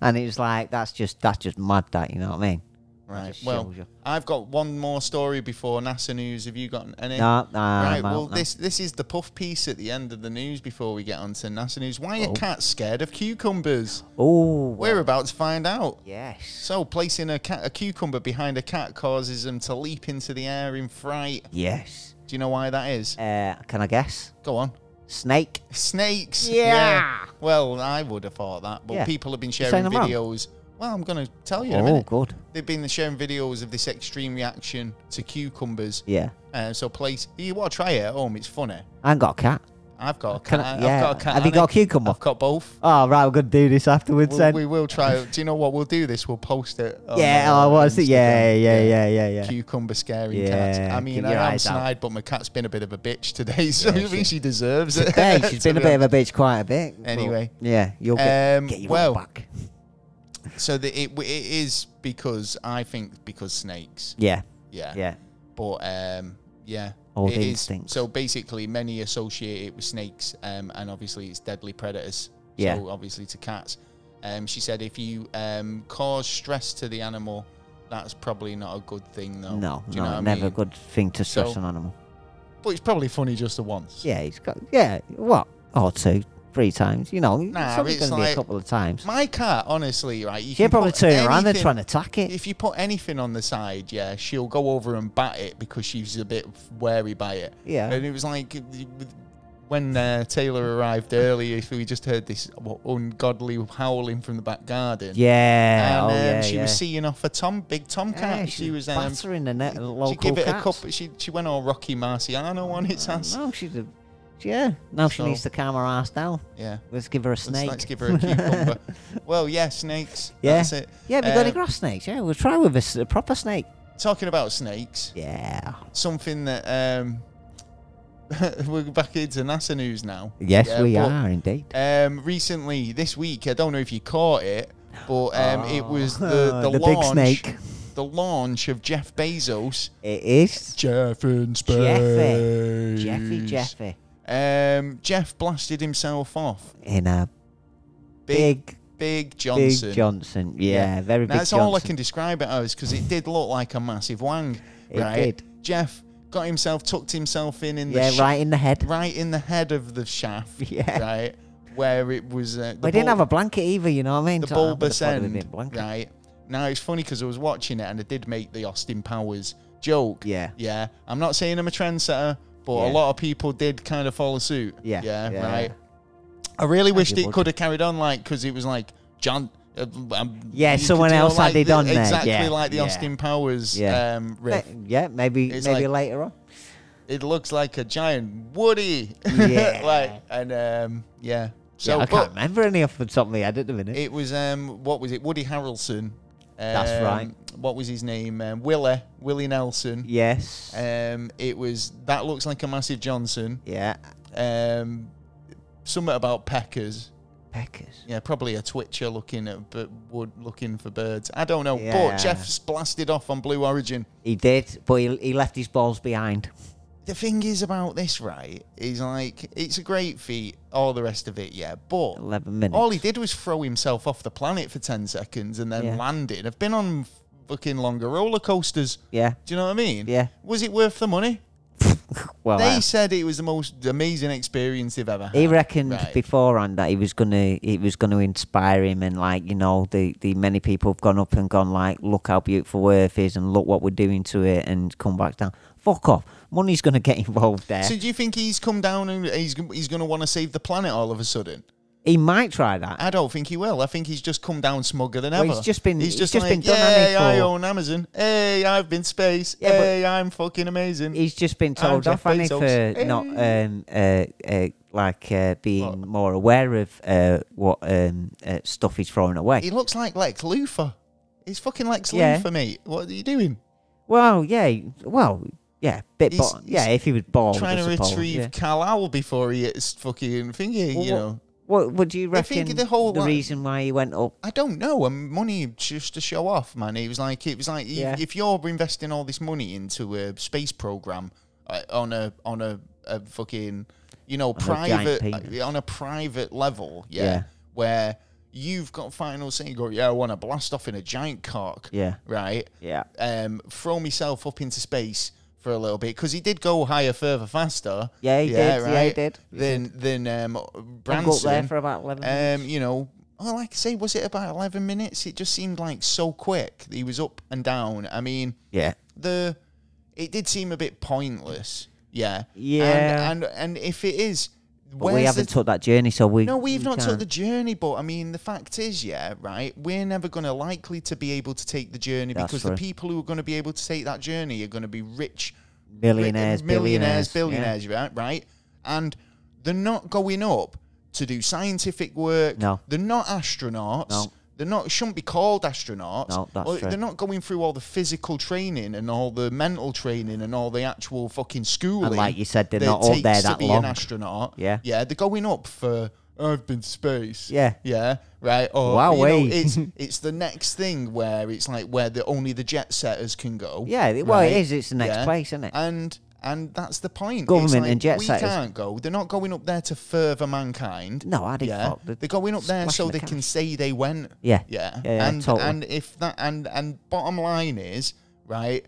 [SPEAKER 2] and it was like that's just that's just mad. That you know what I mean?
[SPEAKER 1] Right.
[SPEAKER 2] just
[SPEAKER 1] Well,
[SPEAKER 2] shows you.
[SPEAKER 1] I've got one more story before NASA news. Have you got any?
[SPEAKER 2] No,
[SPEAKER 1] eh,
[SPEAKER 2] no,
[SPEAKER 1] Right.
[SPEAKER 2] I'm
[SPEAKER 1] Well,
[SPEAKER 2] out now.
[SPEAKER 1] this this is the puff piece at the end of the news before we get on to NASA news. Why are cats scared of cucumbers?
[SPEAKER 2] Oh, well,
[SPEAKER 1] We're about to find out.
[SPEAKER 2] yes,
[SPEAKER 1] So, placing a cat a cucumber behind a cat causes them to leap into the air in fright.
[SPEAKER 2] yes.
[SPEAKER 1] Do you know why that is?
[SPEAKER 2] Uh, can I guess?
[SPEAKER 1] Go on.
[SPEAKER 2] Snake.
[SPEAKER 1] Snakes.
[SPEAKER 2] Yeah.
[SPEAKER 1] Well, I would have thought that, but
[SPEAKER 2] Yeah.
[SPEAKER 1] people have been
[SPEAKER 2] saying
[SPEAKER 1] sharing
[SPEAKER 2] I'm wrong.
[SPEAKER 1] videos. Well, I'm going to tell you in a
[SPEAKER 2] oh,
[SPEAKER 1] minute.
[SPEAKER 2] good.
[SPEAKER 1] They've been sharing videos of this extreme reaction to cucumbers.
[SPEAKER 2] Yeah.
[SPEAKER 1] Uh, so place you want to try it at home. It's funny.
[SPEAKER 2] I ain't got a cat.
[SPEAKER 1] I've got a
[SPEAKER 2] Can
[SPEAKER 1] cat.
[SPEAKER 2] I-
[SPEAKER 1] I've
[SPEAKER 2] yeah.
[SPEAKER 1] got a cat.
[SPEAKER 2] Have you
[SPEAKER 1] on
[SPEAKER 2] got
[SPEAKER 1] it.
[SPEAKER 2] a cucumber?
[SPEAKER 1] I've got both.
[SPEAKER 2] Oh, right, we're going to do this afterwards
[SPEAKER 1] We'll,
[SPEAKER 2] then.
[SPEAKER 1] we will try. it. Do you know what we'll do? This we'll post it. on
[SPEAKER 2] yeah,
[SPEAKER 1] our
[SPEAKER 2] oh, what's it? Yeah,
[SPEAKER 1] Instagram.
[SPEAKER 2] yeah, yeah, yeah, yeah.
[SPEAKER 1] Cucumber scaring cat.
[SPEAKER 2] Yeah,
[SPEAKER 1] I mean,
[SPEAKER 2] keep
[SPEAKER 1] I
[SPEAKER 2] your
[SPEAKER 1] am
[SPEAKER 2] eyes out.
[SPEAKER 1] snide, but my cat's been a bit of a bitch today, so I think she deserves it.
[SPEAKER 2] Hey, she's
[SPEAKER 1] to
[SPEAKER 2] been a
[SPEAKER 1] be
[SPEAKER 2] bit of a bitch quite a bit. but
[SPEAKER 1] Anyway.
[SPEAKER 2] yeah, you'll get,
[SPEAKER 1] Um,
[SPEAKER 2] get your
[SPEAKER 1] well-
[SPEAKER 2] own back.
[SPEAKER 1] honest. So that it, it is because I think because snakes.
[SPEAKER 2] Yeah,
[SPEAKER 1] Yeah.
[SPEAKER 2] yeah.
[SPEAKER 1] But um, yeah.
[SPEAKER 2] Old
[SPEAKER 1] it is-
[SPEAKER 2] instincts.
[SPEAKER 1] So basically, many associate it with snakes, um, and obviously it's deadly predators.
[SPEAKER 2] Yeah.
[SPEAKER 1] So obviously to cats. Um, she said if you um, cause stress to the animal, that's probably not a good thing, though.
[SPEAKER 2] No,
[SPEAKER 1] Do you know what
[SPEAKER 2] no,
[SPEAKER 1] I
[SPEAKER 2] never a
[SPEAKER 1] mean?
[SPEAKER 2] good thing to stress
[SPEAKER 1] So-
[SPEAKER 2] an animal.
[SPEAKER 1] But it's probably funny just the once.
[SPEAKER 2] Yeah, he's got, yeah, what? Or two, three times, you know.
[SPEAKER 1] Nah,
[SPEAKER 2] it's only
[SPEAKER 1] it's
[SPEAKER 2] going to be
[SPEAKER 1] like-
[SPEAKER 2] a couple of times.
[SPEAKER 1] My cat, honestly, right? You
[SPEAKER 2] She'll
[SPEAKER 1] can
[SPEAKER 2] probably
[SPEAKER 1] put
[SPEAKER 2] turn around and
[SPEAKER 1] anything-
[SPEAKER 2] try and attack it.
[SPEAKER 1] If you put anything on the side, yeah, she'll go over and bat it because she's a bit wary by it.
[SPEAKER 2] Yeah.
[SPEAKER 1] And it was like when uh, Taylor arrived earlier, we just heard this ungodly howling from the back garden.
[SPEAKER 2] Yeah,
[SPEAKER 1] And um,
[SPEAKER 2] oh, yeah,
[SPEAKER 1] she was
[SPEAKER 2] yeah.
[SPEAKER 1] seeing off a tom, big tomcat.
[SPEAKER 2] Yeah,
[SPEAKER 1] she
[SPEAKER 2] she's
[SPEAKER 1] was um,
[SPEAKER 2] battering the net,
[SPEAKER 1] she
[SPEAKER 2] local
[SPEAKER 1] gave it a
[SPEAKER 2] cats.
[SPEAKER 1] couple. She she went all Rocky Marciano on its ass.
[SPEAKER 2] No, she's a. Yeah. Now
[SPEAKER 1] So-
[SPEAKER 2] she needs to calm her ass down.
[SPEAKER 1] Yeah.
[SPEAKER 2] Let's give her a
[SPEAKER 1] Let's,
[SPEAKER 2] Mm-hmm. snake.
[SPEAKER 1] let's give her a cucumber. well, yeah, snakes.
[SPEAKER 2] yeah.
[SPEAKER 1] That's it.
[SPEAKER 2] Yeah, we got any
[SPEAKER 1] Um,
[SPEAKER 2] grass snakes. Yeah, we'll try with a, s- a proper snake.
[SPEAKER 1] Talking about snakes.
[SPEAKER 2] Yeah.
[SPEAKER 1] something that um, we're back into NASA news now.
[SPEAKER 2] Yes,
[SPEAKER 1] Yeah,
[SPEAKER 2] we
[SPEAKER 1] but,
[SPEAKER 2] are indeed.
[SPEAKER 1] Um, recently, this week, I don't know if you caught it, but um, it was the
[SPEAKER 2] Oh,
[SPEAKER 1] the,
[SPEAKER 2] the big
[SPEAKER 1] launch,
[SPEAKER 2] snake.
[SPEAKER 1] the launch of Jeff Bezos.
[SPEAKER 2] It is
[SPEAKER 1] Jeff in
[SPEAKER 2] Jeffy. Jeffy Jeffy
[SPEAKER 1] Um, Jeff blasted himself off.
[SPEAKER 2] in a big,
[SPEAKER 1] big
[SPEAKER 2] big
[SPEAKER 1] Johnson.
[SPEAKER 2] Johnson. Yeah, very
[SPEAKER 1] Now,
[SPEAKER 2] big
[SPEAKER 1] That's
[SPEAKER 2] Johnson.
[SPEAKER 1] all I can describe it as because it did look like a massive wang.
[SPEAKER 2] It
[SPEAKER 1] right?
[SPEAKER 2] did.
[SPEAKER 1] Jeff got himself tucked himself in in the
[SPEAKER 2] yeah,
[SPEAKER 1] sh-
[SPEAKER 2] right in the head.
[SPEAKER 1] right in the head of the shaft.
[SPEAKER 2] Yeah.
[SPEAKER 1] Right. Where it was. Uh, the
[SPEAKER 2] We didn't
[SPEAKER 1] bul-
[SPEAKER 2] have a blanket either, you know what I mean?
[SPEAKER 1] the
[SPEAKER 2] So I would've
[SPEAKER 1] bulbous
[SPEAKER 2] thought there'd
[SPEAKER 1] end.
[SPEAKER 2] been a blanket.
[SPEAKER 1] Right. Now it's funny because I was watching it and I did make the Austin Powers joke.
[SPEAKER 2] Yeah.
[SPEAKER 1] Yeah. I'm not saying I'm a trendsetter, but a
[SPEAKER 2] Yeah.
[SPEAKER 1] lot of people did kind of follow suit.
[SPEAKER 2] Yeah,
[SPEAKER 1] Yeah.
[SPEAKER 2] yeah.
[SPEAKER 1] Right. I really wished
[SPEAKER 2] you
[SPEAKER 1] it
[SPEAKER 2] would.
[SPEAKER 1] could have carried on like because it was like John. Uh, um,
[SPEAKER 2] Yeah,
[SPEAKER 1] you could
[SPEAKER 2] someone
[SPEAKER 1] do
[SPEAKER 2] else
[SPEAKER 1] like
[SPEAKER 2] added
[SPEAKER 1] the-
[SPEAKER 2] on there,
[SPEAKER 1] Exactly
[SPEAKER 2] yeah,
[SPEAKER 1] like the
[SPEAKER 2] yeah.
[SPEAKER 1] Austin Powers
[SPEAKER 2] Yeah.
[SPEAKER 1] um, riff.
[SPEAKER 2] Ma- Yeah, maybe
[SPEAKER 1] It's
[SPEAKER 2] maybe
[SPEAKER 1] like-
[SPEAKER 2] later on.
[SPEAKER 1] it looks like a giant Woody.
[SPEAKER 2] Yeah.
[SPEAKER 1] like and um yeah. So
[SPEAKER 2] yeah, I
[SPEAKER 1] but
[SPEAKER 2] can't remember any off the top of my head at the minute.
[SPEAKER 1] it was um what was it? Woody Harrelson. Um,
[SPEAKER 2] That's right.
[SPEAKER 1] What was his name? Um, Willie Willie Nelson.
[SPEAKER 2] yes.
[SPEAKER 1] Eh. Um, it was that looks like a massive Johnson.
[SPEAKER 2] yeah.
[SPEAKER 1] Um, something about peckers.
[SPEAKER 2] Peckers.
[SPEAKER 1] Yeah, probably a twitcher looking at but would looking for birds. I don't know.
[SPEAKER 2] Yeah.
[SPEAKER 1] But Jeff's blasted off on Blue Origin.
[SPEAKER 2] He did, but he, he left his balls behind.
[SPEAKER 1] The thing is about this, right? Is like it's a great feat, all the rest of it, yeah. But
[SPEAKER 2] 11 minutes.
[SPEAKER 1] all he did was throw himself off the planet for ten seconds and then
[SPEAKER 2] Yeah.
[SPEAKER 1] landed. I've been on fucking longer roller coasters.
[SPEAKER 2] Yeah.
[SPEAKER 1] Do you know what I mean?
[SPEAKER 2] Yeah.
[SPEAKER 1] Was it worth the money?
[SPEAKER 2] Well,
[SPEAKER 1] they
[SPEAKER 2] uh,
[SPEAKER 1] said it was the most amazing experience they've ever had.
[SPEAKER 2] he reckoned
[SPEAKER 1] Right.
[SPEAKER 2] beforehand that he was gonna it was gonna inspire him and like you know the the many people have gone up and gone like look how beautiful Earth is and look what we're doing to it and come back down. Fuck off. Money's gonna get involved there.
[SPEAKER 1] So do you think he's come down and he's he's going to want to save the planet all of a sudden?
[SPEAKER 2] he might try that.
[SPEAKER 1] I don't think he will. I think he's just come down smugger than
[SPEAKER 2] Well,
[SPEAKER 1] ever.
[SPEAKER 2] he's just been-
[SPEAKER 1] He's
[SPEAKER 2] he's
[SPEAKER 1] just,
[SPEAKER 2] just
[SPEAKER 1] like,
[SPEAKER 2] been done, hasn't
[SPEAKER 1] hey,
[SPEAKER 2] he,
[SPEAKER 1] I
[SPEAKER 2] for-
[SPEAKER 1] own Amazon. Hey, I've been space.
[SPEAKER 2] Yeah, but-
[SPEAKER 1] hey, I'm fucking amazing.
[SPEAKER 2] He's just been
[SPEAKER 1] I'm
[SPEAKER 2] told
[SPEAKER 1] Jeff
[SPEAKER 2] off Annie for
[SPEAKER 1] Bezos.
[SPEAKER 2] not um, uh, uh, like uh, being more aware of uh, what um, uh, stuff he's throwing away.
[SPEAKER 1] he looks like Lex Luthor. He's fucking Lex
[SPEAKER 2] Yeah.
[SPEAKER 1] Luthor, mate. What are you doing?
[SPEAKER 2] Well, yeah, he- well, yeah, bit,
[SPEAKER 1] He's-
[SPEAKER 2] bo- yeah.
[SPEAKER 1] he's
[SPEAKER 2] If he was bald,
[SPEAKER 1] Trying
[SPEAKER 2] I
[SPEAKER 1] to
[SPEAKER 2] suppose,
[SPEAKER 1] retrieve
[SPEAKER 2] yeah.
[SPEAKER 1] Kal-El before he hits fucking thingy,
[SPEAKER 2] Well,
[SPEAKER 1] you
[SPEAKER 2] what-
[SPEAKER 1] know.
[SPEAKER 2] What, what do you
[SPEAKER 1] I think
[SPEAKER 2] reckon?
[SPEAKER 1] the whole lot-
[SPEAKER 2] reason why he went up.
[SPEAKER 1] I don't know. Um, money just to show off, man. It was like it was like if-
[SPEAKER 2] Yeah.
[SPEAKER 1] if, you're investing all this money into a space program uh, on a on a, a fucking you know
[SPEAKER 2] On a
[SPEAKER 1] private
[SPEAKER 2] giant
[SPEAKER 1] uh,
[SPEAKER 2] penis.
[SPEAKER 1] on a private level, yeah,
[SPEAKER 2] Yeah.
[SPEAKER 1] where you've got final say. Go, yeah, I want to blast off in a giant cock,
[SPEAKER 2] Yeah.
[SPEAKER 1] right,
[SPEAKER 2] Yeah.
[SPEAKER 1] um, throw myself up into space for a little bit because he did go higher, further, faster.
[SPEAKER 2] Yeah, he did. Yeah, he did. He
[SPEAKER 1] Then then um, Branson
[SPEAKER 2] Hung up there for about 11 minutes.
[SPEAKER 1] um, you know, oh, like I say, was it about 11 minutes? It just seemed like so quick. that He was up and down. I mean,
[SPEAKER 2] Yeah.
[SPEAKER 1] the it did seem a bit pointless. Yeah.
[SPEAKER 2] Yeah.
[SPEAKER 1] And and, and if it is,
[SPEAKER 2] But we
[SPEAKER 1] where's
[SPEAKER 2] haven't
[SPEAKER 1] the
[SPEAKER 2] took that journey, so we.
[SPEAKER 1] no, we've
[SPEAKER 2] we
[SPEAKER 1] not took
[SPEAKER 2] can't.
[SPEAKER 1] the journey, but I mean, the fact is, yeah, right, we're never going to likely to be able to take the journey
[SPEAKER 2] That's
[SPEAKER 1] because the
[SPEAKER 2] true.
[SPEAKER 1] people who are going to be able to take that journey are going to be rich
[SPEAKER 2] Millionaires,
[SPEAKER 1] ri- millionaires,
[SPEAKER 2] billionaires,
[SPEAKER 1] billionaires, right? Right, and they're not going up to do scientific work.
[SPEAKER 2] No.
[SPEAKER 1] they're not astronauts.
[SPEAKER 2] No.
[SPEAKER 1] They're not shouldn't be called astronauts.
[SPEAKER 2] No, that's
[SPEAKER 1] Or
[SPEAKER 2] true.
[SPEAKER 1] They're not going through all the physical training and all the mental training and all the actual fucking schooling.
[SPEAKER 2] like you said, they're
[SPEAKER 1] that
[SPEAKER 2] not up
[SPEAKER 1] takes
[SPEAKER 2] there
[SPEAKER 1] to
[SPEAKER 2] that
[SPEAKER 1] be
[SPEAKER 2] long.
[SPEAKER 1] An astronaut.
[SPEAKER 2] Yeah.
[SPEAKER 1] yeah, they're going up for. I've been to space.
[SPEAKER 2] Yeah.
[SPEAKER 1] yeah, right. Or
[SPEAKER 2] Wow,
[SPEAKER 1] you know,
[SPEAKER 2] wait.
[SPEAKER 1] it's it's the next thing where it's like where the only the jet setters can go.
[SPEAKER 2] Yeah, it- well, it is, it's the next place, isn't it?
[SPEAKER 1] And and that's the point. It's
[SPEAKER 2] Government
[SPEAKER 1] like,
[SPEAKER 2] and jet
[SPEAKER 1] we
[SPEAKER 2] setters.
[SPEAKER 1] can't go. They're not going up there to further mankind.
[SPEAKER 2] No, I didn't
[SPEAKER 1] Yeah,
[SPEAKER 2] fuck. They're
[SPEAKER 1] they're going up there so
[SPEAKER 2] splashing the
[SPEAKER 1] they can say they went.
[SPEAKER 2] Yeah.
[SPEAKER 1] yeah,
[SPEAKER 2] Yeah, yeah,
[SPEAKER 1] and
[SPEAKER 2] totally.
[SPEAKER 1] and if that and and bottom line is right,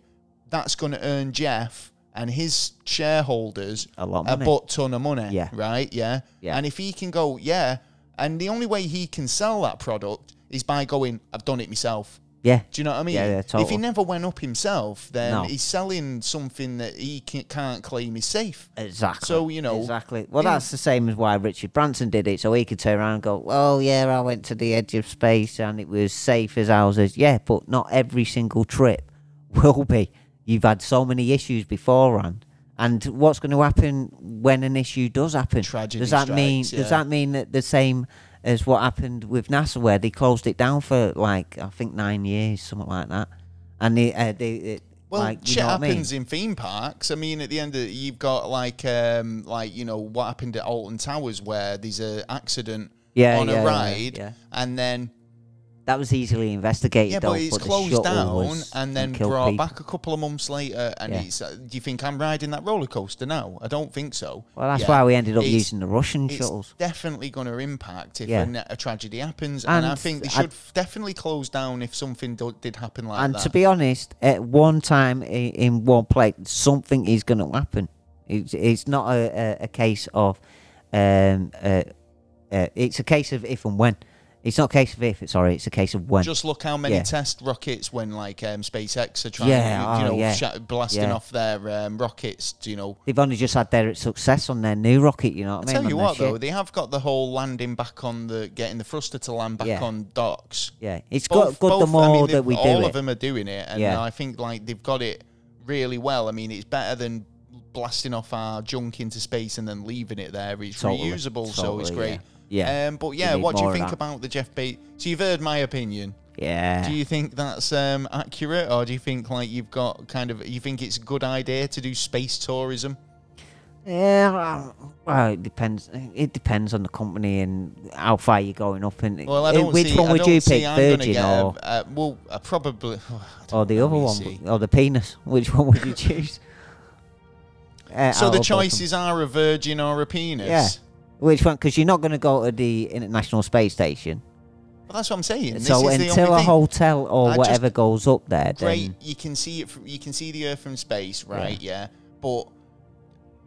[SPEAKER 1] that's going to earn Jeff and his shareholders
[SPEAKER 2] A lot of
[SPEAKER 1] a
[SPEAKER 2] money.
[SPEAKER 1] butt ton of money.
[SPEAKER 2] Yeah.
[SPEAKER 1] right. Yeah,
[SPEAKER 2] Yeah.
[SPEAKER 1] And if he can go, yeah, and the only way he can sell that product is by going, I've done it myself.
[SPEAKER 2] Yeah.
[SPEAKER 1] Do you know what I mean?
[SPEAKER 2] Yeah, yeah,
[SPEAKER 1] If he
[SPEAKER 2] total.
[SPEAKER 1] never went up himself, then
[SPEAKER 2] No.
[SPEAKER 1] he's selling something that he can, can't claim is safe.
[SPEAKER 2] Exactly.
[SPEAKER 1] So, you know,
[SPEAKER 2] Exactly. Well,
[SPEAKER 1] yeah.
[SPEAKER 2] that's the same as why Richard Branson did it. So he could turn around and go, "Well, yeah, I went to the edge of space and it was safe as houses." Yeah, but not every single trip will be. You've had so many issues beforehand, and what's going to happen when an issue does happen?
[SPEAKER 1] Tragedy
[SPEAKER 2] does that mean?
[SPEAKER 1] strikes,
[SPEAKER 2] Does
[SPEAKER 1] yeah.
[SPEAKER 2] that mean that the same as what happened with NASA, where they closed it down for like I think nine years, something like that, and they, uh, they it,
[SPEAKER 1] Well,
[SPEAKER 2] like, you
[SPEAKER 1] shit
[SPEAKER 2] know what I mean?
[SPEAKER 1] happens in theme parks. I mean, at the end of it, you've got like, um, like you know what happened at Alton Towers, where there's a accident
[SPEAKER 2] Yeah,
[SPEAKER 1] on
[SPEAKER 2] yeah,
[SPEAKER 1] a
[SPEAKER 2] yeah,
[SPEAKER 1] ride,
[SPEAKER 2] yeah.
[SPEAKER 1] and then
[SPEAKER 2] That was easily investigated.
[SPEAKER 1] yeah,
[SPEAKER 2] though,
[SPEAKER 1] but it's
[SPEAKER 2] the
[SPEAKER 1] closed
[SPEAKER 2] shuttle
[SPEAKER 1] down
[SPEAKER 2] was-
[SPEAKER 1] and then
[SPEAKER 2] killed
[SPEAKER 1] brought
[SPEAKER 2] people.
[SPEAKER 1] back a couple of months later. And
[SPEAKER 2] Yeah.
[SPEAKER 1] it's, uh, do you think I'm riding that roller coaster now? I don't think so.
[SPEAKER 2] Well, that's
[SPEAKER 1] Yeah.
[SPEAKER 2] why we ended up
[SPEAKER 1] It's-
[SPEAKER 2] using the Russian
[SPEAKER 1] it's
[SPEAKER 2] shuttles.
[SPEAKER 1] definitely going to impact if
[SPEAKER 2] Yeah.
[SPEAKER 1] a, ne- a tragedy happens, and, I
[SPEAKER 2] And
[SPEAKER 1] think they
[SPEAKER 2] I-
[SPEAKER 1] should f definitely close down if something do- did happen like
[SPEAKER 2] and
[SPEAKER 1] that.
[SPEAKER 2] to be honest, at one time in, in one place, something is going to happen. It's, it's not a, a, a case of, um, uh, uh, it's a case of if and when. It's not a case of if. it's Sorry, it's a case of when.
[SPEAKER 1] just look how many
[SPEAKER 2] Yeah.
[SPEAKER 1] test rockets when like um, SpaceX are trying,
[SPEAKER 2] Yeah,
[SPEAKER 1] you
[SPEAKER 2] oh,
[SPEAKER 1] know,
[SPEAKER 2] yeah.
[SPEAKER 1] sha- blasting
[SPEAKER 2] Yeah.
[SPEAKER 1] off their um, rockets. You know,
[SPEAKER 2] They've only just had their success on their new rocket. You know what I
[SPEAKER 1] I
[SPEAKER 2] mean?
[SPEAKER 1] tell you
[SPEAKER 2] on their
[SPEAKER 1] what though,
[SPEAKER 2] ship.
[SPEAKER 1] they have got the whole landing back on the getting the thruster to land back
[SPEAKER 2] Yeah.
[SPEAKER 1] on docks.
[SPEAKER 2] yeah, it's
[SPEAKER 1] Both-
[SPEAKER 2] good. Good. the
[SPEAKER 1] both- I
[SPEAKER 2] more
[SPEAKER 1] mean,
[SPEAKER 2] that
[SPEAKER 1] they've-
[SPEAKER 2] we do
[SPEAKER 1] all
[SPEAKER 2] it,
[SPEAKER 1] of them are doing it, and
[SPEAKER 2] Yeah.
[SPEAKER 1] I think like they've got it really well. I mean, it's better than blasting off our junk into space and then leaving it there. It's
[SPEAKER 2] Totally,
[SPEAKER 1] reusable, so it's
[SPEAKER 2] totally,
[SPEAKER 1] great.
[SPEAKER 2] yeah. Yeah.
[SPEAKER 1] Um, but
[SPEAKER 2] We
[SPEAKER 1] yeah,
[SPEAKER 2] need
[SPEAKER 1] what do you
[SPEAKER 2] more of
[SPEAKER 1] think
[SPEAKER 2] that.
[SPEAKER 1] about the Jeff Bezos? So you've heard my opinion.
[SPEAKER 2] yeah.
[SPEAKER 1] Do you think that's um, accurate, or do you think like you've got kind of you think it's a good idea to do space tourism?
[SPEAKER 2] Yeah, well, well, it depends. It depends on the company and how far you're going up. And
[SPEAKER 1] Well, I
[SPEAKER 2] eh,
[SPEAKER 1] don't
[SPEAKER 2] which
[SPEAKER 1] see,
[SPEAKER 2] one
[SPEAKER 1] I
[SPEAKER 2] would
[SPEAKER 1] don't
[SPEAKER 2] you
[SPEAKER 1] see
[SPEAKER 2] pick,
[SPEAKER 1] I'm gonna
[SPEAKER 2] Virgin
[SPEAKER 1] get a-
[SPEAKER 2] or,
[SPEAKER 1] a- well, I probably. I don't
[SPEAKER 2] or the
[SPEAKER 1] know,
[SPEAKER 2] other
[SPEAKER 1] you
[SPEAKER 2] one,
[SPEAKER 1] see.
[SPEAKER 2] or the penis? Which one would you choose? Eh,
[SPEAKER 1] So
[SPEAKER 2] out
[SPEAKER 1] the
[SPEAKER 2] of both of 'em.
[SPEAKER 1] choices are a virgin or a penis.
[SPEAKER 2] Yeah. Which one? Because you're not going to go to the International Space Station.
[SPEAKER 1] Well, that's what I'm saying.
[SPEAKER 2] so
[SPEAKER 1] this is the
[SPEAKER 2] until
[SPEAKER 1] only
[SPEAKER 2] a
[SPEAKER 1] thing.
[SPEAKER 2] hotel or
[SPEAKER 1] I just-
[SPEAKER 2] whatever goes up there,
[SPEAKER 1] great.
[SPEAKER 2] then
[SPEAKER 1] You can see it. From, you can see the Earth from space, right? Yeah. But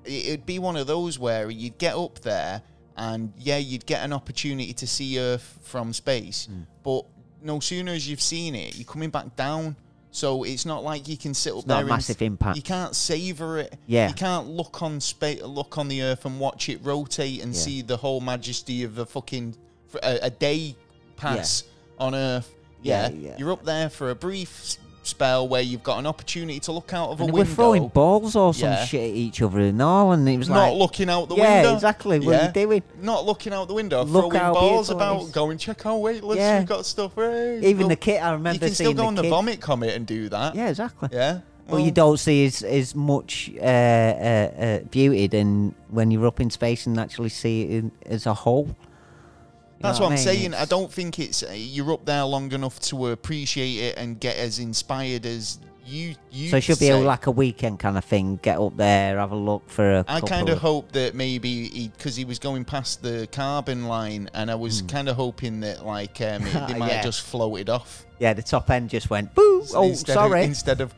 [SPEAKER 1] it- it'd be one of those where you'd get up there, and yeah, you'd get an opportunity to see Earth from space.
[SPEAKER 2] Hmm.
[SPEAKER 1] But no sooner as you've seen it, you're coming back down. So it's not like you can sit up
[SPEAKER 2] not a
[SPEAKER 1] there. and-
[SPEAKER 2] massive impact.
[SPEAKER 1] You can't savor it.
[SPEAKER 2] Yeah.
[SPEAKER 1] You can't look on space, look on the Earth, and watch it rotate and
[SPEAKER 2] Yeah.
[SPEAKER 1] see the whole majesty of the fucking for a, a day pass on Earth. Yeah,
[SPEAKER 2] Yeah, yeah.
[SPEAKER 1] you're up there for a brief s- spell where you've got an opportunity to look out of
[SPEAKER 2] And
[SPEAKER 1] a
[SPEAKER 2] we're
[SPEAKER 1] window,
[SPEAKER 2] throwing balls or some
[SPEAKER 1] Yeah.
[SPEAKER 2] shit at each other and all, and it was
[SPEAKER 1] not
[SPEAKER 2] like,
[SPEAKER 1] looking out the
[SPEAKER 2] yeah,
[SPEAKER 1] window.
[SPEAKER 2] exactly. What are you doing?
[SPEAKER 1] Not looking out the window,
[SPEAKER 2] Look
[SPEAKER 1] throwing
[SPEAKER 2] how
[SPEAKER 1] balls
[SPEAKER 2] beautiful it
[SPEAKER 1] about,
[SPEAKER 2] is.
[SPEAKER 1] going check. Oh wait, let's
[SPEAKER 2] Yeah.
[SPEAKER 1] we've got stuff. Hey,
[SPEAKER 2] Even
[SPEAKER 1] well,
[SPEAKER 2] the kid, I remember
[SPEAKER 1] You can still
[SPEAKER 2] seeing
[SPEAKER 1] go
[SPEAKER 2] the
[SPEAKER 1] on the
[SPEAKER 2] kid-
[SPEAKER 1] vomit comet and do that.
[SPEAKER 2] Yeah, exactly.
[SPEAKER 1] Yeah.
[SPEAKER 2] Well, you don't see as, as much uh, uh, uh, beauty than when you're up in space and actually see it in, as a whole. You
[SPEAKER 1] That's
[SPEAKER 2] know
[SPEAKER 1] what, I'm
[SPEAKER 2] I mean?
[SPEAKER 1] saying. I
[SPEAKER 2] It's-
[SPEAKER 1] don't think it's uh, you're up there long enough to appreciate it and get as inspired as you. you
[SPEAKER 2] So it should be a,
[SPEAKER 1] say.
[SPEAKER 2] like a weekend kind of thing. Get up there, have a look for a.
[SPEAKER 1] I
[SPEAKER 2] couple
[SPEAKER 1] kind of hope that maybe because he, was going past the carbon line, and I was kind of hoping that like um, it- they might
[SPEAKER 2] Hmm. Yeah.
[SPEAKER 1] have just floated off.
[SPEAKER 2] Yeah, the top end just went boo.
[SPEAKER 1] S-
[SPEAKER 2] Oh,
[SPEAKER 1] instead
[SPEAKER 2] sorry.
[SPEAKER 1] Of, instead of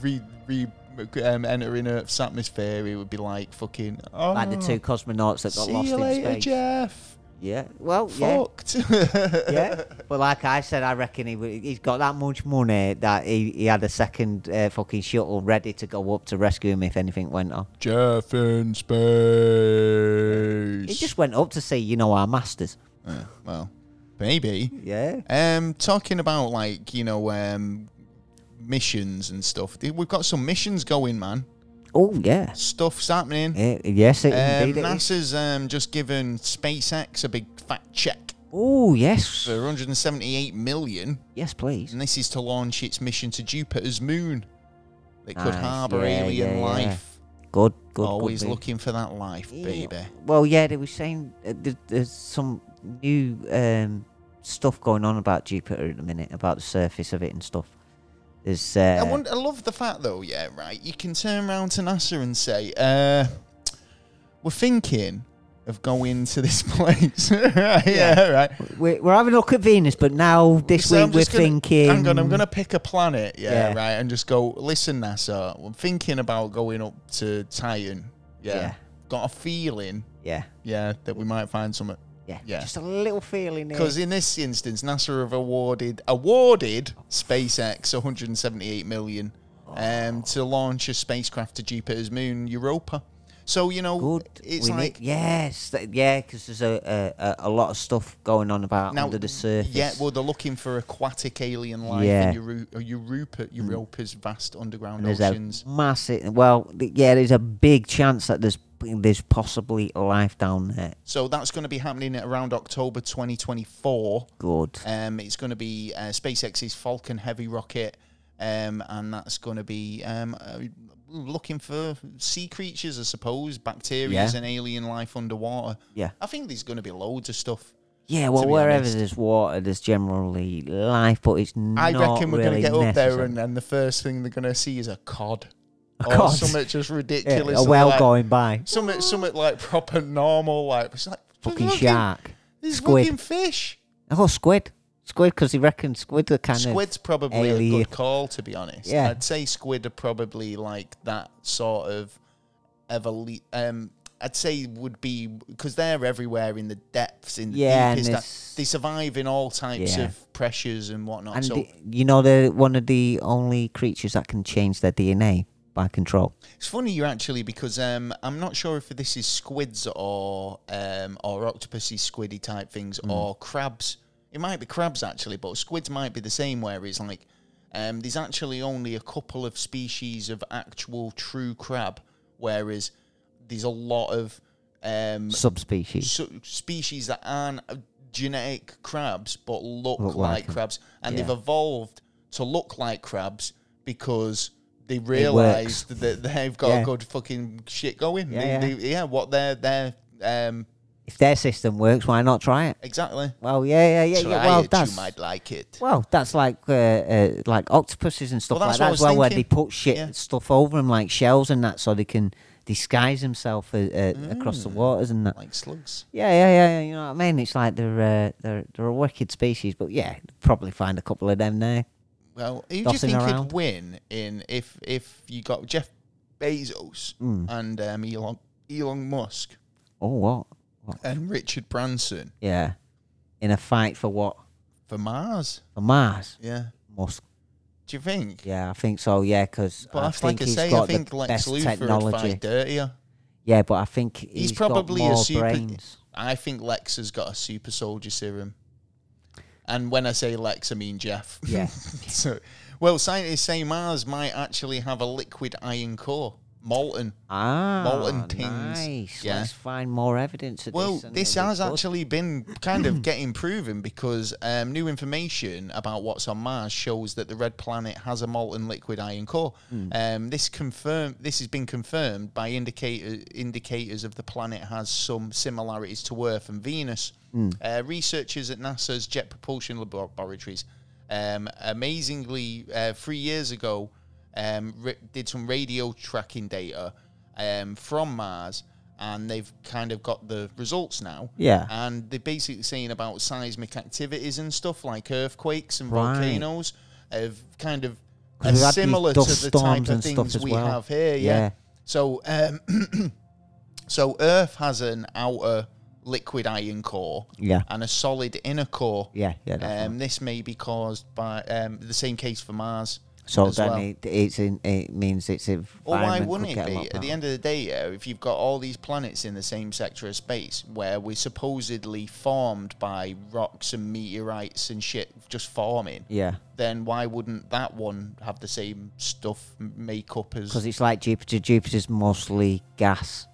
[SPEAKER 1] re, re, um, entering Earth's atmosphere, it would be like fucking. Oh,
[SPEAKER 2] like the two cosmonauts that got
[SPEAKER 1] see
[SPEAKER 2] lost
[SPEAKER 1] you
[SPEAKER 2] in
[SPEAKER 1] later,
[SPEAKER 2] space.
[SPEAKER 1] Jeff.
[SPEAKER 2] Yeah. Well, yeah.
[SPEAKER 1] Fucked.
[SPEAKER 2] yeah. But like I said, I reckon he w- he's got that much money that he, he had a second uh, fucking shuttle ready to go up to rescue him if anything went on.
[SPEAKER 1] Jeff in space.
[SPEAKER 2] He just went up to see, you know, our masters.
[SPEAKER 1] Yeah, well, maybe.
[SPEAKER 2] Yeah.
[SPEAKER 1] Um, talking about like you know um, missions and stuff. Dude, We've got some missions going, man.
[SPEAKER 2] Oh yeah.
[SPEAKER 1] Stuff's happening.
[SPEAKER 2] Eh, yes, it,
[SPEAKER 1] Um,
[SPEAKER 2] indeed. it is.
[SPEAKER 1] NASA's um, just given SpaceX a big fat check
[SPEAKER 2] Oh yes.
[SPEAKER 1] for 178 million,
[SPEAKER 2] Yes, please.
[SPEAKER 1] and this is to launch its mission to Jupiter's moon. That could
[SPEAKER 2] Nice,
[SPEAKER 1] harbour
[SPEAKER 2] yeah,
[SPEAKER 1] alien
[SPEAKER 2] yeah, yeah.
[SPEAKER 1] life.
[SPEAKER 2] Good. Good.
[SPEAKER 1] Always
[SPEAKER 2] good, babe.
[SPEAKER 1] looking for that life,
[SPEAKER 2] Yeah.
[SPEAKER 1] baby.
[SPEAKER 2] Well, yeah, they were saying uh, there- there's some new um, stuff going on about Jupiter at the minute, about the surface of it and stuff. There's. Uh,
[SPEAKER 1] I, wonder, I love the fact, though, yeah, right? You can turn around to NASA and say, uh, we're thinking of going to this place. right, yeah. right.
[SPEAKER 2] We're, we're having a look at Venus, but now this
[SPEAKER 1] So I'm
[SPEAKER 2] week we're
[SPEAKER 1] just gonna-
[SPEAKER 2] thinking.
[SPEAKER 1] Hang on, I'm going to pick a planet, yeah,
[SPEAKER 2] Yeah.
[SPEAKER 1] right? And just go, listen, NASA, I'm thinking about going up to Titan. Yeah.
[SPEAKER 2] Yeah.
[SPEAKER 1] Got a feeling,
[SPEAKER 2] Yeah,
[SPEAKER 1] yeah, that we might find something.
[SPEAKER 2] yeah,
[SPEAKER 1] Yeah.
[SPEAKER 2] Just a little feeling. here.
[SPEAKER 1] Because in this instance, NASA have awarded awarded SpaceX 178 million um, to launch a spacecraft to Jupiter's moon Europa. So you know,
[SPEAKER 2] good.
[SPEAKER 1] it's
[SPEAKER 2] we
[SPEAKER 1] like
[SPEAKER 2] need, yes, th- yeah, because there's a, a a- a lot of stuff going on about
[SPEAKER 1] now
[SPEAKER 2] under the surface.
[SPEAKER 1] Yeah, well, they're looking for aquatic alien life
[SPEAKER 2] Yeah. Mm.
[SPEAKER 1] in Euro- uh, Europa, Europa's vast underground
[SPEAKER 2] And there's
[SPEAKER 1] oceans.
[SPEAKER 2] a massive. Well, th- yeah, there's a big chance that there's there's possibly life down there.
[SPEAKER 1] So that's going to be happening around October 2024.
[SPEAKER 2] Good.
[SPEAKER 1] Um, it's going to be uh, SpaceX's Falcon Heavy rocket, um, and that's going to be um, uh, looking for sea creatures, I suppose, bacteria
[SPEAKER 2] Yeah.
[SPEAKER 1] and alien life underwater.
[SPEAKER 2] Yeah.
[SPEAKER 1] I think there's going to be loads of stuff.
[SPEAKER 2] Yeah, well,
[SPEAKER 1] be
[SPEAKER 2] wherever
[SPEAKER 1] honest.
[SPEAKER 2] there's water, there's generally life, but it's
[SPEAKER 1] I
[SPEAKER 2] not
[SPEAKER 1] reckon we're going
[SPEAKER 2] really
[SPEAKER 1] to get up there,
[SPEAKER 2] necessary.
[SPEAKER 1] and, and the first thing they're going to see is a cod.
[SPEAKER 2] A
[SPEAKER 1] or
[SPEAKER 2] cod?
[SPEAKER 1] something just
[SPEAKER 2] Yeah,
[SPEAKER 1] ridiculous.
[SPEAKER 2] a
[SPEAKER 1] and
[SPEAKER 2] well
[SPEAKER 1] like,
[SPEAKER 2] going by,
[SPEAKER 1] Something, something like proper normal, like it's like
[SPEAKER 2] fucking
[SPEAKER 1] look at-
[SPEAKER 2] shark.
[SPEAKER 1] There's
[SPEAKER 2] squid.
[SPEAKER 1] fucking fish.
[SPEAKER 2] Oh, squid. Squid, because he reckons squid are kind of.
[SPEAKER 1] Squid's probably a
[SPEAKER 2] alien.
[SPEAKER 1] good call, to be honest.
[SPEAKER 2] Yeah.
[SPEAKER 1] I'd say squid are probably like that sort of evolu- um I'd say would be because they're everywhere in the depths, in the
[SPEAKER 2] Yeah, and
[SPEAKER 1] deepest.
[SPEAKER 2] it's-
[SPEAKER 1] they survive in all types
[SPEAKER 2] Yeah.
[SPEAKER 1] of pressures and whatnot.
[SPEAKER 2] And
[SPEAKER 1] so
[SPEAKER 2] the- you know, they're one of the only creatures that can change their DNA by control.
[SPEAKER 1] it's funny you actually because um, I'm not sure if this is squids or um, or octopusy squiddy type things or crabs. It might be crabs actually, but squids might be the same. Where it's like um, there's actually only a couple of species of actual true crab, whereas there's a lot of um,
[SPEAKER 2] Subspecies.
[SPEAKER 1] so species that aren't genetic crabs but look, like,
[SPEAKER 2] Look like them.
[SPEAKER 1] crabs, and
[SPEAKER 2] Yeah.
[SPEAKER 1] they've evolved to look like crabs because they realised that they've got
[SPEAKER 2] Yeah.
[SPEAKER 1] a good fucking shit going.
[SPEAKER 2] Yeah,
[SPEAKER 1] They-
[SPEAKER 2] yeah.
[SPEAKER 1] they- yeah, what they're they're um,
[SPEAKER 2] If their system works, why not try it?
[SPEAKER 1] exactly.
[SPEAKER 2] Well, yeah, yeah, yeah.
[SPEAKER 1] Try
[SPEAKER 2] yeah well,
[SPEAKER 1] it,
[SPEAKER 2] that's
[SPEAKER 1] you might like it.
[SPEAKER 2] well, that's like uh, uh, like octopuses and stuff
[SPEAKER 1] Well, that's
[SPEAKER 2] like that
[SPEAKER 1] what I
[SPEAKER 2] as
[SPEAKER 1] was
[SPEAKER 2] well, where they
[SPEAKER 1] thinking.
[SPEAKER 2] put shit
[SPEAKER 1] Yeah.
[SPEAKER 2] stuff over them like shells and that, so they can disguise themselves uh, uh, across the
[SPEAKER 1] Mm.
[SPEAKER 2] waters and that.
[SPEAKER 1] like slugs.
[SPEAKER 2] Yeah, yeah, yeah, yeah. You know what I mean? It's like they're uh, they're they're a wicked species, but yeah, probably find a couple of them there.
[SPEAKER 1] Well, who do you
[SPEAKER 2] Dossing
[SPEAKER 1] think
[SPEAKER 2] around.
[SPEAKER 1] could win in if if you got Jeff Bezos and um, Elon Elon Musk
[SPEAKER 2] Hmm. Oh, what? what?
[SPEAKER 1] and Richard Branson
[SPEAKER 2] Yeah, in a fight for what?
[SPEAKER 1] for Mars?
[SPEAKER 2] For Mars?
[SPEAKER 1] Yeah.
[SPEAKER 2] Musk.
[SPEAKER 1] Do you think?
[SPEAKER 2] Yeah, I think so. Yeah, because
[SPEAKER 1] But
[SPEAKER 2] I
[SPEAKER 1] that's
[SPEAKER 2] think
[SPEAKER 1] like I
[SPEAKER 2] he's
[SPEAKER 1] say,
[SPEAKER 2] got
[SPEAKER 1] I think
[SPEAKER 2] the
[SPEAKER 1] Lex
[SPEAKER 2] best
[SPEAKER 1] Luthor would
[SPEAKER 2] technology.
[SPEAKER 1] fight dirtier.
[SPEAKER 2] Yeah, but I think he's,
[SPEAKER 1] He's, probably
[SPEAKER 2] got more
[SPEAKER 1] a super.
[SPEAKER 2] brains.
[SPEAKER 1] I think Lex has got a super soldier serum. And when I say Lex, I mean Jeff.
[SPEAKER 2] Yeah.
[SPEAKER 1] so, well, scientists say Mars might actually have a liquid iron core, molten.
[SPEAKER 2] Ah,
[SPEAKER 1] Molten things.
[SPEAKER 2] nice.
[SPEAKER 1] Yeah.
[SPEAKER 2] Let's find more evidence of
[SPEAKER 1] Well,
[SPEAKER 2] this. and
[SPEAKER 1] this
[SPEAKER 2] it'll be
[SPEAKER 1] has
[SPEAKER 2] good.
[SPEAKER 1] actually been kind of getting proven because um, new information about what's on Mars shows that the red planet has a molten liquid iron core. Um, this confirm this has been confirmed by indicator indicators of the planet has some similarities to Earth and Venus. Uh, researchers at NASA's Jet Propulsion Laboratories, um, amazingly, uh, three years ago, um, ri did some radio tracking data um, from Mars, and they've kind of got the results now.
[SPEAKER 2] Yeah.
[SPEAKER 1] And they're basically saying about seismic activities and stuff like earthquakes and
[SPEAKER 2] Right.
[SPEAKER 1] volcanoes have kind of
[SPEAKER 2] 'Cause we've
[SPEAKER 1] are
[SPEAKER 2] had these
[SPEAKER 1] similar to
[SPEAKER 2] dust
[SPEAKER 1] the type
[SPEAKER 2] storms
[SPEAKER 1] of
[SPEAKER 2] and stuff
[SPEAKER 1] things
[SPEAKER 2] as
[SPEAKER 1] we
[SPEAKER 2] well.
[SPEAKER 1] have here. Yeah.
[SPEAKER 2] Yeah.
[SPEAKER 1] So, um, so Earth has an outer liquid iron core
[SPEAKER 2] Yeah.
[SPEAKER 1] and a solid inner core.
[SPEAKER 2] Yeah, yeah, that's
[SPEAKER 1] Um, this may be caused by um, the same case for Mars.
[SPEAKER 2] So
[SPEAKER 1] as
[SPEAKER 2] then
[SPEAKER 1] well.
[SPEAKER 2] it, it's in, it means it's environment.
[SPEAKER 1] Or why
[SPEAKER 2] could
[SPEAKER 1] wouldn't it
[SPEAKER 2] get a
[SPEAKER 1] be?
[SPEAKER 2] lot
[SPEAKER 1] At the
[SPEAKER 2] better.
[SPEAKER 1] end of the day, yeah, if you've got all these planets in the same sector of space where we're supposedly formed by rocks and meteorites and shit just forming,
[SPEAKER 2] Yeah,
[SPEAKER 1] then why wouldn't that one have the same stuff m- makeup as?
[SPEAKER 2] because it's like Jupiter. Jupiter's mostly gas.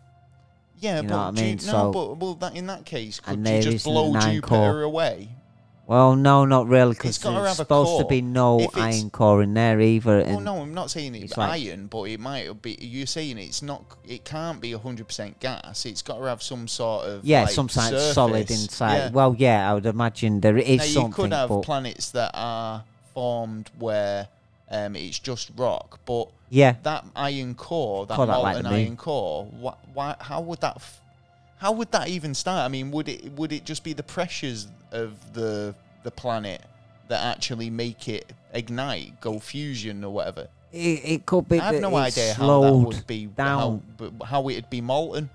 [SPEAKER 1] yeah, but
[SPEAKER 2] you know what I
[SPEAKER 1] do you-
[SPEAKER 2] mean?
[SPEAKER 1] no,
[SPEAKER 2] So-
[SPEAKER 1] but well, that in that case, could
[SPEAKER 2] And
[SPEAKER 1] you
[SPEAKER 2] there
[SPEAKER 1] just
[SPEAKER 2] isn't
[SPEAKER 1] blow
[SPEAKER 2] an iron
[SPEAKER 1] Jupiter
[SPEAKER 2] core.
[SPEAKER 1] away?
[SPEAKER 2] Well, no, not really,
[SPEAKER 1] It's
[SPEAKER 2] because
[SPEAKER 1] gotta
[SPEAKER 2] there's
[SPEAKER 1] have a
[SPEAKER 2] supposed to
[SPEAKER 1] core.
[SPEAKER 2] be no
[SPEAKER 1] If it's-
[SPEAKER 2] iron core in there either.
[SPEAKER 1] Well,
[SPEAKER 2] and-
[SPEAKER 1] no, I'm not saying it's,
[SPEAKER 2] it's like-
[SPEAKER 1] iron, but it might be. You're saying it's not. It can't be 100% gas. It's got to have some sort of
[SPEAKER 2] Yeah,
[SPEAKER 1] like,
[SPEAKER 2] sometimes solid
[SPEAKER 1] surface.
[SPEAKER 2] inside.
[SPEAKER 1] Yeah.
[SPEAKER 2] Well, yeah, I would imagine there is
[SPEAKER 1] now you
[SPEAKER 2] something.
[SPEAKER 1] could have
[SPEAKER 2] but
[SPEAKER 1] planets that are formed where um, it's just rock, but
[SPEAKER 2] yeah,
[SPEAKER 1] that iron core, that
[SPEAKER 2] Call that like
[SPEAKER 1] molten
[SPEAKER 2] the moon.
[SPEAKER 1] iron core, why, why, how would that, f- how would that even start? I mean, would it would it just be the pressures of the the planet that actually make it ignite, go fusion or whatever?
[SPEAKER 2] it, it could be.
[SPEAKER 1] I have
[SPEAKER 2] that
[SPEAKER 1] no
[SPEAKER 2] it's
[SPEAKER 1] idea how that
[SPEAKER 2] slowed
[SPEAKER 1] would be
[SPEAKER 2] down
[SPEAKER 1] how b- how it'd be molten.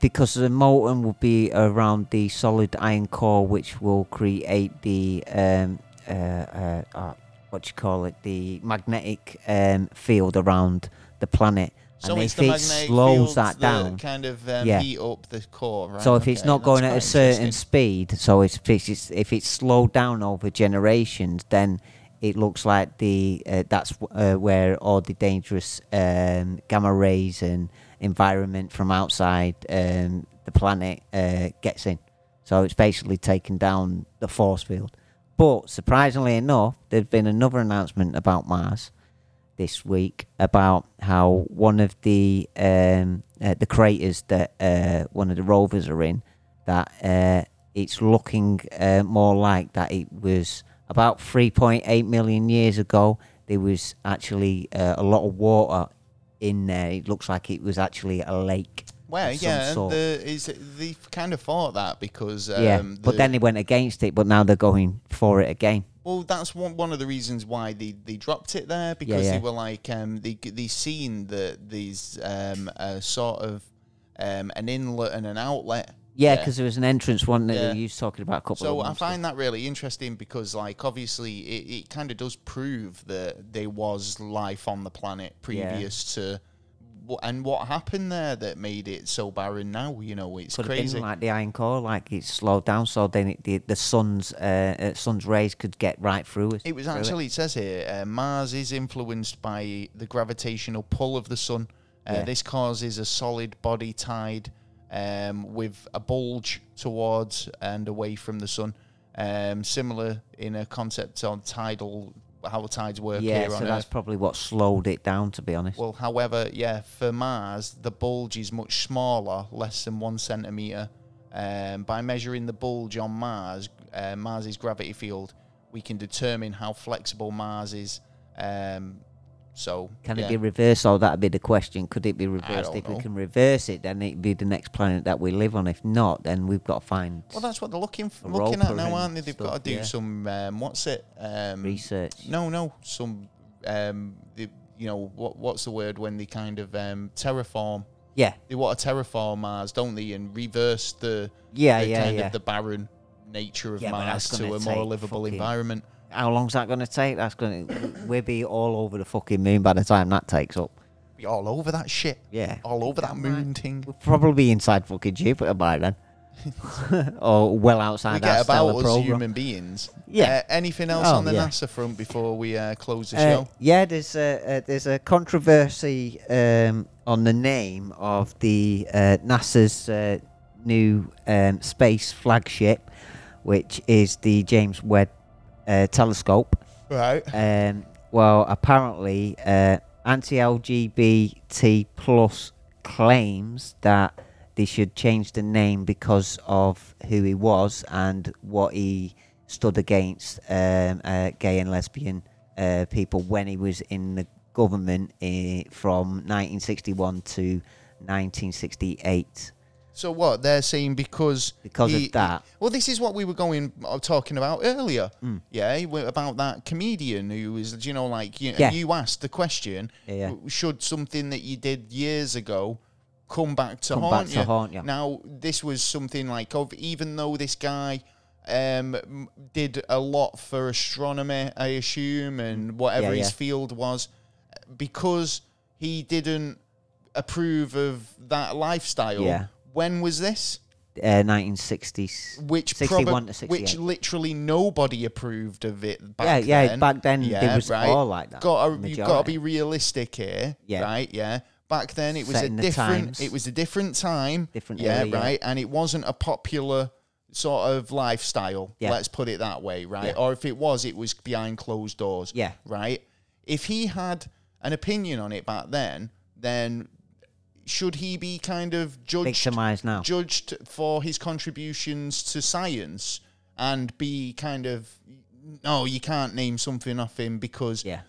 [SPEAKER 2] because the molten will be around the solid iron core, which will create the um uh, uh, uh what do you call it the magnetic um field around the planet.
[SPEAKER 1] So
[SPEAKER 2] and
[SPEAKER 1] it's
[SPEAKER 2] if
[SPEAKER 1] the
[SPEAKER 2] it
[SPEAKER 1] magnetic
[SPEAKER 2] slows
[SPEAKER 1] fields
[SPEAKER 2] that down,
[SPEAKER 1] kind of um,
[SPEAKER 2] Yeah.
[SPEAKER 1] heat up the core. Right?
[SPEAKER 2] so if it's
[SPEAKER 1] okay,
[SPEAKER 2] not
[SPEAKER 1] that's
[SPEAKER 2] going at
[SPEAKER 1] quite
[SPEAKER 2] a certain
[SPEAKER 1] interesting.
[SPEAKER 2] speed, so it's, if it's if it's slowed down over generations, then it looks like the uh, that's wh- uh, where all the dangerous um, gamma rays and environment from outside um, the planet uh, gets in. So it's basically taking down the force field. But surprisingly enough, there's been another announcement about Mars this week about how one of the um, uh, the craters that uh, one of the rovers are in that uh, it's looking uh, more like that it was about 3.8 million years ago there was actually uh, a lot of water in there it looks like it was actually a lake
[SPEAKER 1] Well,
[SPEAKER 2] of some
[SPEAKER 1] yeah,
[SPEAKER 2] sort.
[SPEAKER 1] the, is they kind of thought that because um,
[SPEAKER 2] yeah
[SPEAKER 1] the-
[SPEAKER 2] but then they went against it but now they're going for it again
[SPEAKER 1] well, that's one one of the reasons why they, they dropped it there because
[SPEAKER 2] yeah.
[SPEAKER 1] they were like um, they they seen that these um, uh, sort of um, an inlet and an outlet.
[SPEAKER 2] yeah because there was an entrance one that
[SPEAKER 1] Yeah.
[SPEAKER 2] you was talking about a couple of
[SPEAKER 1] So I
[SPEAKER 2] months
[SPEAKER 1] find that really interesting because, like, obviously, it, it kind of does prove that there was life on the planet previous to, wh- and what happened there that made it so barren now. You know, it's
[SPEAKER 2] could have
[SPEAKER 1] crazy.
[SPEAKER 2] been like the iron core, like it slowed down, so then it, the the sun's uh, uh, sun's rays could get right through us.
[SPEAKER 1] It was
[SPEAKER 2] through
[SPEAKER 1] actually it says here uh, Mars is influenced by the gravitational pull of the sun. Uh,
[SPEAKER 2] Yeah.
[SPEAKER 1] This causes a solid body tide um, with a bulge towards and away from the sun, um, similar in a concept on tidal how tides work
[SPEAKER 2] yeah,
[SPEAKER 1] here
[SPEAKER 2] so
[SPEAKER 1] on
[SPEAKER 2] that's
[SPEAKER 1] Earth.
[SPEAKER 2] probably what slowed it down, to be honest.
[SPEAKER 1] Well, however, yeah, for Mars, the bulge is much smaller, less than one centimeter. Um, by measuring the bulge on Mars, uh, Mars's gravity field, we can determine how flexible Mars is. Um, so
[SPEAKER 2] can
[SPEAKER 1] yeah.
[SPEAKER 2] it be reversed? Or that'd be the question. Could it be reversed?
[SPEAKER 1] don't
[SPEAKER 2] If
[SPEAKER 1] know.
[SPEAKER 2] we can reverse it, then it'd be the next planet that we live on. If not, then we've got to find
[SPEAKER 1] Well, that's what they're looking f-
[SPEAKER 2] A
[SPEAKER 1] looking at
[SPEAKER 2] roper
[SPEAKER 1] now,
[SPEAKER 2] and
[SPEAKER 1] aren't they? They've got
[SPEAKER 2] stuff,
[SPEAKER 1] to do
[SPEAKER 2] yeah.
[SPEAKER 1] some um, what's it? Um,
[SPEAKER 2] research.
[SPEAKER 1] No, no, some um, the, you know what what's the word when they kind of um, terraform?
[SPEAKER 2] Yeah,
[SPEAKER 1] They want to terraform Mars, don't they? And reverse the
[SPEAKER 2] Yeah,
[SPEAKER 1] the
[SPEAKER 2] yeah,
[SPEAKER 1] kind
[SPEAKER 2] yeah.
[SPEAKER 1] of the barren nature of
[SPEAKER 2] Yeah, but
[SPEAKER 1] Mars
[SPEAKER 2] that's
[SPEAKER 1] to
[SPEAKER 2] gonna
[SPEAKER 1] a more
[SPEAKER 2] take
[SPEAKER 1] livable
[SPEAKER 2] fucking-
[SPEAKER 1] environment.
[SPEAKER 2] how long's that going to take? That's going to we'll be all over the fucking moon by the time that takes up.
[SPEAKER 1] Be all over that shit.
[SPEAKER 2] Yeah.
[SPEAKER 1] all over that moon thing.
[SPEAKER 2] We'll probably be inside fucking Jupiter by then, or well outside
[SPEAKER 1] We
[SPEAKER 2] our
[SPEAKER 1] get about
[SPEAKER 2] stellar
[SPEAKER 1] us
[SPEAKER 2] program.
[SPEAKER 1] human beings.
[SPEAKER 2] Yeah.
[SPEAKER 1] Uh, anything else
[SPEAKER 2] Oh,
[SPEAKER 1] on the
[SPEAKER 2] yeah.
[SPEAKER 1] NASA front before we uh, close the
[SPEAKER 2] Uh,
[SPEAKER 1] show?
[SPEAKER 2] yeah, there's a, uh, there's a controversy um, on the name of the uh, NASA's uh, new um, space flagship, which is the James Webb uh, Telescope.
[SPEAKER 1] Right.
[SPEAKER 2] Um, well, apparently, uh, anti-LGBT plus claims that they should change the name because of who he was and what he stood against um, uh, gay and lesbian uh, people when he was in the government uh, from 1961 to 1968.
[SPEAKER 1] So what they're saying because
[SPEAKER 2] Because of that. Hmm.
[SPEAKER 1] Well, this is what we were going uh, talking about earlier. Yeah, w- about that comedian who was, you know, like you,
[SPEAKER 2] Yeah.
[SPEAKER 1] you asked the question:
[SPEAKER 2] Yeah, yeah.
[SPEAKER 1] w- Should something that you did years ago come back to
[SPEAKER 2] Come back
[SPEAKER 1] haunt
[SPEAKER 2] to
[SPEAKER 1] you?
[SPEAKER 2] haunt you.
[SPEAKER 1] Now, this was something like of even though this guy. Um, m- did a lot for astronomy, I assume, and whatever
[SPEAKER 2] Mm. Yeah,
[SPEAKER 1] his
[SPEAKER 2] yeah.
[SPEAKER 1] field was, because he didn't approve of that lifestyle.
[SPEAKER 2] Yeah.
[SPEAKER 1] When was this?
[SPEAKER 2] Uh, 1960s,
[SPEAKER 1] Which
[SPEAKER 2] 61
[SPEAKER 1] probab-
[SPEAKER 2] to 68.
[SPEAKER 1] which literally nobody approved of it back
[SPEAKER 2] Yeah, yeah,
[SPEAKER 1] then.
[SPEAKER 2] back then they was all like that,
[SPEAKER 1] Gotta, you've got to
[SPEAKER 2] majority.
[SPEAKER 1] be realistic here,
[SPEAKER 2] Yeah.
[SPEAKER 1] right? Yeah. Back then it was
[SPEAKER 2] Setting
[SPEAKER 1] a
[SPEAKER 2] the
[SPEAKER 1] different
[SPEAKER 2] times.
[SPEAKER 1] it was a different time.
[SPEAKER 2] Different
[SPEAKER 1] yeah,
[SPEAKER 2] era, yeah.
[SPEAKER 1] right? And it wasn't a popular sort of lifestyle.
[SPEAKER 2] Yeah.
[SPEAKER 1] Let's put it that way, right?
[SPEAKER 2] Yeah.
[SPEAKER 1] Or if it was, it was behind closed doors.
[SPEAKER 2] Yeah.
[SPEAKER 1] Right? If he had an opinion on it back then, then should he be kind of judged
[SPEAKER 2] victimized now.
[SPEAKER 1] judged for his contributions to science and be kind of no you can't name something off him because
[SPEAKER 2] yeah.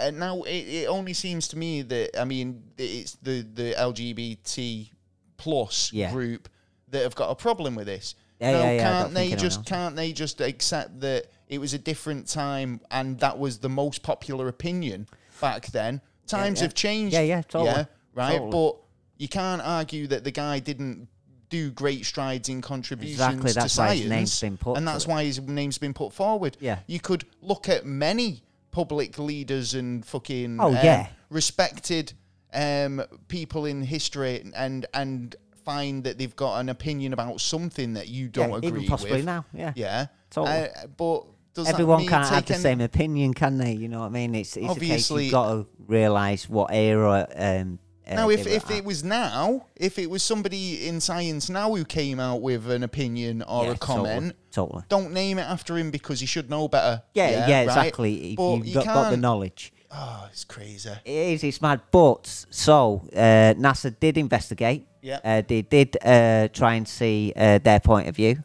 [SPEAKER 1] uh, now it, it only seems to me that i mean it's the the lgbt plus
[SPEAKER 2] Yeah.
[SPEAKER 1] group that have got a problem with this
[SPEAKER 2] Yeah,
[SPEAKER 1] no,
[SPEAKER 2] yeah, yeah, I don't
[SPEAKER 1] can't
[SPEAKER 2] think
[SPEAKER 1] they
[SPEAKER 2] anyone
[SPEAKER 1] just
[SPEAKER 2] else.
[SPEAKER 1] can't they just accept that it was a different time and that was the most popular opinion back then times
[SPEAKER 2] yeah.
[SPEAKER 1] have changed
[SPEAKER 2] Yeah, yeah, totally.
[SPEAKER 1] right
[SPEAKER 2] Totally.
[SPEAKER 1] but but you can't argue that the guy didn't do great strides in contributions
[SPEAKER 2] Exactly,
[SPEAKER 1] to
[SPEAKER 2] that's why
[SPEAKER 1] science,
[SPEAKER 2] his name's been put
[SPEAKER 1] and
[SPEAKER 2] to
[SPEAKER 1] that's
[SPEAKER 2] it.
[SPEAKER 1] why his name's been put forward.
[SPEAKER 2] Yeah.
[SPEAKER 1] you could look at many public leaders and fucking um,
[SPEAKER 2] Oh, yeah.
[SPEAKER 1] respected um, people in history and and find that they've got an opinion about something that you don't
[SPEAKER 2] Yeah,
[SPEAKER 1] agree
[SPEAKER 2] even possibly
[SPEAKER 1] with.
[SPEAKER 2] now, yeah.
[SPEAKER 1] yeah,
[SPEAKER 2] Totally.
[SPEAKER 1] Uh, but does that
[SPEAKER 2] Everyone
[SPEAKER 1] mean
[SPEAKER 2] can't have
[SPEAKER 1] take
[SPEAKER 2] the
[SPEAKER 1] any-
[SPEAKER 2] same opinion, can they? You know what I mean? It's, it's
[SPEAKER 1] Obviously-
[SPEAKER 2] a case you've got to realise what era. Um, uh,
[SPEAKER 1] Now, if,
[SPEAKER 2] they were
[SPEAKER 1] if
[SPEAKER 2] at.
[SPEAKER 1] it was now, if it was somebody in science now who came out with an opinion or
[SPEAKER 2] Yeah,
[SPEAKER 1] a comment,
[SPEAKER 2] totally. totally.
[SPEAKER 1] don't name it after him because he should know better.
[SPEAKER 2] Yeah, yeah,
[SPEAKER 1] right?
[SPEAKER 2] exactly. If
[SPEAKER 1] But
[SPEAKER 2] you've
[SPEAKER 1] you
[SPEAKER 2] got, got the
[SPEAKER 1] can't-
[SPEAKER 2] knowledge.
[SPEAKER 1] Oh, it's crazy.
[SPEAKER 2] It is, it's mad. But so uh, NASA did investigate.
[SPEAKER 1] Yeah.
[SPEAKER 2] Uh, they did uh, try and see uh, their point of view,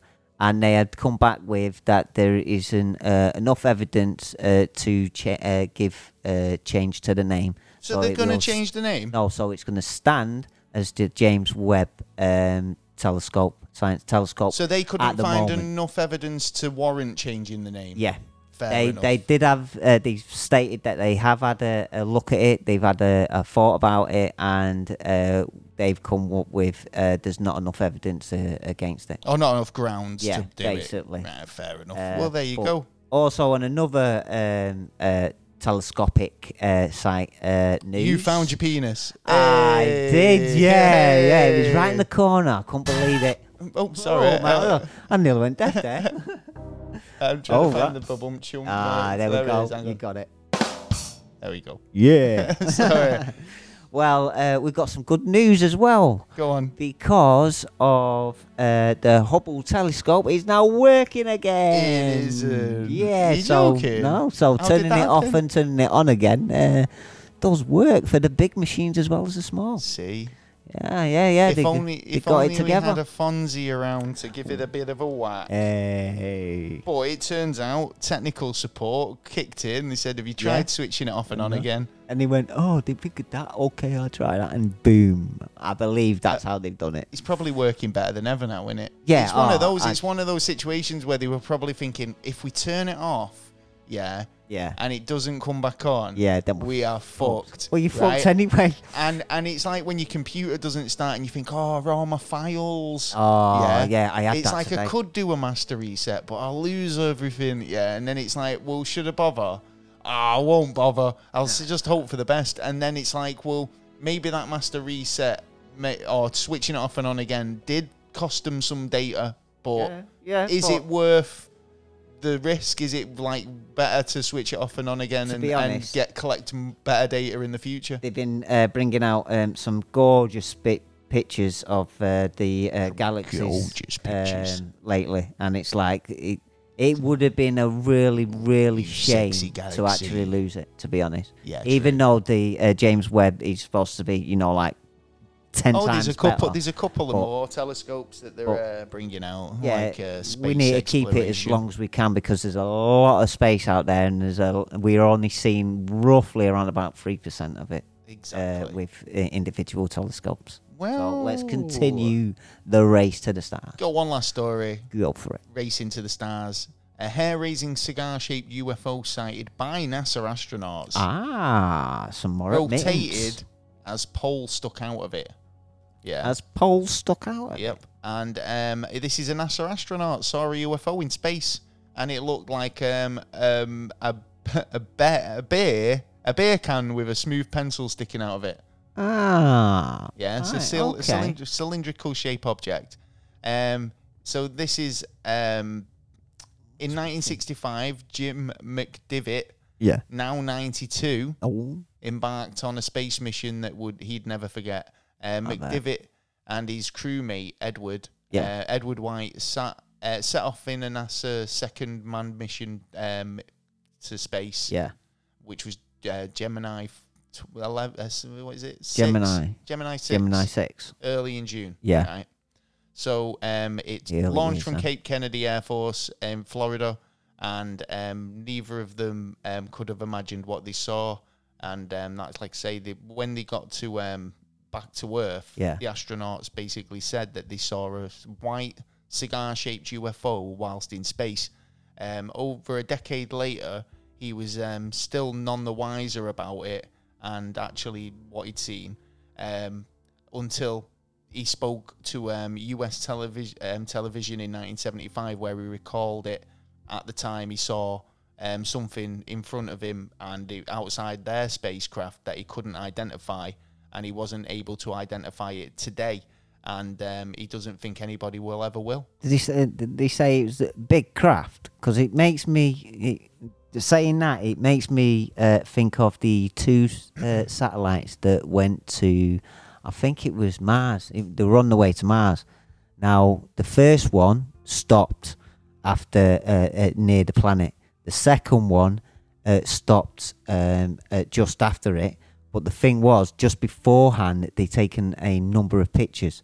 [SPEAKER 2] and they had come back with that there isn't uh, enough evidence uh, to cha- uh, give uh, change to the name.
[SPEAKER 1] So, they're
[SPEAKER 2] it
[SPEAKER 1] going to
[SPEAKER 2] will
[SPEAKER 1] change the name?
[SPEAKER 2] No, so it's going to stand as the James Webb um, Telescope, Science Telescope.
[SPEAKER 1] So they
[SPEAKER 2] at
[SPEAKER 1] couldn't
[SPEAKER 2] the
[SPEAKER 1] find
[SPEAKER 2] moment.
[SPEAKER 1] enough evidence to warrant changing the name?
[SPEAKER 2] Yeah.
[SPEAKER 1] Fair
[SPEAKER 2] they
[SPEAKER 1] enough.
[SPEAKER 2] they did have uh, they stated that they have had a, a look at it. They've had a, a thought about it, and uh, they've come up with uh, there's not enough evidence uh, against it.
[SPEAKER 1] Or Oh, not enough grounds
[SPEAKER 2] Yeah,
[SPEAKER 1] to do
[SPEAKER 2] basically.
[SPEAKER 1] it? Yeah, fair enough.
[SPEAKER 2] Uh,
[SPEAKER 1] well, there you
[SPEAKER 2] but
[SPEAKER 1] go.
[SPEAKER 2] Also, on another um, uh, telescopic uh, site uh, news,
[SPEAKER 1] You found your penis.
[SPEAKER 2] I
[SPEAKER 1] Hey.
[SPEAKER 2] did, yeah, yeah. It was right
[SPEAKER 1] Hey.
[SPEAKER 2] in the corner. I couldn't believe it.
[SPEAKER 1] Oh, sorry.
[SPEAKER 2] Oh, my,
[SPEAKER 1] Uh,
[SPEAKER 2] I nearly went deaf there.
[SPEAKER 1] I'm trying
[SPEAKER 2] Oh,
[SPEAKER 1] to find
[SPEAKER 2] right.
[SPEAKER 1] the bum chum.
[SPEAKER 2] ah, there,
[SPEAKER 1] there
[SPEAKER 2] we
[SPEAKER 1] it is,
[SPEAKER 2] go.
[SPEAKER 1] hang
[SPEAKER 2] You
[SPEAKER 1] on.
[SPEAKER 2] got it.
[SPEAKER 1] There we go.
[SPEAKER 2] Yeah.
[SPEAKER 1] Sorry.
[SPEAKER 2] Well, uh, we've got some good news as well
[SPEAKER 1] Go on.
[SPEAKER 2] because of uh, the Hubble telescope is now working again.
[SPEAKER 1] isn't.
[SPEAKER 2] Yeah,
[SPEAKER 1] um, You're
[SPEAKER 2] so
[SPEAKER 1] joking.
[SPEAKER 2] no, so
[SPEAKER 1] How did
[SPEAKER 2] turning
[SPEAKER 1] that
[SPEAKER 2] it off
[SPEAKER 1] happen?
[SPEAKER 2] and turning it on again uh, does work for the big machines as well as the small.
[SPEAKER 1] See,
[SPEAKER 2] Yeah, yeah, yeah.
[SPEAKER 1] if
[SPEAKER 2] they,
[SPEAKER 1] only
[SPEAKER 2] they
[SPEAKER 1] if
[SPEAKER 2] got
[SPEAKER 1] only
[SPEAKER 2] it
[SPEAKER 1] we had
[SPEAKER 2] together.
[SPEAKER 1] a Fonzie around to give it a bit of a whack.
[SPEAKER 2] Hey.
[SPEAKER 1] But it turns out technical support kicked in. They said, "Have you tried
[SPEAKER 2] Yeah.
[SPEAKER 1] switching it off and on again?"
[SPEAKER 2] And they went, oh, they figured that. Okay, I'll try that. And boom. I believe that's
[SPEAKER 1] Uh,
[SPEAKER 2] how they've done it.
[SPEAKER 1] It's probably working better than ever now, isn't it?
[SPEAKER 2] Yeah,
[SPEAKER 1] it's one
[SPEAKER 2] oh,
[SPEAKER 1] of those.
[SPEAKER 2] I-
[SPEAKER 1] It's one of those situations where they were probably thinking, "If we turn it off, yeah,
[SPEAKER 2] Yeah.
[SPEAKER 1] and it doesn't come back on,
[SPEAKER 2] Yeah, then we're
[SPEAKER 1] we are fucked."
[SPEAKER 2] Well, you
[SPEAKER 1] right?
[SPEAKER 2] fucked anyway.
[SPEAKER 1] And and it's like when your computer doesn't start and you think, oh, are all my files?
[SPEAKER 2] Oh, yeah, I had
[SPEAKER 1] It's
[SPEAKER 2] that
[SPEAKER 1] like I
[SPEAKER 2] today.
[SPEAKER 1] could do a master reset, but I'll lose everything. Yeah, and then it's like, well, should I bother? Ah, I won't bother. I'll s- just hope for the best. And then it's like, well, maybe that master reset may, or switching it off and on again did cost them some data, but
[SPEAKER 2] Yeah,
[SPEAKER 1] is
[SPEAKER 2] but-
[SPEAKER 1] it worth the risk? Is it like better to switch it off and on again
[SPEAKER 2] To
[SPEAKER 1] and,
[SPEAKER 2] be
[SPEAKER 1] and
[SPEAKER 2] honest-
[SPEAKER 1] get collect m- better data in the future?
[SPEAKER 2] They've been uh, bringing out um, some gorgeous bit pictures of uh, the uh, galaxies
[SPEAKER 1] gorgeous pictures.
[SPEAKER 2] um, lately, and it's like it. It would have been a really, really
[SPEAKER 1] You
[SPEAKER 2] shame
[SPEAKER 1] sexy
[SPEAKER 2] to
[SPEAKER 1] galaxy.
[SPEAKER 2] actually lose it. To be honest,
[SPEAKER 1] Yeah,
[SPEAKER 2] even though the uh, James Webb is supposed to be, you know, like ten
[SPEAKER 1] Oh,
[SPEAKER 2] times
[SPEAKER 1] there's a couple.
[SPEAKER 2] better.
[SPEAKER 1] There's a couple of
[SPEAKER 2] But-
[SPEAKER 1] more telescopes that they're
[SPEAKER 2] but-
[SPEAKER 1] uh, bringing out.
[SPEAKER 2] yeah,
[SPEAKER 1] like, uh, space
[SPEAKER 2] we need to keep it as
[SPEAKER 1] exploration.
[SPEAKER 2] long as we can because there's a lot of space out there, and there's a we're only seeing roughly around about three percent of it.
[SPEAKER 1] Exactly.
[SPEAKER 2] uh, with uh, individual telescopes. so let's
[SPEAKER 1] Well-
[SPEAKER 2] continue the race to the stars.
[SPEAKER 1] Got one last story.
[SPEAKER 2] Go for it.
[SPEAKER 1] Racing to the stars. A hair-raising cigar-shaped UFO sighted by NASA astronauts
[SPEAKER 2] Ah, some more admittance.
[SPEAKER 1] rotated as pole stuck out of it. Yeah.
[SPEAKER 2] As poles stuck out. of it.
[SPEAKER 1] Yep. And um, this is a NASA astronaut saw a UFO in space, and it looked like um, um, a a bear, a bear, a beer can with a smooth pencil sticking out of it.
[SPEAKER 2] Ah.
[SPEAKER 1] Yeah, it's a
[SPEAKER 2] right,
[SPEAKER 1] cyl-
[SPEAKER 2] okay.
[SPEAKER 1] cylind- cylindrical shape object. Um, so this is um, in 1965. Jim McDivitt,
[SPEAKER 2] Yeah.
[SPEAKER 1] now 92,
[SPEAKER 2] Oh.
[SPEAKER 1] embarked on a space mission that would he'd never forget. Uh, McDivitt and his crewmate Edward,
[SPEAKER 2] Yeah.
[SPEAKER 1] uh, Edward White, sat, uh, set off in a NASA second manned mission um, to space,
[SPEAKER 2] Yeah.
[SPEAKER 1] which was uh, Gemini. f- tw- 11, uh, s- what is it? Six?
[SPEAKER 2] Gemini.
[SPEAKER 1] Gemini six
[SPEAKER 2] Gemini six.
[SPEAKER 1] early in June.
[SPEAKER 2] Yeah.
[SPEAKER 1] Right? So um, it
[SPEAKER 2] Early
[SPEAKER 1] launched
[SPEAKER 2] years,
[SPEAKER 1] from
[SPEAKER 2] huh?
[SPEAKER 1] Cape Kennedy Air Force in Florida, and um, neither of them um, could have imagined what they saw. And um, that's like I say, they, when they got to um, back to Earth,
[SPEAKER 2] Yeah.
[SPEAKER 1] the astronauts basically said that they saw a white cigar-shaped UFO whilst in space. Um, over a decade later, he was um, still none the wiser about it and actually what he'd seen um, until he spoke to um, U.S. television um, television in 1975, where he recalled it. At the time, he saw um, something in front of him and it, outside their spacecraft that he couldn't identify, and he wasn't able to identify it today. And um, he doesn't think anybody will ever will.
[SPEAKER 2] Did they say, did they say it was a big craft? Because it makes me. It, saying that, it makes me uh, think of the two uh, satellites that went to. I think it was Mars. It, they were on the way to Mars. Now, the first one stopped after uh, uh, near the planet. The second one uh, stopped um, uh, just after it. But the thing was, just beforehand, they taken a number of pictures.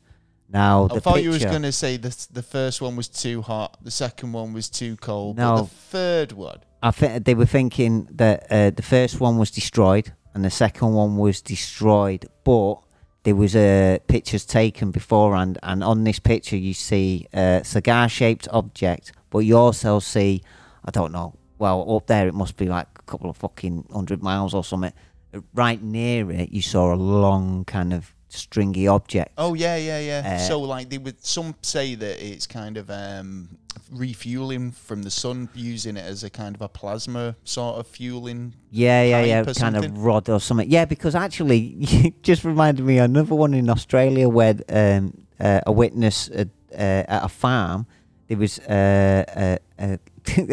[SPEAKER 2] Now,
[SPEAKER 1] I
[SPEAKER 2] the
[SPEAKER 1] thought
[SPEAKER 2] picture,
[SPEAKER 1] you was going to say that the first one was too hot, the second one was too cold, but
[SPEAKER 2] No.
[SPEAKER 1] the third one.
[SPEAKER 2] I think they were thinking that uh, the first one was destroyed and the second one was destroyed, but there was uh, pictures taken beforehand, and on this picture you see a cigar-shaped object, but you also see, I don't know, well up there it must be like a couple of fucking hundred miles or something. Right near it, you saw a long kind of stringy object.
[SPEAKER 1] Oh yeah, yeah, yeah.
[SPEAKER 2] Uh,
[SPEAKER 1] so like they would some say that it's kind of um, refueling from the sun, using it as a kind of a plasma sort of fueling.
[SPEAKER 2] Yeah, yeah,
[SPEAKER 1] pipe
[SPEAKER 2] yeah,
[SPEAKER 1] or
[SPEAKER 2] kind
[SPEAKER 1] something?
[SPEAKER 2] of rod or something. Yeah, because actually, it just reminded me of another one in Australia where um, uh, a witness at, uh, at a farm, there was uh, a, a,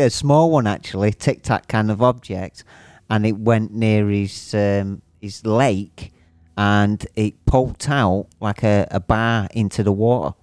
[SPEAKER 2] a small one actually, tic tac kind of object, and it went near his um, his lake, and it poked out like a, a bar into the water.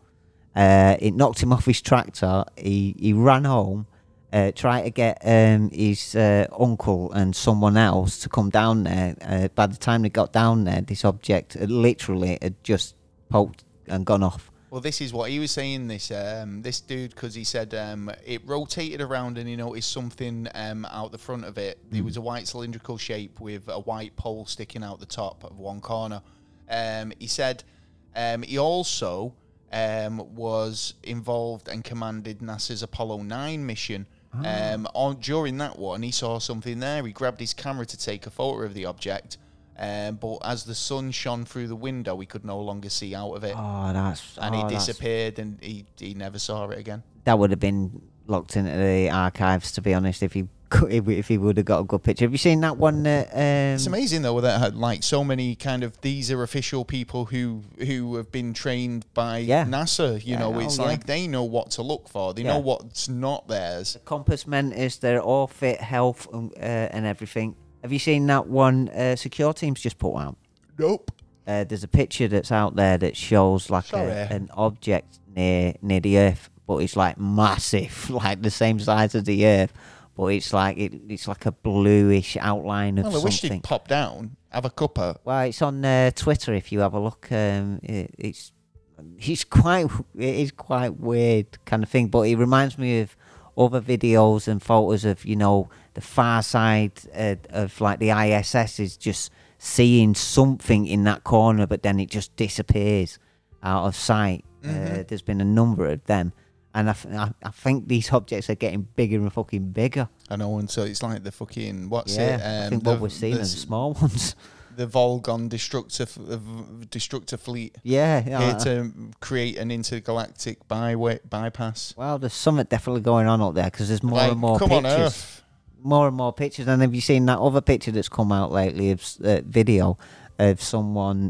[SPEAKER 2] Uh, it knocked him off his tractor. He he ran home, uh, tried to get um, his uh, uncle and someone else to come down there. Uh, by the time they got down there, this object had literally had just poked and gone off.
[SPEAKER 1] Well, this is what he was saying. This um, this dude, because he said um, it rotated around and he noticed something um, out the front of it. It was a white cylindrical shape with a white pole sticking out the top of one corner. Um, he said um, he also um, was involved and commanded NASA's Apollo 9 mission. Um, on, during that one, he saw something there. He grabbed his camera to take a photo of the object. Um, but as the sun shone through the window, he could no longer see out of it
[SPEAKER 2] Oh, that's
[SPEAKER 1] and
[SPEAKER 2] oh,
[SPEAKER 1] he
[SPEAKER 2] that's-
[SPEAKER 1] disappeared and he, he never saw it again.
[SPEAKER 2] that would have been locked into the archives to be honest if he could, if he would have got a good picture have you seen that one that um,
[SPEAKER 1] It's amazing though that had, like so many kind of these are official people who who have been trained by
[SPEAKER 2] Yeah.
[SPEAKER 1] NASA. You
[SPEAKER 2] Yeah,
[SPEAKER 1] know, it's
[SPEAKER 2] oh, yeah.
[SPEAKER 1] like they know what to look for. They
[SPEAKER 2] Yeah.
[SPEAKER 1] know what's not theirs.
[SPEAKER 2] compass mentors they're all fit health and, uh, and everything have you seen that one uh, secure teams just put out
[SPEAKER 1] Nope.
[SPEAKER 2] uh, there's a picture that's out there that shows like
[SPEAKER 1] Sorry.
[SPEAKER 2] a, an object near near the earth but it's like massive like the same size as the earth but it's like it, it's like a bluish outline of
[SPEAKER 1] Well, I wish
[SPEAKER 2] something
[SPEAKER 1] they'd pop down, have a cuppa.
[SPEAKER 2] Well, it's on uh, Twitter. If you have a look, um, it, it's it's quite it is quite weird kind of thing. But it reminds me of other videos and photos of you know the far side uh, of like the ISS is just seeing something in that corner, but then it just disappears out of sight.
[SPEAKER 1] Mm-hmm.
[SPEAKER 2] Uh, there's been a number of them, and I, th- I, I think these objects are getting bigger and fucking bigger.
[SPEAKER 1] I know, and so it's like the fucking what's
[SPEAKER 2] yeah,
[SPEAKER 1] it? um,
[SPEAKER 2] I think
[SPEAKER 1] the,
[SPEAKER 2] what we're seeing
[SPEAKER 1] the,
[SPEAKER 2] are the
[SPEAKER 1] s-
[SPEAKER 2] small ones.
[SPEAKER 1] the Volgon destructor f- the v- destructor fleet
[SPEAKER 2] yeah,
[SPEAKER 1] here
[SPEAKER 2] yeah.
[SPEAKER 1] to create an intergalactic byway bypass.
[SPEAKER 2] Well, there's something definitely going on up there because there's more
[SPEAKER 1] like,
[SPEAKER 2] and more
[SPEAKER 1] come
[SPEAKER 2] pictures.
[SPEAKER 1] on, Earth.
[SPEAKER 2] More and more pictures. And have you seen that other picture that's come out lately of s- uh, video of someone?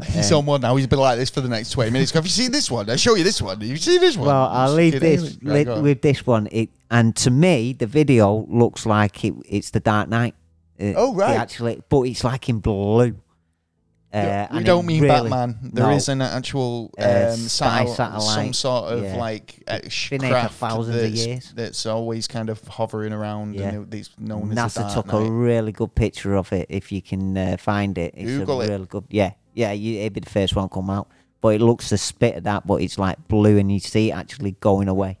[SPEAKER 1] He's
[SPEAKER 2] um,
[SPEAKER 1] on one now. He's been like this for the next 20 minutes. Have you seen this one? I'll show you this one. Have you seen this one?
[SPEAKER 2] well, I'll
[SPEAKER 1] Just
[SPEAKER 2] leave
[SPEAKER 1] kidding.
[SPEAKER 2] this
[SPEAKER 1] Right,
[SPEAKER 2] li-
[SPEAKER 1] go on.
[SPEAKER 2] with this one. It and to me, the video looks like it, it's the Dark Knight. Uh,
[SPEAKER 1] Oh,
[SPEAKER 2] the
[SPEAKER 1] right.
[SPEAKER 2] Actually, but it's like in blue. Uh,
[SPEAKER 1] Yeah, we
[SPEAKER 2] and it
[SPEAKER 1] don't mean
[SPEAKER 2] really-
[SPEAKER 1] Batman. There
[SPEAKER 2] no.
[SPEAKER 1] is an actual um,
[SPEAKER 2] Uh, sky
[SPEAKER 1] satel- some
[SPEAKER 2] satellite,
[SPEAKER 1] sort of
[SPEAKER 2] yeah.
[SPEAKER 1] like uh, sh-
[SPEAKER 2] been here for
[SPEAKER 1] craft
[SPEAKER 2] thousands of
[SPEAKER 1] that's,
[SPEAKER 2] years.
[SPEAKER 1] that's always kind of hovering around.
[SPEAKER 2] Yeah.
[SPEAKER 1] And it's known as the
[SPEAKER 2] NASA
[SPEAKER 1] Dark
[SPEAKER 2] took a
[SPEAKER 1] Knight.
[SPEAKER 2] really good picture of it. If you can uh, find it, it's
[SPEAKER 1] Google
[SPEAKER 2] a
[SPEAKER 1] it.
[SPEAKER 2] really good. Yeah, yeah, you, it'd be the first one come out. But it looks a spit of that, but it's like blue, and you see it actually going away.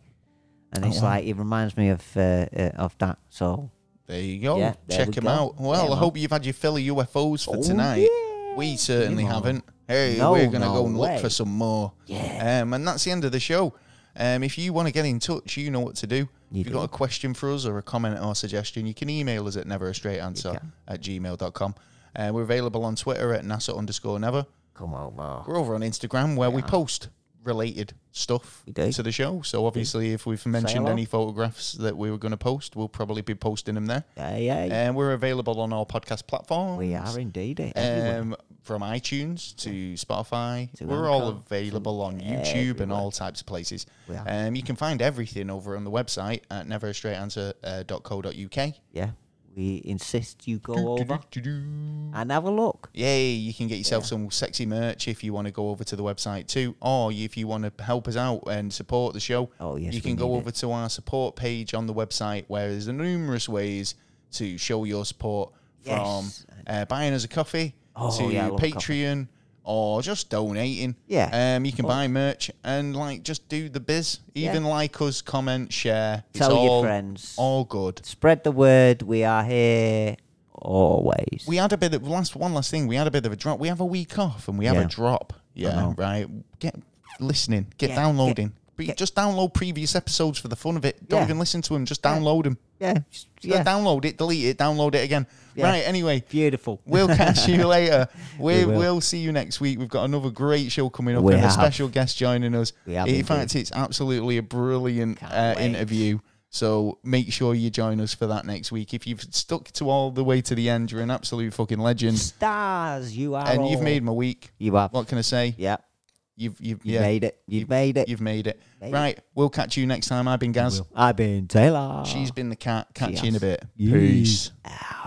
[SPEAKER 2] And
[SPEAKER 1] Oh,
[SPEAKER 2] it's like it reminds me of uh, uh, of that. So
[SPEAKER 1] There you go.
[SPEAKER 2] Yeah, there
[SPEAKER 1] Check
[SPEAKER 2] we
[SPEAKER 1] him
[SPEAKER 2] go.
[SPEAKER 1] out. Well,
[SPEAKER 2] Yeah,
[SPEAKER 1] I
[SPEAKER 2] man.
[SPEAKER 1] hope you've had your fill of UFOs for
[SPEAKER 2] Oh,
[SPEAKER 1] tonight. We certainly
[SPEAKER 2] Yeah, man.
[SPEAKER 1] haven't. Hey,
[SPEAKER 2] No,
[SPEAKER 1] we're going to
[SPEAKER 2] no
[SPEAKER 1] go and
[SPEAKER 2] way.
[SPEAKER 1] look for some more.
[SPEAKER 2] Yeah.
[SPEAKER 1] Um, and that's the end of the show. Um, if you want to get in touch, you know what to do.
[SPEAKER 2] You
[SPEAKER 1] if you've got
[SPEAKER 2] do.
[SPEAKER 1] a question for us or a comment or suggestion, you can email us at neverastraightanswer
[SPEAKER 2] can.
[SPEAKER 1] at gmail.com. Uh, we're available on Twitter at NASA underscore never.
[SPEAKER 2] come on, Mark.
[SPEAKER 1] We're over on Instagram where we post related stuff
[SPEAKER 2] We do.
[SPEAKER 1] to the show. So obviously, if we've mentioned
[SPEAKER 2] hello.
[SPEAKER 1] any photographs that we were going to post, we'll probably be posting them there.
[SPEAKER 2] Yeah, yeah, yeah.
[SPEAKER 1] And we're available on all podcast platforms.
[SPEAKER 2] we are indeed. eh, everywhere.
[SPEAKER 1] Um, Um, from iTunes to Spotify,
[SPEAKER 2] To
[SPEAKER 1] we're all
[SPEAKER 2] Anchor,
[SPEAKER 1] available on YouTube and all types of places.
[SPEAKER 2] We are.
[SPEAKER 1] Um, you can find everything over on the website at uh, neverastraightanswer.co.uk.
[SPEAKER 2] yeah, we insist you go over and have a look.
[SPEAKER 1] Yay, you can get yourself some sexy merch if you want to go over to the website too, or if you want to help us out and support the show.
[SPEAKER 2] Oh, yes,
[SPEAKER 1] you
[SPEAKER 2] we
[SPEAKER 1] can go
[SPEAKER 2] need it.
[SPEAKER 1] over to our support page on the website where there's numerous ways to show your support from
[SPEAKER 2] Yes.
[SPEAKER 1] uh, buying us a coffee
[SPEAKER 2] Oh,
[SPEAKER 1] to
[SPEAKER 2] yeah, I love coffee.
[SPEAKER 1] Patreon or just donating.
[SPEAKER 2] Yeah.
[SPEAKER 1] um, you can buy merch and like just do the biz. Even like us, comment, share.
[SPEAKER 2] Tell your
[SPEAKER 1] all-
[SPEAKER 2] friends.
[SPEAKER 1] All good.
[SPEAKER 2] Spread the word. We are here always.
[SPEAKER 1] We had a bit of last one last thing. We had a bit of a drop. We have a week off and we have
[SPEAKER 2] Yeah.
[SPEAKER 1] a drop. Yeah,
[SPEAKER 2] know.
[SPEAKER 1] right. Get listening. Get
[SPEAKER 2] Yeah,
[SPEAKER 1] downloading. Be-
[SPEAKER 2] get-
[SPEAKER 1] just download previous episodes for the fun of it. Don't
[SPEAKER 2] Yeah.
[SPEAKER 1] even listen to them. Just download them.
[SPEAKER 2] yeah, just- yeah,
[SPEAKER 1] Download it. Delete it. Download it again.
[SPEAKER 2] Yeah.
[SPEAKER 1] Right. Anyway.
[SPEAKER 2] beautiful.
[SPEAKER 1] We'll catch you later. We,
[SPEAKER 2] We
[SPEAKER 1] will
[SPEAKER 2] will.
[SPEAKER 1] we'll see you next week. We've got another great show coming up
[SPEAKER 2] We
[SPEAKER 1] and
[SPEAKER 2] have.
[SPEAKER 1] a special guest joining us.
[SPEAKER 2] We have
[SPEAKER 1] In
[SPEAKER 2] indeed.
[SPEAKER 1] fact, it's absolutely a brilliant
[SPEAKER 2] Can't
[SPEAKER 1] uh,
[SPEAKER 2] wait.
[SPEAKER 1] interview. So make sure you join us for that next week. If you've stuck to all the way to the end, you're an absolute fucking legend
[SPEAKER 2] stars. You are.
[SPEAKER 1] and you've
[SPEAKER 2] all.
[SPEAKER 1] made my week.
[SPEAKER 2] You have.
[SPEAKER 1] What can I say?
[SPEAKER 2] Yeah.
[SPEAKER 1] You've you've,
[SPEAKER 2] You
[SPEAKER 1] yeah,
[SPEAKER 2] made it. You've, made it.
[SPEAKER 1] You've made it.
[SPEAKER 2] Made it.
[SPEAKER 1] right, we'll catch you next time. I've been Gaz.
[SPEAKER 2] I've been Taylor.
[SPEAKER 1] She's been the cat. Catch you in a
[SPEAKER 2] Yes.
[SPEAKER 1] bit.
[SPEAKER 2] Yes.
[SPEAKER 1] Peace.
[SPEAKER 2] Ow.